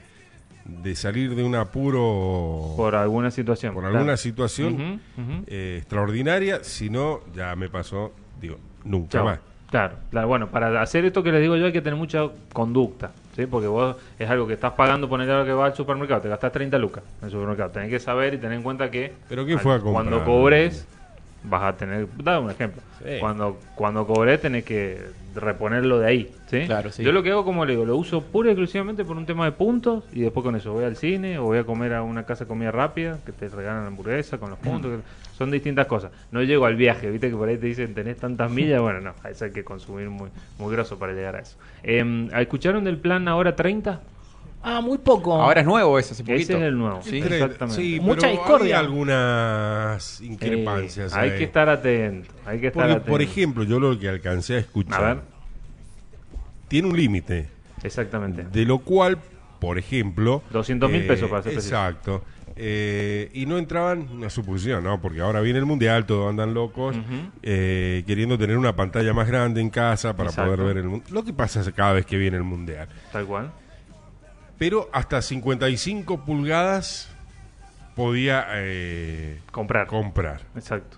Speaker 6: de salir de un apuro por,
Speaker 5: Por alguna situación. claro.
Speaker 6: alguna situación
Speaker 5: Ujú, ujú.
Speaker 6: eh, extraordinaria, si no, ya me pasó, digo, nunca
Speaker 5: Chao.
Speaker 6: más.
Speaker 5: Claro, claro, bueno, para hacer esto que les digo yo hay que tener mucha conducta, ¿sí? Porque vos es algo que estás pagando, ponerle ahora que vas al supermercado, te gastas 30 lucas en el supermercado. Tenés que saber y tener en cuenta que
Speaker 6: ¿Pero qué
Speaker 5: al-
Speaker 6: fue a comprar?
Speaker 5: cuando cobres vas a tener, dame un ejemplo,
Speaker 6: Sí.
Speaker 5: cuando cuando cobres tenés que reponerlo de ahí, ¿sí?
Speaker 7: Claro, sí.
Speaker 5: Yo lo que hago, como le digo, lo uso pura y exclusivamente por un tema de puntos y después con eso voy al cine o voy a comer a una casa de comida rápida que te regalan hamburguesa con los puntos.
Speaker 6: Mm.
Speaker 5: que- Son distintas cosas. No llego al viaje, viste que por ahí te dicen tenés tantas millas. Bueno, no, a eso hay que consumir muy, muy grosso para llegar a eso. Em, ¿Escucharon del plan ahora 30?
Speaker 3: Ah, muy poco.
Speaker 7: Ahora es nuevo eso, hace poquito.
Speaker 5: Ese es el nuevo.
Speaker 7: Sí.
Speaker 6: Creo-
Speaker 5: exactamente.
Speaker 6: sí,
Speaker 3: Mucha
Speaker 6: pero
Speaker 3: discordia.
Speaker 6: Hay algunas
Speaker 5: Eh,
Speaker 6: increpancias.
Speaker 5: hay
Speaker 6: ahí.
Speaker 5: que estar atento. Hay que estar
Speaker 6: Porque,
Speaker 5: atento.
Speaker 6: por ejemplo, yo lo que alcancé a
Speaker 5: a
Speaker 6: escuchar,
Speaker 5: ver,
Speaker 6: tiene un límite.
Speaker 5: exactamente.
Speaker 6: De lo cual, por ejemplo... eh,
Speaker 5: 200.000 pesos, para ser preciso.
Speaker 6: Exacto. Eh, y no entraban, una suposición, ¿no? Porque ahora viene el Mundial, todos andan locos,
Speaker 5: Ujú.
Speaker 6: eh, queriendo tener una pantalla más grande en casa para
Speaker 5: Exacto.
Speaker 6: poder ver el Mundial. Lo que pasa es cada vez que viene el Mundial.
Speaker 5: Tal cual.
Speaker 6: Pero hasta 55 pulgadas podía eh,
Speaker 5: Comprar.
Speaker 6: comprar.
Speaker 5: Exacto.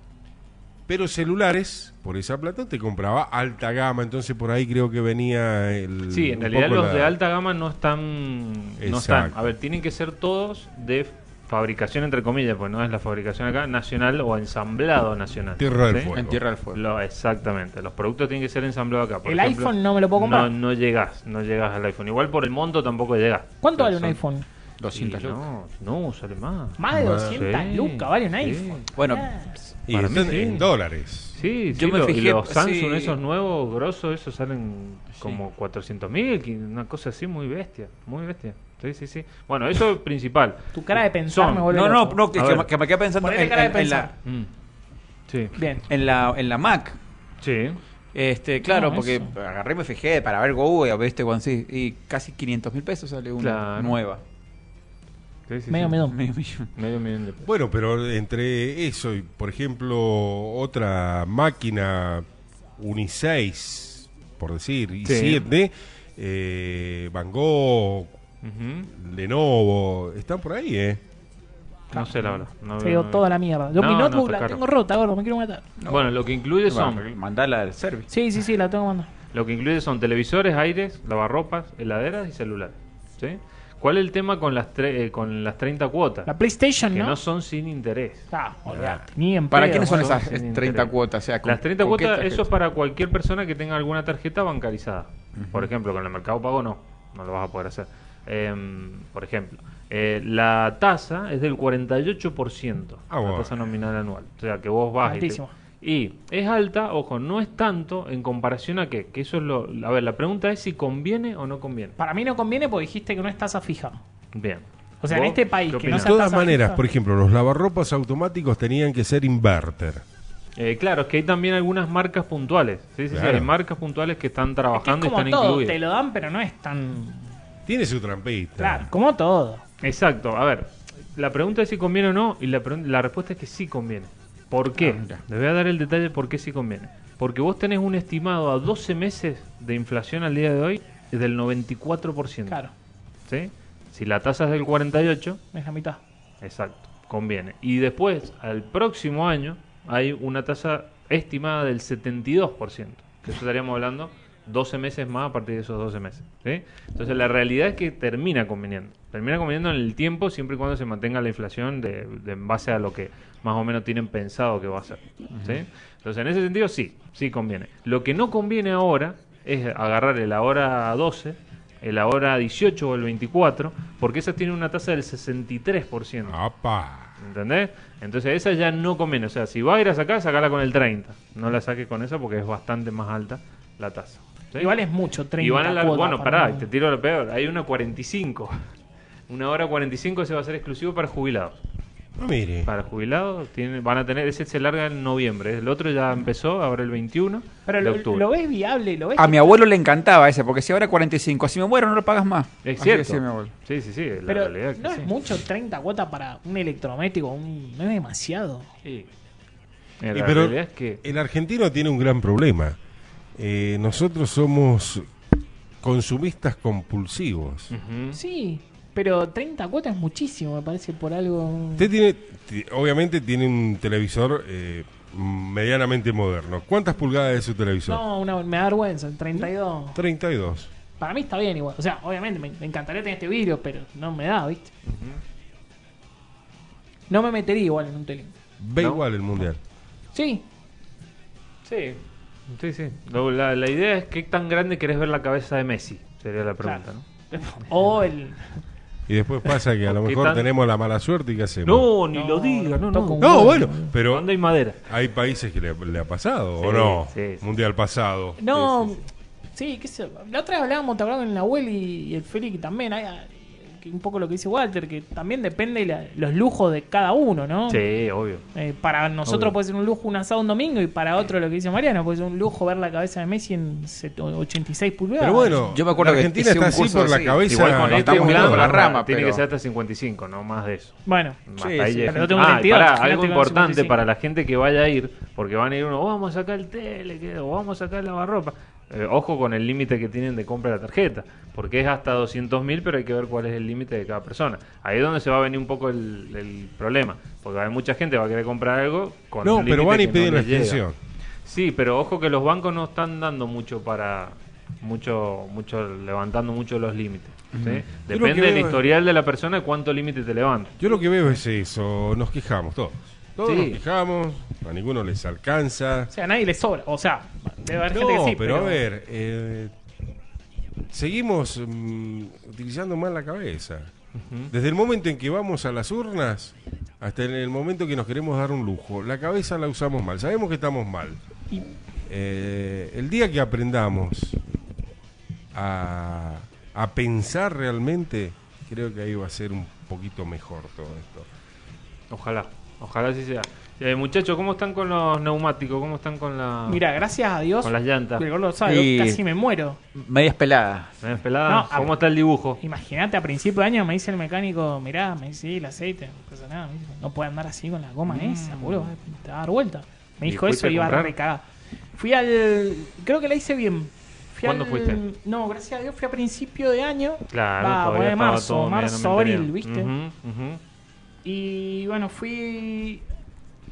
Speaker 6: Pero celulares, por esa plata, te compraba alta gama. Entonces por ahí creo que venía el...
Speaker 5: Sí, en
Speaker 6: un
Speaker 5: realidad
Speaker 6: poco
Speaker 5: los
Speaker 6: la-
Speaker 5: de alta gama no están, no están.
Speaker 6: Exacto.
Speaker 5: A ver, tienen que ser todos de fabricación, entre comillas, pues no es la fabricación acá, nacional o ensamblado nacional.
Speaker 6: Tierra del
Speaker 5: ¿sí?
Speaker 6: Fuego.
Speaker 7: En Tierra del Fuego.
Speaker 5: Lo- exactamente, los productos tienen que ser ensamblados acá. Por
Speaker 3: ¿El iPhone no me lo puedo comprar?
Speaker 5: No, no llegás, no llegás al iPhone. Igual por el monto tampoco llegás.
Speaker 3: ¿Cuánto
Speaker 5: O sea,
Speaker 3: vale un
Speaker 5: son-
Speaker 3: iPhone?
Speaker 5: Y
Speaker 7: 200 lucas.
Speaker 5: no, no, sale más.
Speaker 3: Más de 200
Speaker 5: Ah, Sí,
Speaker 3: lucas vale un
Speaker 5: sí.
Speaker 3: iPhone.
Speaker 7: Bueno,
Speaker 5: Ah.
Speaker 6: Y
Speaker 5: Para
Speaker 6: están
Speaker 5: mí sí.
Speaker 6: en dólares.
Speaker 5: Sí,
Speaker 7: Yo
Speaker 5: sí,
Speaker 7: me
Speaker 5: lo-
Speaker 7: fijé,
Speaker 5: los Samsung,
Speaker 7: sí.
Speaker 5: esos nuevos, grosos, esos salen como 400 mil, una cosa así muy bestia, muy bestia. Sí, sí, sí. Bueno, eso es principal.
Speaker 3: Tu cara de pensar
Speaker 5: Son-
Speaker 3: me vuelve
Speaker 7: no, no,
Speaker 3: loco.
Speaker 7: no, que,
Speaker 5: A
Speaker 7: que
Speaker 5: ver.
Speaker 7: que me quedé pensando
Speaker 3: Ponele
Speaker 7: en,
Speaker 3: cara de
Speaker 7: en- en la,
Speaker 3: pensar.
Speaker 5: Mm. Sí.
Speaker 3: Bien.
Speaker 7: en, la, en la Mac.
Speaker 5: Sí.
Speaker 7: Este, claro,
Speaker 5: Ah,
Speaker 3: No,
Speaker 7: porque
Speaker 3: eso.
Speaker 7: agarré y me fijé para ver Google, viste, Juan, sí. Y casi 500 mil pesos sale una
Speaker 5: Claro.
Speaker 7: nueva.
Speaker 5: Sí, sí,
Speaker 3: Medio
Speaker 5: sí.
Speaker 3: medio.
Speaker 7: Medio millón.
Speaker 5: Medio millón de pesos.
Speaker 6: Bueno, pero entre eso y, por ejemplo, otra máquina Uniseis, por decir, y
Speaker 5: Sí.
Speaker 6: 7, eh, Van Gogh,
Speaker 5: Ujú.
Speaker 6: Lenovo, están por ahí, ¿eh?
Speaker 5: No sé la verdad. No,
Speaker 3: Se dio
Speaker 5: no-
Speaker 3: toda la mierda. Yo
Speaker 5: No,
Speaker 3: mi
Speaker 5: no,
Speaker 3: notebook
Speaker 5: está
Speaker 3: la
Speaker 5: caro.
Speaker 3: tengo rota, gordo, me quiero matar.
Speaker 5: Bueno, lo que incluye
Speaker 7: Bueno,
Speaker 5: son
Speaker 7: mandala al service.
Speaker 3: Sí, sí, sí, la tengo mandada.
Speaker 5: lo que incluye son televisores, aires, lavarropas, heladeras y celulares. ¿sí? ¿Cuál es el tema con las, tre- eh, con las 30 cuotas?
Speaker 3: La PlayStation,
Speaker 5: que
Speaker 3: ¿no?
Speaker 5: no son sin interés.
Speaker 3: Ah, olvidate. Ni en
Speaker 7: ¿Para
Speaker 3: pedo,
Speaker 7: quiénes son
Speaker 5: son
Speaker 7: esas
Speaker 5: sin
Speaker 7: 30
Speaker 5: interés.
Speaker 7: cuotas? O sea, ¿con-
Speaker 5: Las 30
Speaker 7: con qué
Speaker 5: cuotas,
Speaker 7: tarjeta?
Speaker 5: eso es para cualquier persona que tenga alguna tarjeta bancarizada. Por ejemplo, con el Mercado Pago no, no lo vas a poder hacer. Em, por ejemplo, eh, la tasa es del 48%,
Speaker 6: Ah,
Speaker 5: la
Speaker 6: bueno.
Speaker 5: tasa nominal anual. O sea, que vos vas y te-
Speaker 3: Altísimo.
Speaker 5: y es alta, ojo, no es tanto en comparación a qué, que eso es lo... A ver, la pregunta es si conviene o no conviene.
Speaker 3: Para mí no conviene porque dijiste que no es tasa fija.
Speaker 5: Bien.
Speaker 3: O sea, en
Speaker 5: ¿Vos
Speaker 3: este país
Speaker 5: qué
Speaker 3: que no
Speaker 5: opinás?
Speaker 6: De
Speaker 3: sea
Speaker 6: todas
Speaker 3: tasa
Speaker 6: maneras,
Speaker 3: fija.
Speaker 6: por ejemplo, los lavarropas automáticos tenían que ser inverter.
Speaker 5: Eh, claro, es que hay también algunas marcas puntuales. Sí, sí, sí,
Speaker 6: Claro.
Speaker 5: hay marcas puntuales que están
Speaker 3: Es que es
Speaker 5: trabajando
Speaker 3: como
Speaker 5: y están
Speaker 3: todo,
Speaker 5: incluidas.
Speaker 3: te lo dan, pero no es tan.
Speaker 6: Tiene su trampita.
Speaker 3: Claro, como todo.
Speaker 5: Exacto, a ver, la pregunta es si conviene o no y la, pregun- la respuesta es que sí conviene. ¿Por qué? Les voy a dar el detalle de por qué sí conviene. Porque vos tenés un estimado a 12 meses de inflación al día de hoy del 94%.
Speaker 3: Claro,
Speaker 5: ¿sí? Si la tasa es del 48%,
Speaker 3: es la mitad.
Speaker 5: exacto, conviene. Y después, al próximo año, hay una tasa estimada del 72%. Que eso estaríamos hablando 12 meses más a partir de esos 12 meses. ¿sí? Entonces la realidad es que termina conveniendo. Termina conveniendo en el tiempo siempre y cuando se mantenga la inflación de, de- en base a lo que más o menos tienen pensado que va a ser. ¿sí? Entonces en ese sentido sí, sí conviene. Lo que no conviene ahora es agarrar el ahora 12, el ahora 18 o el 24, porque esas tienen una tasa del 63%.
Speaker 6: Apa.
Speaker 5: ¿Entendés? Entonces esa ya no conviene. O sea, si va a ir a sacar, sacala con el 30. No la saques con esa porque es bastante más alta la tasa. ¿sí?
Speaker 3: Igual es mucho, 30.
Speaker 5: y van a la-
Speaker 3: cuotas
Speaker 5: Bueno,
Speaker 3: para
Speaker 5: pará, este
Speaker 3: un-
Speaker 5: te tiro lo peor. Hay una 45. Una hora 45 se va a hacer exclusivo para jubilados.
Speaker 6: No mire.
Speaker 5: Para jubilados tienen, van a tener, ese se larga en noviembre. El otro ya empezó, ahora el 21
Speaker 3: Pero
Speaker 5: de
Speaker 3: lo,
Speaker 5: octubre.
Speaker 3: lo ves viable, lo ves.
Speaker 7: A mi abuelo le encantaba ese, porque si ahora 45, si me muero no lo pagas más.
Speaker 5: Es
Speaker 7: Así
Speaker 5: cierto.
Speaker 7: decía mi abuelo.
Speaker 5: Ah, Sí, sí, sí. La
Speaker 3: pero
Speaker 5: realidad es que
Speaker 3: no
Speaker 5: sí.
Speaker 3: es mucho 30 cuotas para un electrodoméstico, un... no es demasiado.
Speaker 5: Sí. La
Speaker 6: Y pero
Speaker 5: realidad es que.
Speaker 6: el argentino tiene un gran problema. Eh, nosotros somos consumistas compulsivos.
Speaker 5: Ujú.
Speaker 3: Sí, pero 30 cuotas es muchísimo, me parece, por algo.
Speaker 6: Usted tiene, ti- obviamente tiene un televisor eh, medianamente moderno. ¿Cuántas pulgadas es su televisor?
Speaker 3: No, una, me da vergüenza, 32.
Speaker 6: 32.
Speaker 3: Para mí está bien igual. O sea, obviamente me, me encantaría tener este vidrio, pero no me da, ¿viste? No me metería igual en un tele.
Speaker 6: Ve
Speaker 5: No.
Speaker 6: igual el mundial.
Speaker 3: Sí,
Speaker 5: Sí, sí, sí. Lo- la, la idea es qué tan grande querés ver la cabeza de Messi, sería la pregunta,
Speaker 3: Claro.
Speaker 5: ¿no?
Speaker 3: o el.
Speaker 6: Y después pasa que a lo
Speaker 5: ¿Qué
Speaker 6: mejor
Speaker 5: tan-
Speaker 6: tenemos la mala suerte y ¿qué hacemos?
Speaker 5: No, ni lo diga, no,
Speaker 3: toco
Speaker 5: no.
Speaker 3: un
Speaker 6: No,
Speaker 3: huevo.
Speaker 6: bueno, pero
Speaker 5: ¿Dónde hay madera?
Speaker 6: hay países que le, le ha pasado,
Speaker 5: Sí,
Speaker 6: ¿o no?
Speaker 5: sí, sí.
Speaker 6: Mundial pasado.
Speaker 3: No, sí, qué sé. yo. La otra vez hablábamos, te hablaba con la abuela y, y el Félix también. Hay, hay- que un poco lo que dice Walter, que también depende la- los lujos de cada uno, ¿no?
Speaker 5: Sí, obvio.
Speaker 3: Eh, para nosotros
Speaker 5: Obvio.
Speaker 3: puede ser un lujo un asado un domingo y para
Speaker 6: Eh.
Speaker 3: otro lo que dice Mariano puede ser un lujo ver la cabeza de Messi en set- 86 pulgadas.
Speaker 6: Pero bueno,
Speaker 7: Yo me acuerdo
Speaker 6: la
Speaker 7: que
Speaker 6: Argentina
Speaker 7: hice
Speaker 6: está
Speaker 7: un
Speaker 6: así
Speaker 7: curso
Speaker 6: por la
Speaker 7: así.
Speaker 6: cabeza.
Speaker 5: Igual con
Speaker 7: no,
Speaker 5: este
Speaker 7: estamos
Speaker 5: plan
Speaker 7: dando la rama,
Speaker 5: tiene
Speaker 7: pero-
Speaker 5: que ser hasta 55, no más de eso.
Speaker 3: Bueno,
Speaker 5: Más
Speaker 7: Sí,
Speaker 5: ahí
Speaker 7: sí,
Speaker 5: llega.
Speaker 3: pero yo tengo
Speaker 5: Ah, y
Speaker 3: 28,
Speaker 5: pará,
Speaker 3: imagínate
Speaker 5: algo
Speaker 3: con
Speaker 5: importante
Speaker 3: 55.
Speaker 5: para la gente que vaya a ir, porque van a ir uno, "Oh, vamos a sacar el tele, que- o vamos a sacar el lavarropa. Eh, ojo con el límite que tienen de compra de la tarjeta, porque es hasta 200 mil, pero hay que ver cuál es el límite de cada persona. Ahí es donde se va a venir un poco el, el problema, porque hay mucha gente que va a querer comprar algo con
Speaker 6: No,
Speaker 5: un
Speaker 6: pero
Speaker 5: límite
Speaker 6: van y
Speaker 5: que no
Speaker 6: piden la
Speaker 5: les llega.
Speaker 6: extensión.
Speaker 5: Sí, pero ojo que los bancos no están dando mucho para mucho mucho levantando mucho los límites, ¿sí?
Speaker 6: Yo lo que
Speaker 5: Depende del
Speaker 6: veo es-
Speaker 5: historial de la persona cuánto límite te levanta.
Speaker 6: Yo lo que veo es eso, nos quejamos todos. Todos
Speaker 5: Sí.
Speaker 6: nos quejamos, a ninguno les alcanza.
Speaker 3: o sea, a nadie le sobra. O sea, debe haber
Speaker 6: No,
Speaker 3: gente que sí.
Speaker 6: pero, a ver, eh, seguimos mm, utilizando mal la cabeza. Desde el momento en que vamos a las urnas hasta en el momento que nos queremos dar un lujo, la cabeza la usamos mal, sabemos que estamos mal. Eh, el día que aprendamos a, a pensar realmente, creo que ahí va a ser un poquito mejor todo esto.
Speaker 5: Ojalá, ojalá así sea. Eh, muchachos, ¿cómo están con los neumáticos? ¿Cómo están con la
Speaker 3: Mira, gracias a Dios.
Speaker 5: con las llantas?
Speaker 3: el gordo sabe, yo
Speaker 7: Y-
Speaker 3: casi me muero.
Speaker 7: Medias peladas.
Speaker 5: ¿Me pelada?
Speaker 3: No, a-
Speaker 5: ¿Cómo está el dibujo?
Speaker 3: Imagínate, a principio de año me dice el mecánico, mirá, me dice, sí, el aceite, no pasa nada. me dice, no puede andar así con la goma esa, boludo, te va a dar vuelta. Me
Speaker 5: ¿Y
Speaker 3: dijo
Speaker 5: fuiste
Speaker 3: eso
Speaker 5: a
Speaker 3: y iba
Speaker 5: Mm. comprar?
Speaker 3: recagada. Fui al... creo que la hice bien. Fui
Speaker 5: ¿Cuándo
Speaker 3: al-
Speaker 5: fuiste?
Speaker 3: No, gracias a Dios fui a principio de año.
Speaker 5: Claro,
Speaker 3: Va,
Speaker 5: todavía
Speaker 3: por ahí
Speaker 5: estaba
Speaker 3: marzo,
Speaker 5: todo medio
Speaker 3: marzo,
Speaker 5: no
Speaker 3: abril,
Speaker 5: entendido.
Speaker 3: ¿viste?
Speaker 5: Ujú, ujú.
Speaker 3: Y bueno, fui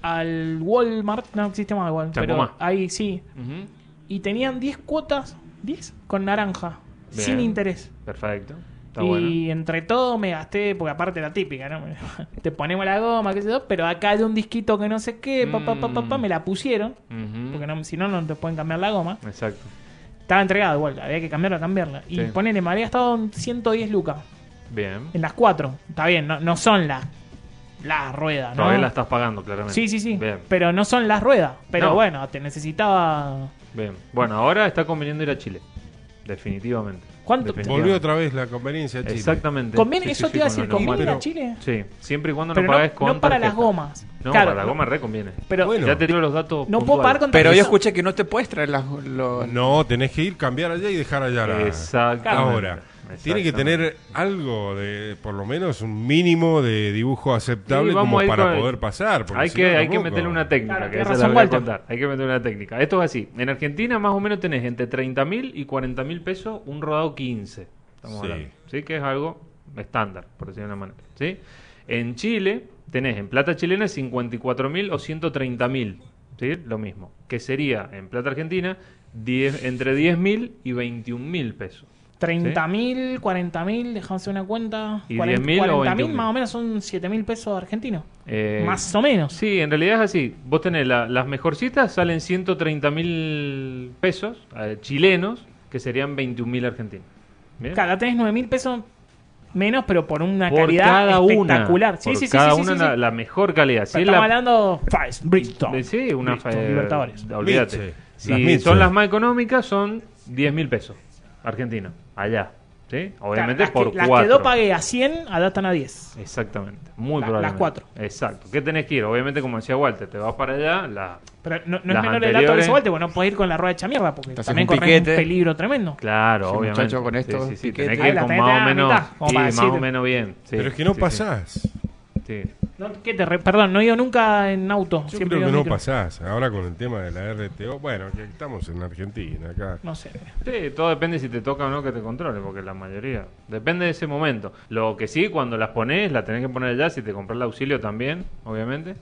Speaker 3: al Walmart, no existe más el Walmart,
Speaker 5: Chacomá.
Speaker 3: pero ahí sí.
Speaker 5: Ujú.
Speaker 3: Y tenían 10 cuotas, 10 con naranja,
Speaker 5: Bien.
Speaker 3: sin interés.
Speaker 5: Perfecto. Está
Speaker 3: y
Speaker 5: bueno.
Speaker 3: entre todo me gasté, porque aparte la típica, ¿no? Te ponemos la goma, qué sé yo, pero acá de un disquito que no sé qué, pa, pa, pa, pa, pa,
Speaker 5: Mm.
Speaker 3: me la pusieron.
Speaker 5: Ujú.
Speaker 3: Porque no, si no, no te pueden cambiar la goma.
Speaker 5: Exacto.
Speaker 3: Estaba entregado igual, había que cambiarla, cambiarla. Y
Speaker 5: Sí.
Speaker 3: ponele, me había gastado en 110 lucas.
Speaker 5: Bien.
Speaker 3: En las cuatro. Está bien, no, no son las las ruedas, ¿no?
Speaker 5: Todavía la estás pagando, claramente.
Speaker 3: Sí, sí, sí.
Speaker 5: Bien.
Speaker 3: Pero no son las ruedas. Pero
Speaker 5: No.
Speaker 3: bueno, te necesitaba.
Speaker 5: bien. Bueno, ahora está conveniendo ir a Chile. Definitivamente.
Speaker 3: ¿Cuánto?
Speaker 5: Definitivamente.
Speaker 6: Volvió otra vez la conveniencia a Chile.
Speaker 5: Exactamente.
Speaker 3: Conviene-
Speaker 5: Sí,
Speaker 3: eso
Speaker 5: sí,
Speaker 3: te
Speaker 5: sí,
Speaker 3: iba a
Speaker 5: con
Speaker 3: decir,
Speaker 5: la normal.
Speaker 3: ¿conviene ir a
Speaker 6: pero-
Speaker 3: Chile?
Speaker 5: Sí, siempre y cuando
Speaker 3: pero
Speaker 5: no pagues
Speaker 3: no,
Speaker 5: con
Speaker 3: no para
Speaker 5: tarjeta.
Speaker 3: las gomas.
Speaker 5: No,
Speaker 3: claro,
Speaker 5: para las gomas re conviene.
Speaker 3: Pero
Speaker 6: Bueno.
Speaker 5: Ya te tiro los datos.
Speaker 3: no puedo pagar
Speaker 5: puntuales.
Speaker 3: con
Speaker 7: Pero yo
Speaker 3: tarjeta.
Speaker 7: escuché que no te puedes traer las. lo-
Speaker 6: No, tenés que ir, cambiar allá y dejar allá la,
Speaker 5: Exactamente.
Speaker 6: ahora. Tiene que
Speaker 5: Exactamente.
Speaker 6: tener algo de, por lo menos, un mínimo de dibujo aceptable
Speaker 5: Sí, vamos
Speaker 6: como
Speaker 5: a ir
Speaker 6: para
Speaker 5: con-
Speaker 6: poder pasar. porque
Speaker 5: Hay
Speaker 6: si
Speaker 5: que,
Speaker 6: no,
Speaker 5: hay que
Speaker 6: tampoco.
Speaker 5: meterle una técnica,
Speaker 3: Claro,
Speaker 5: que
Speaker 3: tenés
Speaker 5: esa la
Speaker 3: razón,
Speaker 5: voy a
Speaker 3: Walter.
Speaker 5: contar. Hay que meterle una técnica. Esto es así. En Argentina más o menos tenés entre 30 mil y 40 mil pesos un rodado 15. Estamos
Speaker 6: Sí.
Speaker 5: hablando. ¿Sí? Que es algo estándar, por decirlo de una manera. ¿Sí? En Chile tenés en plata chilena 54 mil o 130 mil. ¿Sí? Lo mismo. Que sería en plata argentina 10, entre 10 mil y 21 mil pesos.
Speaker 3: 30.000, 40.000, déjame hacer una cuenta.
Speaker 5: ¿Y
Speaker 3: 40
Speaker 5: 10.000 o
Speaker 3: 40.000
Speaker 5: 21.000?
Speaker 3: más o menos son 7.000 pesos argentinos.
Speaker 5: Eh,
Speaker 3: más o menos.
Speaker 5: Sí, en realidad es así. Vos tenés la- las mejorcitas, salen 130 mil pesos eh, chilenos, que serían 21 mil argentinos. ¿Bien?
Speaker 3: Cada tenés 9.000 pesos menos, pero por una
Speaker 5: Por
Speaker 3: calidad
Speaker 5: cada una.
Speaker 3: espectacular. Sí,
Speaker 5: por
Speaker 3: sí, sí,
Speaker 5: cada
Speaker 3: sí, sí,
Speaker 5: una
Speaker 3: sí,
Speaker 5: la,
Speaker 3: sí.
Speaker 5: la mejor calidad.
Speaker 3: Pero
Speaker 5: Si es
Speaker 3: estamos
Speaker 5: la-
Speaker 3: hablando Fries, Bristol.
Speaker 5: Sí, una
Speaker 3: Bristol,
Speaker 5: fa-
Speaker 3: Libertadores.
Speaker 5: Olvídate.
Speaker 6: Mitchell.
Speaker 5: Si
Speaker 6: Las Mitchell.
Speaker 5: son las más económicas, son 10 mil pesos argentinos, allá. ¿Sí? Obviamente
Speaker 3: Claro, las
Speaker 5: por
Speaker 3: que, las
Speaker 5: cuatro.
Speaker 3: que yo pagué a 100, allá están a 10.
Speaker 5: Exactamente, muy
Speaker 3: La-
Speaker 5: probablemente.
Speaker 3: las cuatro.
Speaker 5: Exacto. ¿Qué tenés que ir? Obviamente, como decía Walter, te vas para allá, la,
Speaker 3: Pero no, no es
Speaker 5: Las
Speaker 3: menor el dato que
Speaker 5: anteriores-
Speaker 3: se volte, porque no podés ir con la rueda hecha mierda, porque
Speaker 7: Te haces
Speaker 3: también
Speaker 7: un
Speaker 3: corres un
Speaker 7: piquete.
Speaker 3: peligro tremendo.
Speaker 5: Claro,
Speaker 7: Sí,
Speaker 5: obviamente.
Speaker 7: muchacho, con esto,
Speaker 5: Sí, sí, sí,
Speaker 7: piquete.
Speaker 5: tenés que
Speaker 3: Ahí
Speaker 5: ir
Speaker 3: la
Speaker 5: con
Speaker 3: tenés
Speaker 5: más o
Speaker 3: a la
Speaker 5: menos.
Speaker 3: mitad, como
Speaker 5: sí,
Speaker 3: para
Speaker 5: más
Speaker 3: decirte.
Speaker 5: o menos bien. sí,
Speaker 6: Pero es que no
Speaker 5: sí, sí,
Speaker 6: pasás.
Speaker 5: sí.
Speaker 3: No, ¿qué te re- Perdón, no he ido nunca en auto.
Speaker 6: Yo
Speaker 3: siempre
Speaker 6: creo que
Speaker 3: he ido
Speaker 6: no
Speaker 3: en micro.
Speaker 6: pasás. Ahora con el tema de la RTO, bueno, que estamos en Argentina acá.
Speaker 3: No sé.
Speaker 5: Sí, todo depende si te toca o no que te controle, porque la mayoría. Depende de ese momento. Lo que sí, cuando las pones, la tenés que poner allá, si te compras el auxilio también, obviamente,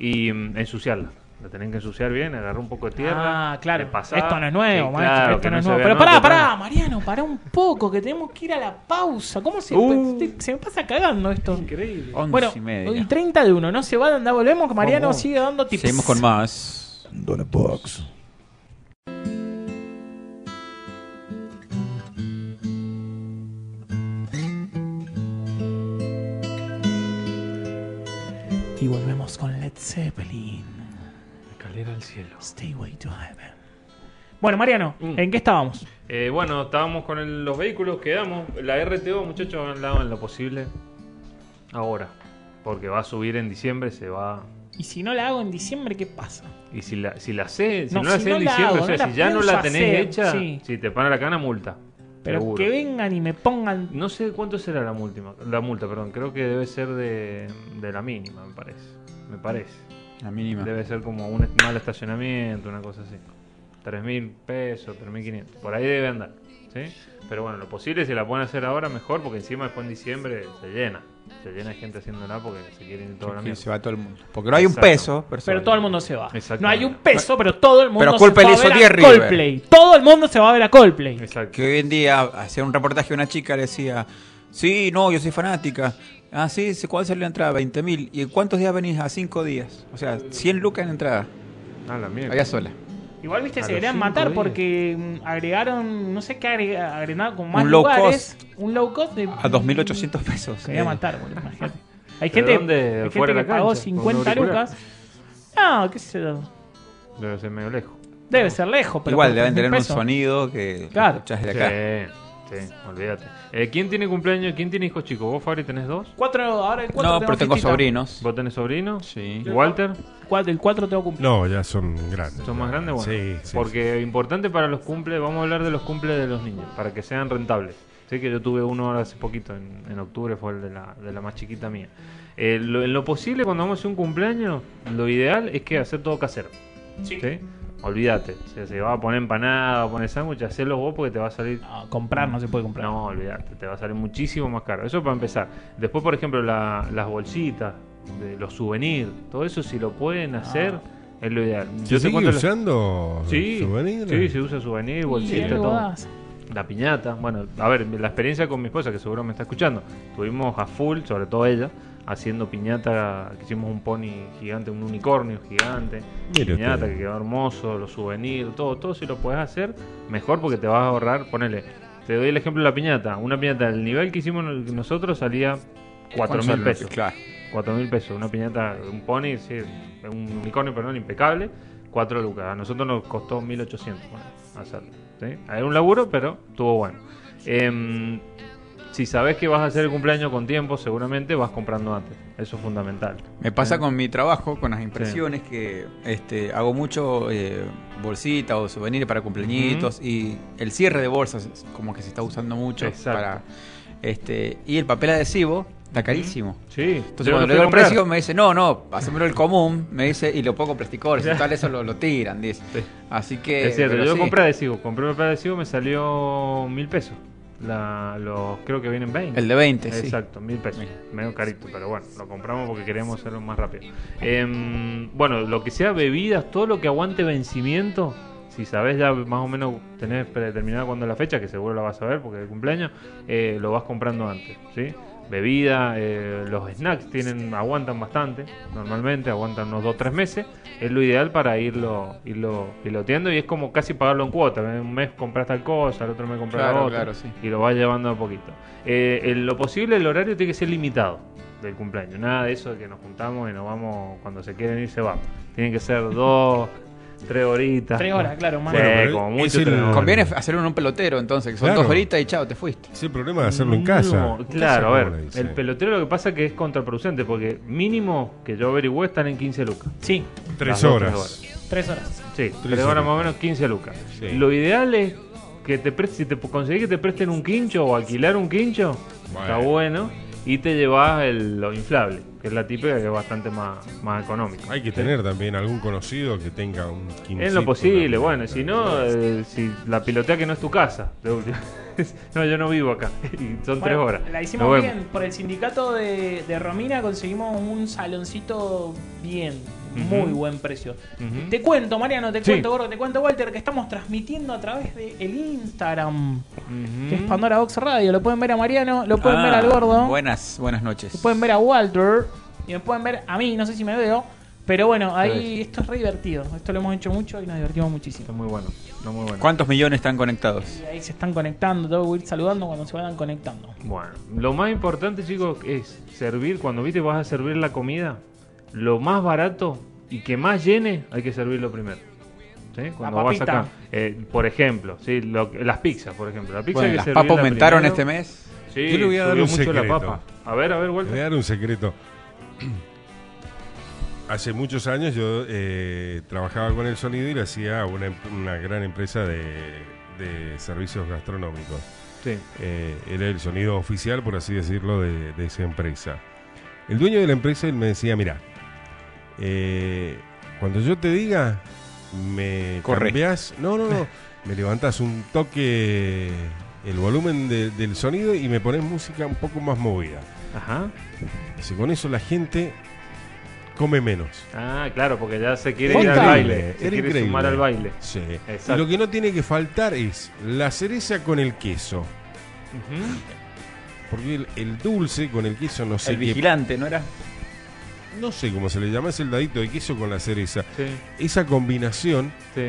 Speaker 5: y mm, ensuciarla. La tenés que ensuciar bien, agarrar un poco de tierra.
Speaker 3: Ah, claro.
Speaker 5: le pasás.
Speaker 3: Esto no es nuevo,
Speaker 5: Sí,
Speaker 3: maestro.
Speaker 5: claro, que
Speaker 3: esto no es
Speaker 5: se
Speaker 3: nuevo.
Speaker 5: vea
Speaker 3: Pero pará,
Speaker 5: claro.
Speaker 3: pará, Mariano, pará un poco, que tenemos que ir a la pausa. ¿Cómo se,
Speaker 5: Uh.
Speaker 3: se- se me pasa cagando esto?
Speaker 5: Increíble.
Speaker 7: Once
Speaker 3: Bueno,
Speaker 7: y media.
Speaker 3: y 30 de uno, no se va, anda, volvemos, que Mariano
Speaker 5: Vamos.
Speaker 3: sigue dando tips.
Speaker 7: Seguimos con más.
Speaker 8: Dona Box.
Speaker 3: Y volvemos con Led Zeppelin.
Speaker 5: Escalera al cielo.
Speaker 3: Stayway to Heaven. Bueno, Mariano,
Speaker 5: Mm.
Speaker 3: ¿en qué estábamos?
Speaker 5: Eh, bueno, estábamos con el- los vehículos, quedamos. La RTO, muchachos, han dado en lo posible. Ahora. Porque va a subir en diciembre, se va.
Speaker 3: Y si no la hago en diciembre, ¿qué pasa?
Speaker 5: Y si la, si la sé, si
Speaker 3: No,
Speaker 5: no, la
Speaker 3: si
Speaker 5: sé
Speaker 3: no
Speaker 5: en
Speaker 3: la
Speaker 5: diciembre,
Speaker 3: hago,
Speaker 5: o sea,
Speaker 3: no la
Speaker 5: si ya no la
Speaker 3: pienso
Speaker 5: tenés
Speaker 3: hacer,
Speaker 5: hecha,
Speaker 3: sí.
Speaker 5: si te paran la cana, multa.
Speaker 3: Pero
Speaker 5: Seguro.
Speaker 3: que vengan y me pongan.
Speaker 5: No sé cuánto será la multa, la multa, perdón. Creo que debe ser de, de la mínima, me parece. Me parece.
Speaker 7: La mínima.
Speaker 5: Debe ser como un est- mal estacionamiento, una cosa así. 3.000 pesos, 3.500. Por ahí debe andar. ¿sí? Pero bueno, lo posible, si la pueden hacer ahora, mejor, porque encima después en diciembre se llena. Se llena de gente haciéndola porque se quieren ir toda la
Speaker 7: Sí, se
Speaker 5: mierda.
Speaker 7: va todo el mundo. Porque no hay un
Speaker 5: Exacto.
Speaker 7: peso.
Speaker 3: Pero todo el mundo se va.
Speaker 5: Exactamente.
Speaker 3: No hay un peso, pero todo el mundo
Speaker 7: Pero
Speaker 3: se
Speaker 7: Coldplay
Speaker 3: va
Speaker 7: le
Speaker 3: a
Speaker 7: hizo
Speaker 3: ver
Speaker 7: 10
Speaker 3: a
Speaker 7: River.
Speaker 3: Coldplay. Todo el mundo se va a ver a Coldplay.
Speaker 5: Exacto.
Speaker 7: Que hoy en día hacía un reportaje a una chica, le decía, sí, no, yo soy fanática. Ah, sí, sí, ¿cuál salió la entrada? 20 mil. ¿Y en cuántos días venís? A 5 días. O sea, 100 lucas en entrada.
Speaker 5: Ah, la mierda.
Speaker 7: Allá sola.
Speaker 3: Igual, viste,
Speaker 5: A
Speaker 3: se
Speaker 5: los
Speaker 3: querían
Speaker 5: cinco
Speaker 3: matar
Speaker 5: días.
Speaker 3: porque mm, agregaron, no sé qué agre- agregaron con más
Speaker 7: Un low
Speaker 3: lugares. Un low cost. De, Mm,
Speaker 7: A 2.800 pesos.
Speaker 3: Se quería
Speaker 7: Eh,
Speaker 3: matar, boludo, imagínate. Hay
Speaker 5: ¿Pero
Speaker 3: gente,
Speaker 5: dónde?
Speaker 3: hay gente
Speaker 5: ¿Fuera de
Speaker 3: que
Speaker 5: la
Speaker 3: pagó
Speaker 5: cancha? ¿Con un
Speaker 3: 50
Speaker 5: auricular?
Speaker 3: lucas. No, qué sé yo.
Speaker 5: Debe ser medio lejos.
Speaker 3: Debe ser lejos, pero.
Speaker 7: Igual
Speaker 3: por
Speaker 7: deben
Speaker 3: 3.000
Speaker 7: tener un
Speaker 3: pesos.
Speaker 7: sonido que
Speaker 3: Claro.
Speaker 7: escuchas de acá.
Speaker 5: Sí, sí, olvídate. Eh, ¿Quién tiene cumpleaños? ¿Quién tiene hijos chicos? ¿Vos, Fabri, tenés dos?
Speaker 3: Cuatro, ahora el cuatro
Speaker 7: No, pero tengo
Speaker 3: fiestita.
Speaker 7: sobrinos.
Speaker 5: ¿Vos tenés sobrino?
Speaker 7: Sí.
Speaker 5: ¿Walter?
Speaker 3: Cuatro, el cuatro tengo cumplir.
Speaker 6: No, ya son grandes.
Speaker 5: ¿Son más grandes? Bueno,
Speaker 6: Sí, sí,
Speaker 5: porque importante para los cumples, vamos a hablar de los cumples de los niños, para que sean rentables. Sé que yo tuve uno ahora hace poquito, en, en octubre fue el de la, de la más chiquita mía. Eh, lo- en lo posible, cuando vamos a hacer un cumpleaños, lo ideal es que hacer todo casero. Sí. Olvídate, o sea, se va a poner empanada, va a poner sándwich, hacelo vos porque te va a salir
Speaker 3: No, comprar no se puede comprar.
Speaker 5: no, olvidate, te va a salir muchísimo más caro. Eso para empezar. Después, por ejemplo, la- las bolsitas, de los souvenirs, todo eso, si lo pueden hacer, es lo ideal.
Speaker 6: ¿Se
Speaker 5: Yo te
Speaker 6: sigue
Speaker 5: cuento los-
Speaker 6: usando
Speaker 5: Sí,
Speaker 6: souvenir?
Speaker 5: sí, se usa souvenir,
Speaker 3: Sí,
Speaker 5: bolsita,
Speaker 3: algo
Speaker 5: todo.
Speaker 3: das.
Speaker 5: La piñata, bueno, a ver, la experiencia con mi esposa, que seguro me está escuchando, tuvimos a full, sobre todo ella, haciendo piñata, que hicimos un pony gigante, un unicornio gigante,
Speaker 6: Mire
Speaker 5: piñata
Speaker 6: usted.
Speaker 5: que quedó hermoso, los souvenirs, todo, todo, si lo puedes hacer, mejor porque te vas a ahorrar, ponele, te doy el ejemplo de la piñata, una piñata del nivel que hicimos nosotros salía 4 mil
Speaker 7: Gonzalo,
Speaker 5: pesos.
Speaker 7: Claro.
Speaker 5: 4 mil pesos, una piñata, un pony, sí, un unicornio, perdón, impecable, 4 lucas. A nosotros nos costó 1800 bueno, hacerlo. ¿sí? Era un laburo, pero estuvo bueno. Em, si sabes que vas a hacer el cumpleaños con tiempo, seguramente vas comprando antes. Eso es fundamental.
Speaker 7: Me
Speaker 5: Eh.
Speaker 7: pasa con mi trabajo, con las impresiones, que este, hago mucho eh, bolsitas o souvenirs para cumpleañitos y el cierre de bolsas es como que se está usando mucho
Speaker 5: Exacto.
Speaker 7: para este y el papel adhesivo está carísimo.
Speaker 5: Sí,
Speaker 7: Entonces cuando
Speaker 5: veo
Speaker 7: le digo el precio me dice, no, no, hacémelo el común, me dice, y lo pongo presticores, y tal, eso lo, lo tiran, dice.
Speaker 5: Sí.
Speaker 7: Así que...
Speaker 5: Es cierto,
Speaker 7: pero
Speaker 5: yo
Speaker 7: sí.
Speaker 5: compré adhesivo, compré un papel adhesivo, me salió mil pesos. La- los, creo que vienen 20.
Speaker 7: El de 20, sí.
Speaker 5: Exacto, mil pesos. Medio carito, pero bueno, lo compramos porque queríamos hacerlo más rápido. Em, bueno, lo que sea bebidas, todo lo que aguante vencimiento, si sabes ya más o menos tenés predeterminada cuándo es la fecha, que seguro la vas a ver porque es el cumpleaños, eh, lo vas comprando antes, ¿sí? Bebida, eh, los snacks tienen aguantan bastante, normalmente aguantan unos 2 3 meses, es lo ideal para irlo irlo piloteando y es como casi pagarlo en cuota, ¿eh? un mes compras tal cosa, el otro mes compras
Speaker 7: Claro,
Speaker 5: la otra
Speaker 7: claro, sí.
Speaker 5: y lo vas llevando a poquito. Eh, en lo posible el horario tiene que ser limitado del cumpleaños. Nada de eso de que nos juntamos y nos vamos cuando se quieren ir se van. Tienen que ser dos, tres horitas.
Speaker 3: Tres horas, claro, más.
Speaker 5: Sí,
Speaker 6: Bueno, pero
Speaker 5: como
Speaker 6: es
Speaker 5: mucho
Speaker 6: el-
Speaker 5: tres horas.
Speaker 7: Conviene hacerlo en un pelotero entonces, que son
Speaker 6: Claro.
Speaker 7: dos horitas y chao, te fuiste.
Speaker 6: Es el problema de hacerlo en casa.
Speaker 5: Mínimo,
Speaker 6: En casa,
Speaker 5: Claro, a
Speaker 6: como le
Speaker 5: ver,
Speaker 6: dice.
Speaker 5: el pelotero lo que pasa es que es contraproducente porque mínimo que yo averigüé están en 15 lucas.
Speaker 3: Sí,
Speaker 5: Las
Speaker 6: Tres
Speaker 5: dos,
Speaker 6: horas.
Speaker 5: horas.
Speaker 3: tres horas.
Speaker 5: Sí,
Speaker 6: Tres
Speaker 5: tres horas
Speaker 6: horas.
Speaker 5: más o menos 15 lucas.
Speaker 6: Sí.
Speaker 5: Lo ideal es que te pre- si te conseguís que te presten un quincho o alquilar un quincho, está bueno, y te llevas el, lo inflable, que es la típica que es bastante más, más económica.
Speaker 6: Hay que tener también algún conocido que tenga un 15.
Speaker 5: Es lo posible, bueno, si no, eh, si la pilotea que no es tu casa, de última. no, yo no vivo acá, y son tres
Speaker 3: Bueno,
Speaker 5: horas.
Speaker 3: La
Speaker 5: Nos
Speaker 3: hicimos
Speaker 5: vemos.
Speaker 3: bien. Por el sindicato de, de Romina conseguimos un saloncito bien. Muy
Speaker 5: Ujú.
Speaker 3: buen precio.
Speaker 5: Ujú.
Speaker 3: Te cuento, Mariano, te
Speaker 5: Sí.
Speaker 3: cuento, Gordo, te cuento, Walter, que estamos transmitiendo a través del Instagram,
Speaker 5: Ujú.
Speaker 3: que es Pandora Box Radio. Lo pueden ver a Mariano, lo pueden
Speaker 7: Ah,
Speaker 3: ver al Gordo,
Speaker 7: Buenas, buenas noches.
Speaker 3: lo pueden ver a Walter y me pueden ver a mí, no sé si me veo, pero bueno, ahí esto es re divertido. Esto lo hemos hecho mucho y nos divertimos muchísimo.
Speaker 5: Está muy bueno, está muy bueno.
Speaker 7: ¿Cuántos millones están conectados?
Speaker 3: Y ahí se están conectando, tengo que ir saludando cuando se vayan conectando.
Speaker 5: Bueno, lo más importante, chicos, es servir. Cuando viste, vas a servir la comida, lo más barato y que más llene, hay que servirlo primero. ¿Sí? Cuando vas
Speaker 3: papita.
Speaker 5: acá, eh, por ejemplo, ¿sí? Lo- las pizzas, por ejemplo. La pizza hay
Speaker 7: Bueno,
Speaker 5: que
Speaker 7: las
Speaker 5: servirla
Speaker 7: papas aumentaron
Speaker 5: primero.
Speaker 7: este mes.
Speaker 5: Sí,
Speaker 6: Yo le voy a dar
Speaker 5: subió
Speaker 6: un
Speaker 5: mucho la
Speaker 6: secreto.
Speaker 5: papa. A ver, a ver,
Speaker 6: Le voy a
Speaker 5: Walter.
Speaker 6: dar un secreto. Hace muchos años yo eh, trabajaba con el sonido y le hacía a una, em- una gran empresa de, de servicios gastronómicos.
Speaker 5: Sí.
Speaker 6: Eh, era el sonido oficial, por así decirlo, de, de esa empresa. El dueño de la empresa él me decía, mira, eh, cuando yo te diga, me
Speaker 7: Corre.
Speaker 6: cambiás- no, no, no, me levantas un toque el volumen de- del sonido y me pones música un poco más movida.
Speaker 5: Ajá.
Speaker 6: Dice, con eso la gente come menos.
Speaker 5: Ah, claro, porque ya se quiere
Speaker 6: Era
Speaker 5: ir al
Speaker 6: increíble,
Speaker 5: baile. Se
Speaker 6: era
Speaker 5: quiere
Speaker 6: increíble.
Speaker 5: sumar al baile.
Speaker 6: Sí.
Speaker 5: Exacto.
Speaker 6: Y lo que no tiene que faltar es la cereza con el queso.
Speaker 5: Ujú.
Speaker 6: Porque el, el dulce con el queso no sé
Speaker 7: el
Speaker 6: qué-
Speaker 7: vigilante, ¿no era?
Speaker 6: no sé cómo se le llama, es el dadito de queso con la cereza.
Speaker 5: Sí,
Speaker 6: Esa combinación,
Speaker 5: sí.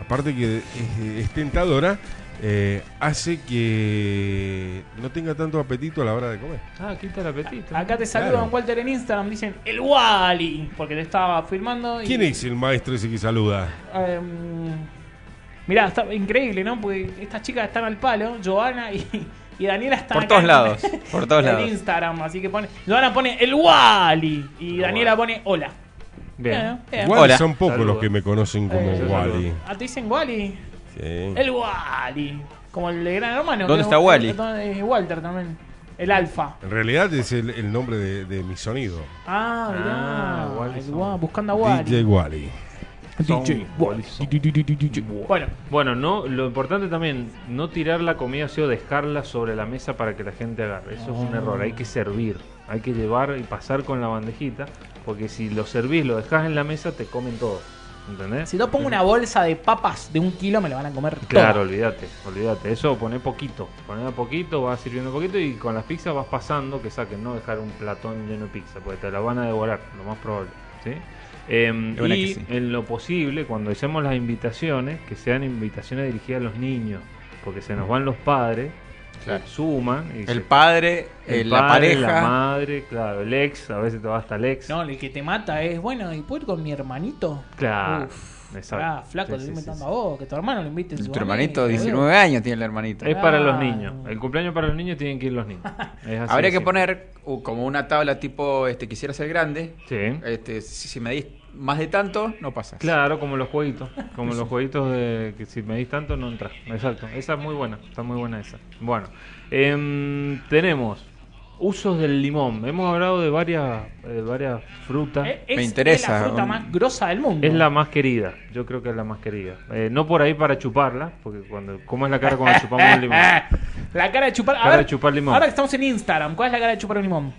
Speaker 6: aparte que es, es tentadora, eh, hace que no tenga tanto apetito a la hora de comer.
Speaker 5: Ah, quita el apetito.
Speaker 3: Acá te saludan
Speaker 6: Claro.
Speaker 3: Walter en Instagram, dicen el Wally, porque te estaba firmando. Y,
Speaker 6: ¿Quién es el maestro ese que saluda?
Speaker 3: Em, mirá, está increíble, ¿no? Porque estas chicas están al palo, Joana y, y Daniela están
Speaker 7: Por
Speaker 3: acá
Speaker 7: todos
Speaker 3: en-
Speaker 7: lados, por todos
Speaker 3: En
Speaker 7: lados.
Speaker 3: Instagram, así que pone. Joana pone el Wally y Daniela pone hola.
Speaker 5: Bien.
Speaker 3: Bueno, bien.
Speaker 6: Wally
Speaker 7: Hola.
Speaker 6: son pocos
Speaker 5: Saluda.
Speaker 6: los que me conocen como
Speaker 3: Eh, yo
Speaker 6: Wally.
Speaker 3: Ah, te dicen Wally.
Speaker 6: Sí.
Speaker 3: El Wally. Como el de Gran Hermano.
Speaker 7: ¿Dónde
Speaker 3: que
Speaker 7: está
Speaker 3: es-
Speaker 7: Wally?
Speaker 3: ¿dónde es Walter también. El Alfa.
Speaker 6: En realidad es el, el nombre de, de mi sonido.
Speaker 3: Ah,
Speaker 5: Ah,
Speaker 3: mirá.
Speaker 5: Wally
Speaker 3: el
Speaker 5: son-
Speaker 3: Wa- buscando a Ah, Wally.
Speaker 6: DJ Wally.
Speaker 5: Son-
Speaker 3: Bueno,
Speaker 5: Bueno, no, lo importante también, no tirar la comida, sino dejarla sobre la mesa para que la gente agarre. Eso es un error, hay que servir, hay que llevar y pasar con la bandejita, porque si lo servís, lo dejás en la mesa, te comen todo. ¿Entendés?
Speaker 3: Si yo pongo una bolsa de papas de un kilo, me la van a comer
Speaker 5: Claro,
Speaker 3: todas.
Speaker 5: olvídate, olvídate. Eso poné poquito. Poné a poquito, vas sirviendo poquito y con las pizzas vas pasando que saquen, no dejar un platón lleno de pizza, porque te la van a devorar, lo más probable. ¿sí? Em,
Speaker 7: Es verdad
Speaker 5: y
Speaker 7: que sí.
Speaker 5: en lo posible, cuando hacemos las invitaciones, que sean invitaciones dirigidas a los niños, porque se nos van los padres,
Speaker 7: Claro.
Speaker 5: se suman. y
Speaker 7: El
Speaker 5: se-
Speaker 7: padre, eh,
Speaker 5: el
Speaker 7: la
Speaker 5: padre,
Speaker 7: pareja.
Speaker 5: La madre, claro, el ex, a veces te va hasta el ex.
Speaker 3: No, el que te mata es, bueno, ¿y puedo ir con mi hermanito?
Speaker 5: Claro,
Speaker 3: Uf,
Speaker 5: exacto.
Speaker 3: pará, flaco,
Speaker 5: Sí,
Speaker 3: te
Speaker 5: sí,
Speaker 3: estoy
Speaker 5: sí,
Speaker 3: inventando
Speaker 5: sí.
Speaker 3: a vos, que tu hermano lo invite en su
Speaker 7: Tu
Speaker 3: amigo,
Speaker 7: hermanito,
Speaker 3: boludo.
Speaker 7: 19 años tiene el hermanito.
Speaker 5: Es para los
Speaker 3: Claro.
Speaker 5: niños. El cumpleaños para los niños tienen que ir los niños. Es así
Speaker 7: Ah. Habría
Speaker 5: de
Speaker 7: que
Speaker 5: simple.
Speaker 7: poner uh, como una tabla tipo, este, quisiera ser grande.
Speaker 5: Sí.
Speaker 7: Este, si, si me dis más de tanto, no pasas.
Speaker 5: Claro, como los jueguitos. Como los jueguitos de que si me dis tanto no entras. Exacto. Esa es muy buena. Está muy buena esa. Bueno. em, tenemos usos del limón. Hemos hablado de varias, de varias frutas.
Speaker 3: Eh, Es,
Speaker 7: Me interesa,
Speaker 3: Es la fruta
Speaker 7: un-
Speaker 3: más grosa del mundo.
Speaker 5: Es la más querida, yo creo que es la más querida. Eh, no por ahí para chuparla, porque cuando ¿cómo es la cara cuando chupamos un limón?
Speaker 3: Eh, La cara de chupar. a
Speaker 5: Cara de
Speaker 3: ver,
Speaker 5: chupar limón.
Speaker 3: Ahora que estamos en Instagram, ¿cuál es la cara de chupar un limón?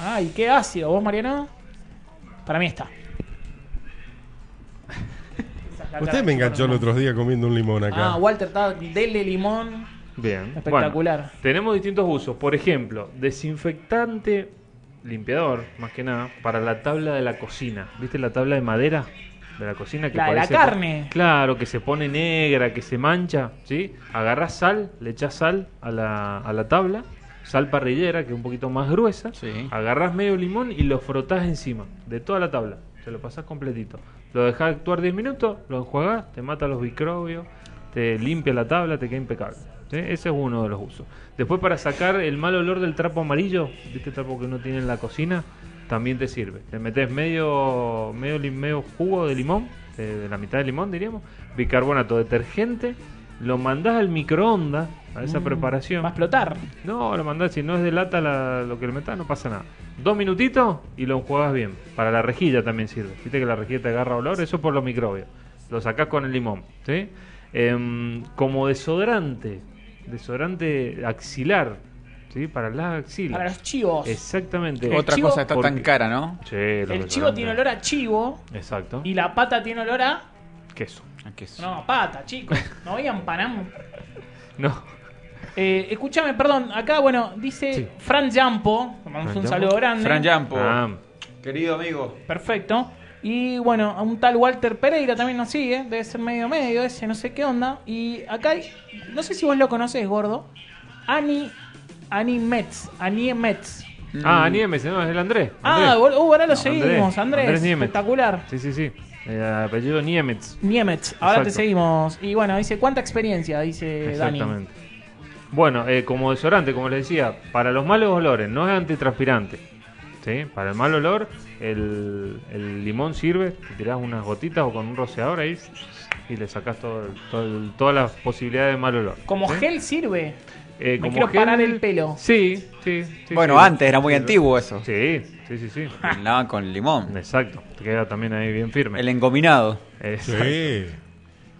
Speaker 3: Ay, qué ácido. ¿Vos, Mariano? Para mí está.
Speaker 6: Usted me enganchó el otro día comiendo un limón acá.
Speaker 3: Ah, Walter está dele limón.
Speaker 5: Bien.
Speaker 3: Espectacular.
Speaker 5: Bueno, tenemos distintos usos. Por ejemplo, desinfectante, limpiador, más que nada, para la tabla de la cocina. ¿Viste la tabla de madera de la cocina? Que
Speaker 3: La de la
Speaker 5: parece-
Speaker 3: carne.
Speaker 5: Claro, que se pone negra, que se mancha, ¿sí? Agarrás sal, le echás sal a la, a la tabla, sal parrillera, que es un poquito más gruesa.
Speaker 7: Sí.
Speaker 5: Agarrás medio limón y lo frotás encima de toda la tabla. Se lo pasás completito. Lo dejás actuar 10 minutos, lo enjuagás, te mata los microbios, te limpia la tabla, te queda impecable. ¿Sí? Ese es uno de los usos. Después para sacar el mal olor del trapo amarillo, ¿viste el trapo que uno tiene en la cocina? También te sirve. Te metes medio, medio, lim- medio jugo de limón, eh, de, de la mitad de limón diríamos, bicarbonato, detergente, lo mandás al microondas a esa preparación.
Speaker 3: Mm. Va a explotar.
Speaker 5: No, lo mandás, si no es de lata la- lo que le metas, no pasa nada. Dos minutitos y lo enjuagas bien. Para la rejilla también sirve. Viste que la rejilla te agarra olor, eso por los microbios. Lo sacás con el limón, ¿sí? Em, como desodorante, desodorante axilar, ¿sí? Para las axilas.
Speaker 3: Para los chivos.
Speaker 5: Exactamente.
Speaker 3: El
Speaker 7: Otra
Speaker 3: chivo-
Speaker 7: cosa está tan
Speaker 5: porque-
Speaker 7: cara, ¿no?
Speaker 5: Sí, los
Speaker 3: El chivo
Speaker 5: desodorantes.
Speaker 3: tiene olor a chivo
Speaker 5: Exacto.
Speaker 3: y la pata tiene olor a.
Speaker 5: queso.
Speaker 7: Ah, que es-
Speaker 3: No, pata, chicos. No vayan panam.
Speaker 5: No.
Speaker 3: Eh, escúchame, perdón. Acá, bueno, dice
Speaker 5: Sí.
Speaker 3: Fran Jampo. Le mandamos
Speaker 5: Fran
Speaker 3: un
Speaker 5: Jampo.
Speaker 3: saludo grande.
Speaker 7: Fran Jampo,
Speaker 5: Ah,
Speaker 7: querido amigo.
Speaker 3: Perfecto. Y bueno, a un tal Walter Pereira también nos sigue, debe ser medio medio, ese no sé qué onda. Y acá hay, no sé si vos lo conoces, gordo. Ani, Ani Metz, Ani Metz.
Speaker 5: ah
Speaker 7: mm.
Speaker 5: Niemes, no, es el Andrés.
Speaker 3: Ah,
Speaker 5: Andrés.
Speaker 3: bol- uh, ahora lo seguimos,
Speaker 5: Andrés.
Speaker 3: Andrés,
Speaker 5: Andrés Niemetz.
Speaker 3: espectacular.
Speaker 5: Sí, sí, sí. El apellido Niemetz.
Speaker 3: Niemetz, ahora te
Speaker 5: Exacto.
Speaker 3: seguimos. Y bueno, dice, ¿cuánta experiencia? Dice Dani.
Speaker 5: Exactamente. Bueno, eh, como desodorante, como les decía, para los malos olores, no es antitranspirante. ¿sí? Para el mal olor, el, el limón sirve, te tirás unas gotitas o con un roceador ahí y le sacás todo, el- todo el- todas las posibilidades de mal olor.
Speaker 3: Como
Speaker 5: ¿sí?
Speaker 3: gel sirve.
Speaker 5: Eh,
Speaker 3: me quiero parar el pelo.
Speaker 5: Sí, sí. sí,
Speaker 7: bueno,
Speaker 5: sí.
Speaker 7: antes era muy
Speaker 5: Sí,
Speaker 7: antiguo eso.
Speaker 5: Sí, sí, sí, sí.
Speaker 7: Andaban con limón.
Speaker 5: Exacto, te queda también ahí bien firme.
Speaker 7: El engominado.
Speaker 5: Exacto.
Speaker 6: Sí.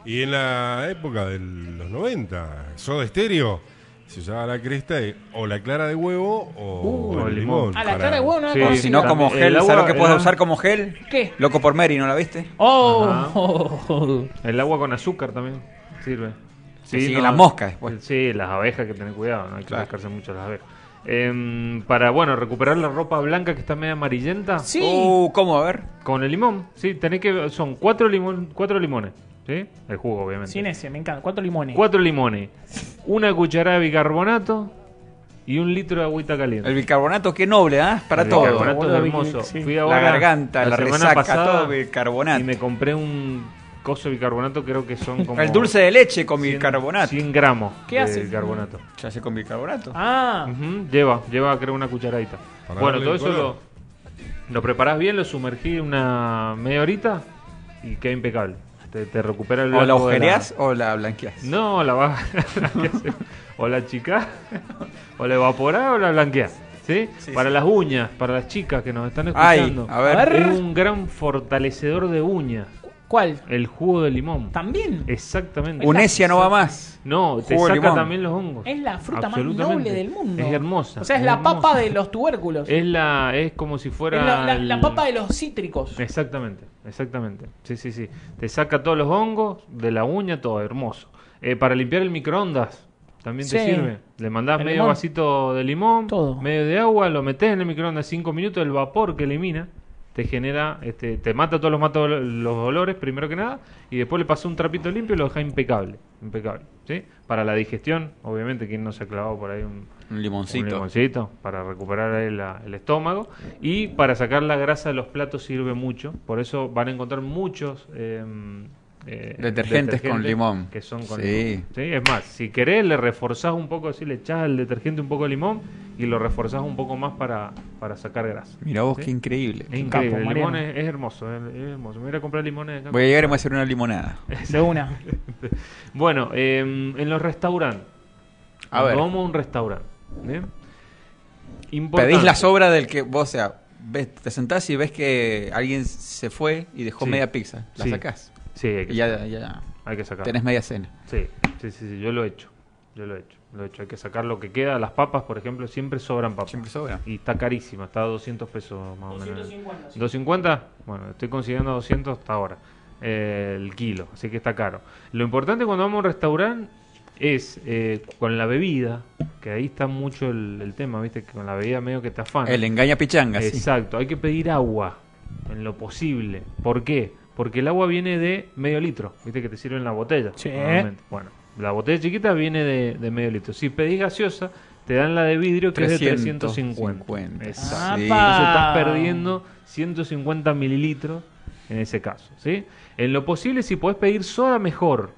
Speaker 6: Y en la época de los 90, Soda Estéreo, se usaba la cresta de- o la clara de huevo o
Speaker 5: Uh,
Speaker 6: el
Speaker 5: el
Speaker 6: limón.
Speaker 5: limón.
Speaker 3: A Ah, la
Speaker 6: para-
Speaker 3: clara de huevo no la
Speaker 5: Sí.
Speaker 7: O
Speaker 3: conocía.
Speaker 7: si no, como
Speaker 5: también. El
Speaker 7: gel. ¿Sabes
Speaker 5: agua
Speaker 7: lo que puedes
Speaker 5: era-
Speaker 7: usar como gel?
Speaker 3: ¿Qué?
Speaker 7: Loco por Mary, ¿no la viste?
Speaker 5: Ajá.
Speaker 3: Oh,
Speaker 5: El agua con azúcar también sirve.
Speaker 7: Se siguen las moscas después.
Speaker 5: Sí, las abejas que tener cuidado, no hay que
Speaker 7: Claro.
Speaker 5: acercarse mucho a las abejas. Em, para, bueno, recuperar la ropa blanca que está media amarillenta
Speaker 3: Sí.
Speaker 7: Uh, ¿cómo? A ver.
Speaker 5: con el limón. Sí, tenés que. Son cuatro, limón, cuatro limones. ¿Sí? El jugo, obviamente.
Speaker 7: este.
Speaker 3: Sin ese, me encanta. Cuatro limones.
Speaker 5: Cuatro limones, una cucharada de bicarbonato y un litro de agüita caliente.
Speaker 7: El bicarbonato, qué noble, ¿ah? Para
Speaker 5: El
Speaker 7: todo.
Speaker 5: bicarbonato es
Speaker 3: Boludo,
Speaker 5: hermoso.
Speaker 3: sí.
Speaker 5: Fui
Speaker 7: La
Speaker 5: ahora,
Speaker 7: garganta, la
Speaker 5: semana
Speaker 7: resaca,
Speaker 5: pasada,
Speaker 7: todo bicarbonato.
Speaker 5: Y me compré un coso de bicarbonato, creo que son como.
Speaker 7: El dulce de leche con
Speaker 5: 100
Speaker 7: bicarbonato.
Speaker 5: 100 gramos
Speaker 3: ¿Qué
Speaker 5: de
Speaker 3: hace?
Speaker 5: bicarbonato.
Speaker 7: ¿Se hace con bicarbonato?
Speaker 3: Ah,
Speaker 5: Ujú, Lleva, lleva creo una cucharadita.
Speaker 6: Para
Speaker 5: bueno, todo
Speaker 6: darle
Speaker 5: eso
Speaker 6: color.
Speaker 5: lo, lo preparás bien, lo sumergís una media horita y queda impecable. Te, te recupera el
Speaker 7: ¿O la
Speaker 5: blanco de
Speaker 7: agujereas o la blanqueas?
Speaker 5: No, la vas... o la chica, o la evaporás o la blanqueás. ¿sí? para las uñas, para las chicas que nos están
Speaker 7: Ay,
Speaker 5: escuchando.
Speaker 7: a ver.
Speaker 3: A ver.
Speaker 5: Es un gran fortalecedor de uñas.
Speaker 3: ¿Cuál?
Speaker 5: El jugo de limón.
Speaker 3: También.
Speaker 5: Exactamente.
Speaker 7: Unesia no va más.
Speaker 5: No, te
Speaker 7: Jugo de
Speaker 5: saca
Speaker 7: limón.
Speaker 5: también los hongos.
Speaker 3: Es la fruta más
Speaker 5: Absolutamente.
Speaker 3: noble del mundo.
Speaker 5: Es hermosa.
Speaker 3: O sea, es,
Speaker 5: es
Speaker 3: la
Speaker 5: hermosa.
Speaker 3: papa de los tubérculos.
Speaker 5: Es la es como si fuera
Speaker 3: Es la, la- la
Speaker 5: el-
Speaker 3: papa de los cítricos.
Speaker 5: Exactamente, exactamente. Sí, sí, sí. Te saca todos los hongos de la uña, todo hermoso. Eh, para limpiar el microondas también te
Speaker 3: Sí.
Speaker 5: sirve. Le mandás
Speaker 3: El
Speaker 5: medio
Speaker 3: limón.
Speaker 5: vasito de limón,
Speaker 3: Todo.
Speaker 5: medio de agua, lo metes en el microondas 5 minutos, el vapor que elimina te genera, este, te mata todos los, mato- los dolores primero que nada y después le pasas un trapito limpio y lo deja impecable, impecable, ¿sí? Para la digestión, obviamente, quien no se ha clavado por ahí un,
Speaker 7: Un
Speaker 5: un
Speaker 7: limoncito.
Speaker 5: limoncito para recuperar el, la- el estómago y para sacar la grasa de los platos sirve mucho. Por eso van a encontrar muchos eh, eh,
Speaker 7: Detergentes con limón.
Speaker 5: Que son con
Speaker 7: Sí.
Speaker 5: limón. Sí, Es más, si querés le reforzás un poco, si le echás al detergente un poco de limón y lo reforzás un poco más para, para sacar grasa.
Speaker 7: Mira vos,
Speaker 5: Sí.
Speaker 7: qué increíble.
Speaker 5: Es
Speaker 3: capo,
Speaker 5: increíble, el limón
Speaker 3: Mariano.
Speaker 5: es, es hermoso, es, es hermoso. Me voy a ir a comprar limones acá.
Speaker 7: Voy a llegar y me voy a hacer una limonada.
Speaker 3: De una.
Speaker 5: Bueno, eh, en los restaurantes.
Speaker 7: A ver.
Speaker 5: Vamos a un restaurante. ¿bien?
Speaker 7: Pedís
Speaker 5: Importante.
Speaker 7: la sobra del que vos, o sea, ves- te sentás y ves que alguien se fue y dejó
Speaker 5: Sí.
Speaker 7: media pizza. La
Speaker 5: Sí.
Speaker 7: sacás.
Speaker 5: Sí, hay que
Speaker 7: Y ya, ya
Speaker 5: Hay que sacar.
Speaker 7: tenés media cena.
Speaker 5: Sí, sí, sí, sí, yo lo he hecho. Yo lo he hecho. Lo he hecho. Hay que sacar lo que queda. Las papas, por ejemplo, siempre sobran papas.
Speaker 7: Siempre sobra.
Speaker 5: Y está carísima, está a 200 pesos más o menos. ¿250? Bueno, estoy consiguiendo 200 hasta ahora. eh, el kilo, así que está caro. Lo importante cuando vamos a un restaurante es eh, con la bebida, que ahí está mucho el, el tema, ¿viste? Que con la bebida medio que te afana.
Speaker 7: El engaña pichanga, sí.
Speaker 5: Ah. Exacto, hay que pedir agua en lo posible. ¿Por qué? Porque el agua viene de medio litro, viste que te sirven la botella.
Speaker 3: Sí.
Speaker 5: normalmente. Bueno, la botella chiquita viene de, de medio litro. Si pedís gaseosa, te dan la de vidrio que es de 350.
Speaker 7: 350.
Speaker 5: Exacto.
Speaker 3: Ah,
Speaker 7: Sí.
Speaker 3: pa.
Speaker 5: Entonces estás perdiendo 150 mililitros en ese caso, ¿sí? En lo posible, si podés pedir soda, mejor,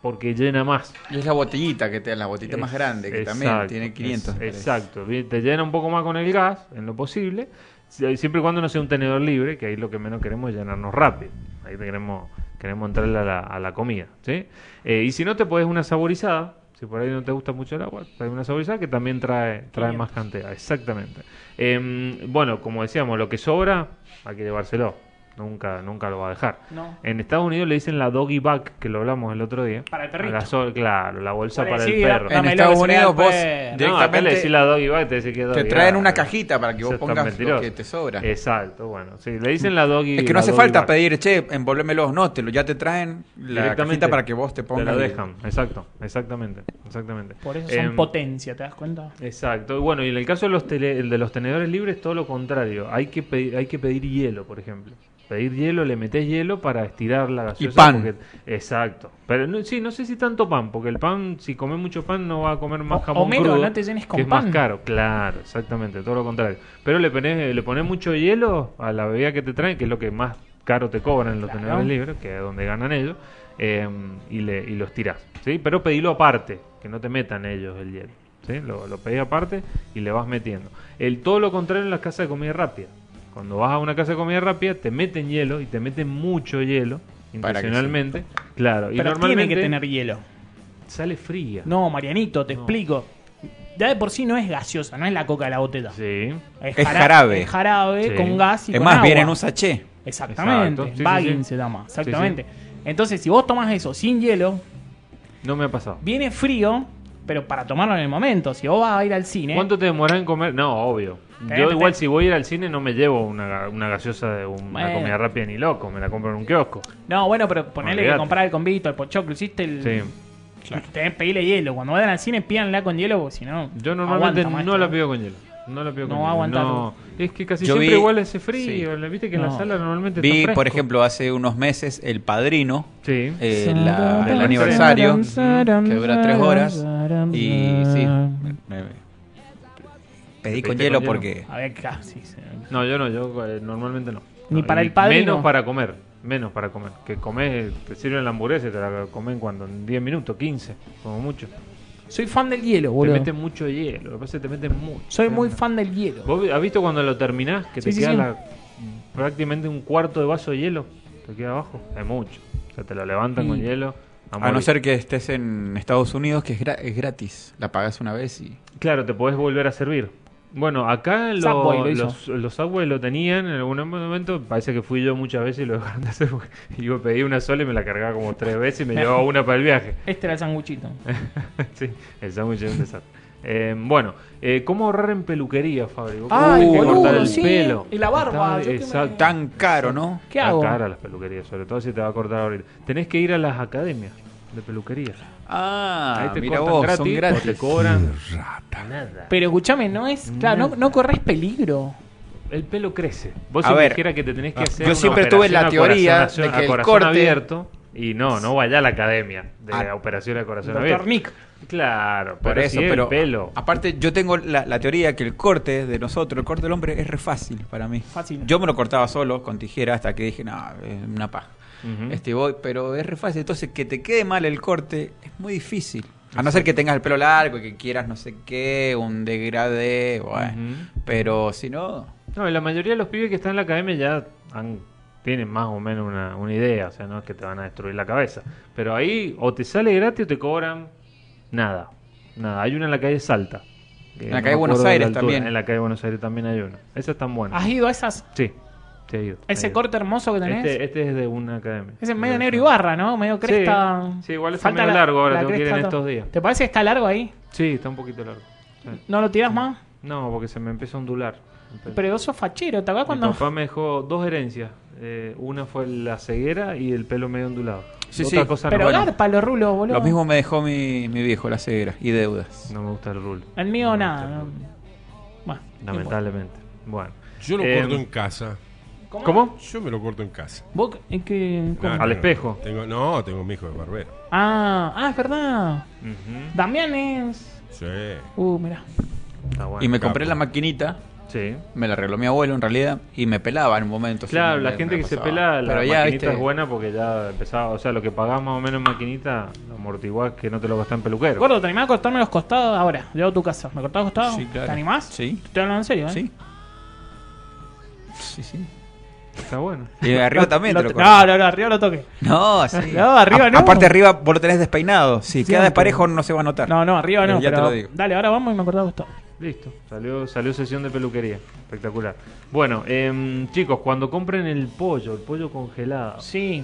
Speaker 5: porque llena más.
Speaker 7: Y es la botellita que te dan, la botellita más
Speaker 5: Es-
Speaker 7: grande, que
Speaker 5: exacto,
Speaker 7: también tiene 500.
Speaker 5: es-
Speaker 7: me parece.
Speaker 5: exacto, bien, te llena un poco más con el gas, en lo posible, si- siempre y cuando no sea un tenedor libre, que ahí lo que menos queremos es llenarnos rápido. Ahí te queremos, queremos entrarle a la, a la comida. ¿sí? Eh, y si no, te podés una saborizada. Si por ahí no te gusta mucho el agua, trae una saborizada que también trae, trae más cantidad. Exactamente. Em, bueno, como decíamos, lo que sobra hay que llevárselo. Nunca, nunca lo va a dejar.
Speaker 3: No.
Speaker 5: En Estados Unidos le dicen la doggy bag, que lo hablamos el otro día.
Speaker 3: Para el
Speaker 5: A la
Speaker 3: perrito.
Speaker 5: so- claro, la bolsa
Speaker 3: Para
Speaker 5: para el
Speaker 3: decir,
Speaker 5: perro.
Speaker 3: Dámelo
Speaker 7: En
Speaker 3: que
Speaker 7: Estados
Speaker 3: se le da
Speaker 7: Unidos
Speaker 3: el
Speaker 7: vos
Speaker 3: perro.
Speaker 5: No, acá le
Speaker 7: directamente
Speaker 5: decís la doggy bag, te decís que es
Speaker 7: te
Speaker 5: doggy
Speaker 7: traen
Speaker 5: bag.
Speaker 7: una cajita para que vos
Speaker 5: Sos tan
Speaker 7: pongas lo
Speaker 5: mentiroso.
Speaker 7: que te sobra.
Speaker 5: Exacto, bueno. Sí, le dicen la doggy
Speaker 7: Es que no
Speaker 5: la
Speaker 7: hace
Speaker 5: doggy
Speaker 7: falta
Speaker 5: bag.
Speaker 7: pedir, che, envolvémelos, no, te lo, ya te traen la
Speaker 5: Directamente
Speaker 7: cajita para que vos te pongas.
Speaker 5: Te la
Speaker 7: el-
Speaker 5: dejan, exacto, exactamente, exactamente.
Speaker 3: Por eso son
Speaker 5: Em,
Speaker 3: potencia, ¿te das cuenta?
Speaker 5: Exacto, y bueno, y en el caso de los, tele- el de los tenedores libres, todo lo contrario. Hay que, pe- hay que pedir hielo, por ejemplo. Pedir hielo, le metes hielo para estirar la gaseosa.
Speaker 7: Y pan.
Speaker 5: porque- Exacto. Pero no, sí, no sé si tanto pan, porque el pan, si comes mucho pan, no va a comer más
Speaker 3: O-
Speaker 5: jamón
Speaker 3: Homero,
Speaker 5: crudo,
Speaker 3: no te llenes con
Speaker 5: que es
Speaker 3: pan.
Speaker 5: más caro, claro, exactamente, todo lo contrario. Pero le pones, le pones mucho hielo a la bebida que te traen, que es lo que más caro te cobran en los
Speaker 3: Claro.
Speaker 5: tenedores libres, que es donde ganan ellos, eh, y, le, y los tirás, ¿sí? Pero pedilo aparte, que no te metan ellos el hielo, ¿sí? Lo, lo pedís aparte y le vas metiendo. El todo lo contrario en las casas de comida rápida. Cuando vas a una casa de comida rápida, te meten hielo y te meten mucho hielo,
Speaker 7: Para que
Speaker 5: intencionalmente, claro. Y
Speaker 3: Pero
Speaker 5: normalmente
Speaker 3: tiene que tener hielo.
Speaker 5: sale fría.
Speaker 3: No, Marianito, te
Speaker 5: No.
Speaker 3: explico. Ya de por sí no es gaseosa, no es la coca de la botella.
Speaker 5: Sí.
Speaker 7: Es jarabe.
Speaker 3: Es jarabe
Speaker 5: Sí. Este
Speaker 3: con gas y
Speaker 7: Es
Speaker 3: con
Speaker 7: más,
Speaker 3: agua.
Speaker 7: viene en un sachet.
Speaker 3: Exactamente.
Speaker 5: Exacto, sí, sí,
Speaker 3: Bagging
Speaker 5: sí.
Speaker 3: se llama. Exactamente. Entonces, si vos tomás eso sin hielo,
Speaker 5: No me ha pasado.
Speaker 3: viene frío, pero para tomarlo en el momento. Si vos vas a ir al cine.
Speaker 5: ¿Cuánto te demorás en comer? No, obvio.
Speaker 3: Te-
Speaker 5: Yo
Speaker 3: te-
Speaker 5: igual
Speaker 3: te-
Speaker 5: si voy a ir al cine no me llevo una, ga- una gaseosa de un- una
Speaker 3: Bueno.
Speaker 5: comida rápida ni loco, me la compro en un kiosco.
Speaker 3: No, bueno, pero ponele que
Speaker 5: Olvidate.
Speaker 3: comprar el convito, el pochoclo, hiciste el.
Speaker 5: Sí.
Speaker 3: Tenés que pedirle hielo. Cuando vayan al cine, pídanla con hielo, porque si no.
Speaker 5: Yo normalmente
Speaker 3: aguanta,
Speaker 5: no
Speaker 3: maestro.
Speaker 5: la pido con hielo. No la pido
Speaker 3: No
Speaker 5: con
Speaker 3: va a
Speaker 5: hielo.
Speaker 3: aguantar.
Speaker 5: No, es que casi
Speaker 7: Yo
Speaker 5: siempre
Speaker 7: vi-
Speaker 5: igual hace frío,
Speaker 7: sí.
Speaker 5: viste que en
Speaker 3: No.
Speaker 5: la sala normalmente está
Speaker 7: Vi,
Speaker 5: fresco.
Speaker 7: por ejemplo, hace unos meses El Padrino,
Speaker 5: Sí.
Speaker 7: eh, la- el
Speaker 5: Del
Speaker 7: aniversario, que dura tres horas. Y sí, me- pedí con
Speaker 5: Pediste
Speaker 7: hielo
Speaker 5: con hielo.
Speaker 7: porque...
Speaker 3: A ver, casi. se-
Speaker 5: No, yo no, yo eh, normalmente no.
Speaker 3: Ni
Speaker 5: No,
Speaker 3: para
Speaker 5: y
Speaker 3: el padrino.
Speaker 5: Menos para comer, menos para comer. Que comes, te sirven la hamburguesa, y te la comen cuando en 10 minutos, 15, como mucho.
Speaker 3: Soy fan del hielo,
Speaker 5: Te
Speaker 3: boludo.
Speaker 5: meten mucho hielo, lo que pasa es que te meten mucho.
Speaker 3: Soy muy
Speaker 5: Te-
Speaker 3: fan del hielo.
Speaker 5: ¿Vos has visto cuando lo terminás que
Speaker 3: Sí,
Speaker 5: te
Speaker 3: sí,
Speaker 5: queda
Speaker 3: sí.
Speaker 5: la- prácticamente un cuarto de vaso de hielo? Te queda abajo. Es mucho. O sea, te lo levantan con
Speaker 3: Y-
Speaker 5: hielo. a
Speaker 7: A
Speaker 5: morir.
Speaker 7: no ser que estés en Estados Unidos, que es, gra- es gratis. La pagas una vez y...
Speaker 5: Claro, te podés volver a servir. Bueno, acá lo-
Speaker 3: Subway lo hizo.
Speaker 5: los, los Subway lo tenían en algún momento. Parece que fui yo muchas veces y lo dejaron de hacer. porque Yo pedí una sola y me la cargaba como tres veces y me llevaba una para el viaje.
Speaker 3: Este era el sanguchito.
Speaker 5: Eh. sí, el sándwich es un desastre. Eh, bueno, eh, ¿cómo ahorrar en peluquería, Fabri? Vos
Speaker 3: Ay,
Speaker 5: tenés que
Speaker 7: boludo,
Speaker 5: cortar el
Speaker 3: sí,
Speaker 5: pelo.
Speaker 3: y la barba, yo
Speaker 5: Está-
Speaker 3: que me-
Speaker 5: exacto.
Speaker 7: Tan caro, ¿no?
Speaker 3: ¿Qué
Speaker 5: Está
Speaker 3: hago?
Speaker 5: cara las peluquerías, sobre todo si te va a cortar ahorita. Tenés que ir a las academias de peluquería.
Speaker 7: Ah,
Speaker 5: Ahí te
Speaker 7: mira
Speaker 5: cortan
Speaker 7: vos,
Speaker 5: gratis,
Speaker 7: son
Speaker 5: O te
Speaker 7: gratis.
Speaker 5: cobran.
Speaker 3: Pero escúchame, no es. Claro,
Speaker 5: Mm.
Speaker 3: no, no corres peligro.
Speaker 5: El pelo crece. Vos
Speaker 7: A
Speaker 5: si me
Speaker 7: ver,
Speaker 5: dijera que te tenés que
Speaker 7: ah,
Speaker 5: hacer.
Speaker 7: yo
Speaker 5: una
Speaker 7: siempre tuve la
Speaker 5: operación a
Speaker 7: teoría
Speaker 5: corazón-
Speaker 7: de que
Speaker 5: a
Speaker 7: el
Speaker 5: corazón
Speaker 7: corte-
Speaker 5: abierto. Y no, no vaya a la academia de
Speaker 7: Ah.
Speaker 5: operación a corazón
Speaker 3: Doctor
Speaker 5: abierto.
Speaker 3: Nick.
Speaker 5: Claro,
Speaker 7: Por
Speaker 5: pero
Speaker 7: eso,
Speaker 5: sí, el
Speaker 7: pero
Speaker 5: pelo.
Speaker 7: aparte yo tengo la, la teoría que el corte de nosotros, el corte del hombre es re fácil para mí.
Speaker 3: Fácil.
Speaker 7: Yo me lo cortaba solo con tijera hasta que dije, no, es una paja.
Speaker 5: Ujú.
Speaker 7: Este voy, pero es re fácil, entonces que te quede mal el corte es muy difícil. A no ser que tengas el pelo largo y que quieras no sé qué, un degradé, bueno.
Speaker 5: Ujú.
Speaker 7: Pero si no,
Speaker 5: No, y la mayoría de los pibes que están en la academia ya han- tienen más o menos una, una idea, o sea, no es que te van a destruir la cabeza. Pero ahí o te sale gratis o te cobran nada. Nada, hay una en la calle Salta. que
Speaker 7: En la
Speaker 5: no
Speaker 7: calle
Speaker 5: me acuerdo
Speaker 7: Buenos
Speaker 5: de la
Speaker 7: Aires
Speaker 5: altura.
Speaker 7: también.
Speaker 5: En la calle Buenos Aires también hay una. Esa es tan buena.
Speaker 3: ¿Has ido a esas,
Speaker 5: Sí, sí he ido,
Speaker 3: a
Speaker 5: he
Speaker 3: ese
Speaker 5: ido.
Speaker 3: corte hermoso que tenés?
Speaker 5: Eh, Este, este es de una academia.
Speaker 3: es en medio negro y barra, ¿no? Medio
Speaker 5: Sí,
Speaker 3: cresta.
Speaker 5: sí, igual está medio largo ahora, tengo que ir
Speaker 3: cresta
Speaker 5: en
Speaker 3: to-
Speaker 5: estos días.
Speaker 3: ¿Te parece que está largo ahí?
Speaker 5: Sí, está un poquito largo. Sí.
Speaker 3: ¿No lo tirás más?
Speaker 5: No, porque se me empieza a ondular.
Speaker 3: Pero vos sos fachero, ¿te acuerdas
Speaker 5: Mi
Speaker 3: cuando.?
Speaker 5: papá me dejó dos herencias. Eh, una fue la ceguera y el pelo medio ondulado.
Speaker 7: Sí,
Speaker 5: Otra
Speaker 7: sí,
Speaker 5: cosa
Speaker 3: Pero
Speaker 5: no,
Speaker 3: garpa los rulos, boludo.
Speaker 7: lo mismo me dejó mi, mi viejo, la ceguera y deudas.
Speaker 5: no me gusta el rulo.
Speaker 3: El mío, nada. no- Bueno, no importa.
Speaker 5: Lamentablemente. Bueno.
Speaker 6: Yo lo
Speaker 5: Eh,
Speaker 6: corto en casa.
Speaker 5: ¿Cómo?
Speaker 6: Yo me lo corto en casa.
Speaker 3: ¿Vos en qué.? cómo?
Speaker 5: Al espejo.
Speaker 6: Tengo, no, tengo mi hijo de barbero.
Speaker 3: Ah, ah, es verdad.
Speaker 5: Ujú,
Speaker 3: Damián es.
Speaker 6: Sí.
Speaker 3: Uh, mirá.
Speaker 5: Está Ah, bueno.
Speaker 7: Y me
Speaker 6: Capo.
Speaker 7: compré la maquinita,
Speaker 5: Sí.
Speaker 7: me la arregló mi abuelo en realidad, y me pelaba en un momento. sí,
Speaker 5: Claro,
Speaker 7: me-
Speaker 5: la
Speaker 7: me
Speaker 5: gente que se
Speaker 7: pasaba.
Speaker 5: pela, la
Speaker 7: Pero ya,
Speaker 5: maquinita
Speaker 7: viste,
Speaker 5: es buena porque ya empezaba. O sea, lo que pagás más o menos en maquinita, lo amortiguás que no te lo gastás en peluquero.
Speaker 3: Gordo, ¿te animás a cortarme los costados ahora? Llevo a tu casa. ¿Me cortás los costados?
Speaker 7: Sí, claro.
Speaker 3: ¿Te animás?
Speaker 7: Sí.
Speaker 3: Te hablo en serio, ¿eh?
Speaker 7: Sí. Sí, sí.
Speaker 5: Está bueno.
Speaker 7: Y arriba también
Speaker 3: Lo
Speaker 7: te lo
Speaker 3: te-
Speaker 7: corto.
Speaker 3: no, no, no, arriba lo toque.
Speaker 7: No, sí.
Speaker 3: No, arriba no.
Speaker 7: Aparte arriba vos lo tenés despeinado. Si
Speaker 3: Siempre.
Speaker 7: queda desparejo no se va a notar.
Speaker 3: No, no, arriba no.
Speaker 7: Eh, Ya te
Speaker 3: pero-
Speaker 7: lo digo.
Speaker 3: Dale, ahora vamos y me cortás los costados.
Speaker 5: Listo, salió, salió sesión de peluquería. Espectacular. Bueno, em, chicos, cuando compren el pollo, el pollo congelado,
Speaker 3: Sí.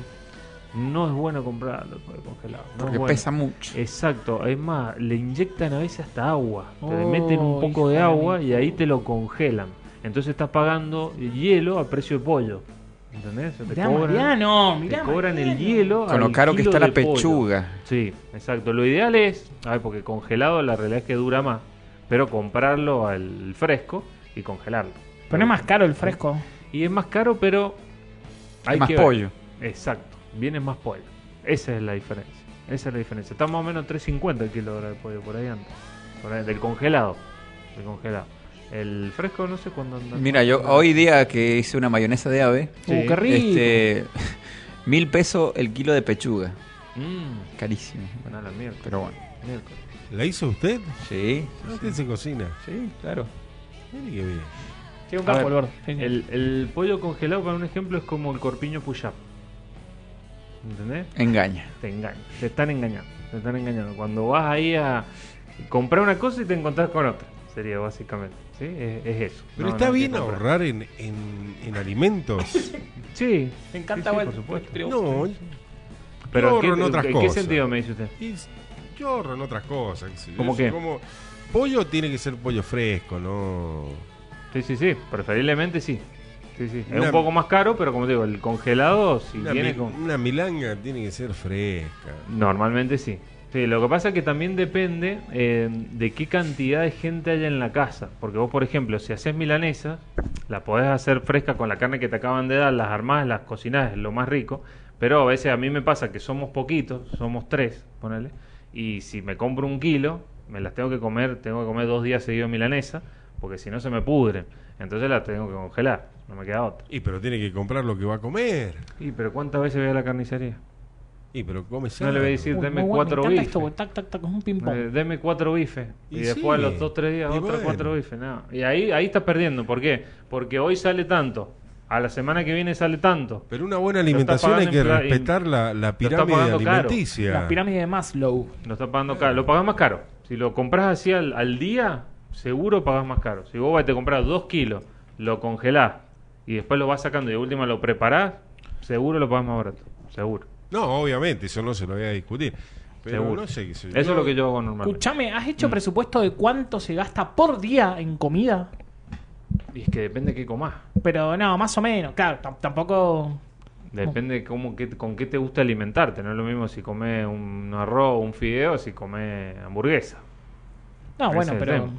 Speaker 5: no es bueno comprarlo el pollo congelado. No
Speaker 7: Porque
Speaker 5: es bueno. eh,
Speaker 7: pesa mucho.
Speaker 5: Exacto, es más, le inyectan a veces hasta agua. Te
Speaker 3: Oh,
Speaker 5: meten un poco de
Speaker 3: hija de
Speaker 5: agua
Speaker 3: mil.
Speaker 5: y ahí te lo congelan. Entonces estás pagando hielo a precio de pollo. ¿Entendés? Se te
Speaker 3: Mirá,
Speaker 5: cobran-
Speaker 3: Mariano,
Speaker 5: te
Speaker 3: mirá.
Speaker 5: cobran el
Speaker 3: Mariano.
Speaker 5: hielo.
Speaker 7: Con lo
Speaker 5: al
Speaker 7: caro que
Speaker 5: kilo
Speaker 7: está la
Speaker 5: de pollo.
Speaker 7: pechuga.
Speaker 5: Sí, exacto. Lo ideal es, a ver, porque congelado la realidad es que dura más, pero comprarlo al fresco y congelarlo.
Speaker 3: Pero no es más caro el fresco.
Speaker 5: Y es más caro, pero
Speaker 7: Hay más
Speaker 5: ver.
Speaker 7: pollo.
Speaker 5: Exacto, viene más pollo. Esa es la diferencia. Esa es la diferencia. Está más o menos 3.50 el kilo ahora de pollo por ahí antes. Por ahí, del congelado. Del congelado. El fresco no sé cuándo anda.
Speaker 7: Mira, yo hoy día que hice una mayonesa de ave,
Speaker 5: Sí. Oh,
Speaker 3: Uh, qué rico.
Speaker 7: este mil pesos el kilo de pechuga.
Speaker 5: Mm,
Speaker 7: Carísimo.
Speaker 5: bueno, la miércoles.
Speaker 7: Pero bueno.
Speaker 5: miércoles.
Speaker 6: ¿La hizo usted?
Speaker 7: Sí.
Speaker 6: Ah, Usted se cocina.
Speaker 7: Sí, claro.
Speaker 6: Mire qué bien.
Speaker 3: Sí, un
Speaker 5: A
Speaker 3: capo,
Speaker 5: ver,
Speaker 3: el gordo. Sí, sí.
Speaker 5: El, el pollo congelado, para un ejemplo, es como el corpiño push-up. ¿Entendés?
Speaker 7: Engaña.
Speaker 5: Te engañan, te están engañando, te están engañando. Cuando vas ahí a comprar una cosa y te encontrás con otra, sería básicamente. ¿sí? Es, es eso.
Speaker 6: Pero
Speaker 5: No,
Speaker 6: está
Speaker 5: no hay que
Speaker 6: bien
Speaker 5: comprar.
Speaker 6: ahorrar en, en- en alimentos.
Speaker 5: Sí,
Speaker 3: Me encanta,
Speaker 5: sí, sí,
Speaker 3: güey.
Speaker 5: por supuesto.
Speaker 6: no,
Speaker 5: Pero
Speaker 6: Yo
Speaker 5: ¿en qué,
Speaker 6: ahorro en otras
Speaker 5: en qué
Speaker 6: cosas.
Speaker 5: sentido me dice usted?
Speaker 6: y yo ahorro en otras cosas. qué sé yo.
Speaker 5: ¿Cómo
Speaker 6: Yo
Speaker 5: qué?
Speaker 6: como- pollo tiene que ser pollo fresco, ¿no?
Speaker 5: Sí, sí, sí, preferiblemente sí. Sí, sí. Es
Speaker 6: Una-
Speaker 5: un poco más caro, pero como te digo, el congelado, si
Speaker 6: Una,
Speaker 5: viene
Speaker 6: mi-
Speaker 5: con.
Speaker 6: una milanga tiene que ser fresca.
Speaker 5: Normalmente sí. Sí, lo que pasa es que también depende eh, de qué cantidad de gente haya en la casa. Porque vos, por ejemplo, si haces milanesa, la podés hacer fresca con la carne que te acaban de dar, las armás, las cocinás, es lo más rico. Pero a veces a mí me pasa que somos poquitos, somos tres, ponele. Y si me compro un kilo, me las tengo que comer, tengo que comer dos días seguidos milanesa, porque si no se me pudren. Entonces las tengo que congelar, no me queda otra.
Speaker 6: Y pero tiene que comprar lo que va a comer.
Speaker 5: Y pero ¿cuántas veces voy a la carnicería?
Speaker 6: Y pero come
Speaker 5: No le voy a
Speaker 6: sano.
Speaker 5: decir,
Speaker 3: Uy,
Speaker 5: deme
Speaker 3: muy bueno,
Speaker 5: cuatro
Speaker 3: Me encanta
Speaker 5: bifes.
Speaker 3: esto, güey. Tac, tac, tac, es un
Speaker 5: Eh,
Speaker 3: ping-pong.
Speaker 5: deme cuatro bifes. Y,
Speaker 6: Y
Speaker 5: después
Speaker 6: sí.
Speaker 5: a los dos, tres días,
Speaker 6: Y
Speaker 5: otros
Speaker 6: bueno.
Speaker 5: cuatro bifes. nada. Y ahí, ahí estás perdiendo. ¿Por qué? Porque hoy sale tanto. A la semana que viene sale tanto.
Speaker 6: Pero una buena
Speaker 5: está
Speaker 6: alimentación hay
Speaker 5: pagando
Speaker 6: que
Speaker 5: en pla-
Speaker 6: respetar la,
Speaker 5: lo
Speaker 6: la
Speaker 5: está
Speaker 6: pirámide
Speaker 5: pagando caro.
Speaker 6: alimenticia.
Speaker 3: La pirámide de Maslow.
Speaker 5: Lo está pagando caro. Lo pagas más caro. Si lo compras así al, al día, seguro pagás más caro. Si vos vas y te compras dos kilos, lo congelás y después lo vas sacando y de última lo preparás, seguro lo pagás más barato. Seguro.
Speaker 6: No, obviamente, eso no se lo voy a discutir. Pero
Speaker 5: seguro.
Speaker 6: no sé qué sé yo.
Speaker 5: Eso es lo que yo hago normalmente.
Speaker 3: Escuchame, ¿has
Speaker 5: Mm.
Speaker 3: hecho presupuesto de cuánto se gasta por día en comida?
Speaker 5: Y es que depende qué comás.
Speaker 3: Pero no, más o menos, claro, tam- tampoco.
Speaker 5: Depende de cómo, qué- con qué te gusta alimentarte. No es lo mismo si comes un arroz, un fideo, si comes hamburguesa.
Speaker 3: No,
Speaker 5: Ese
Speaker 3: bueno,
Speaker 5: es el
Speaker 3: pero.
Speaker 5: tema.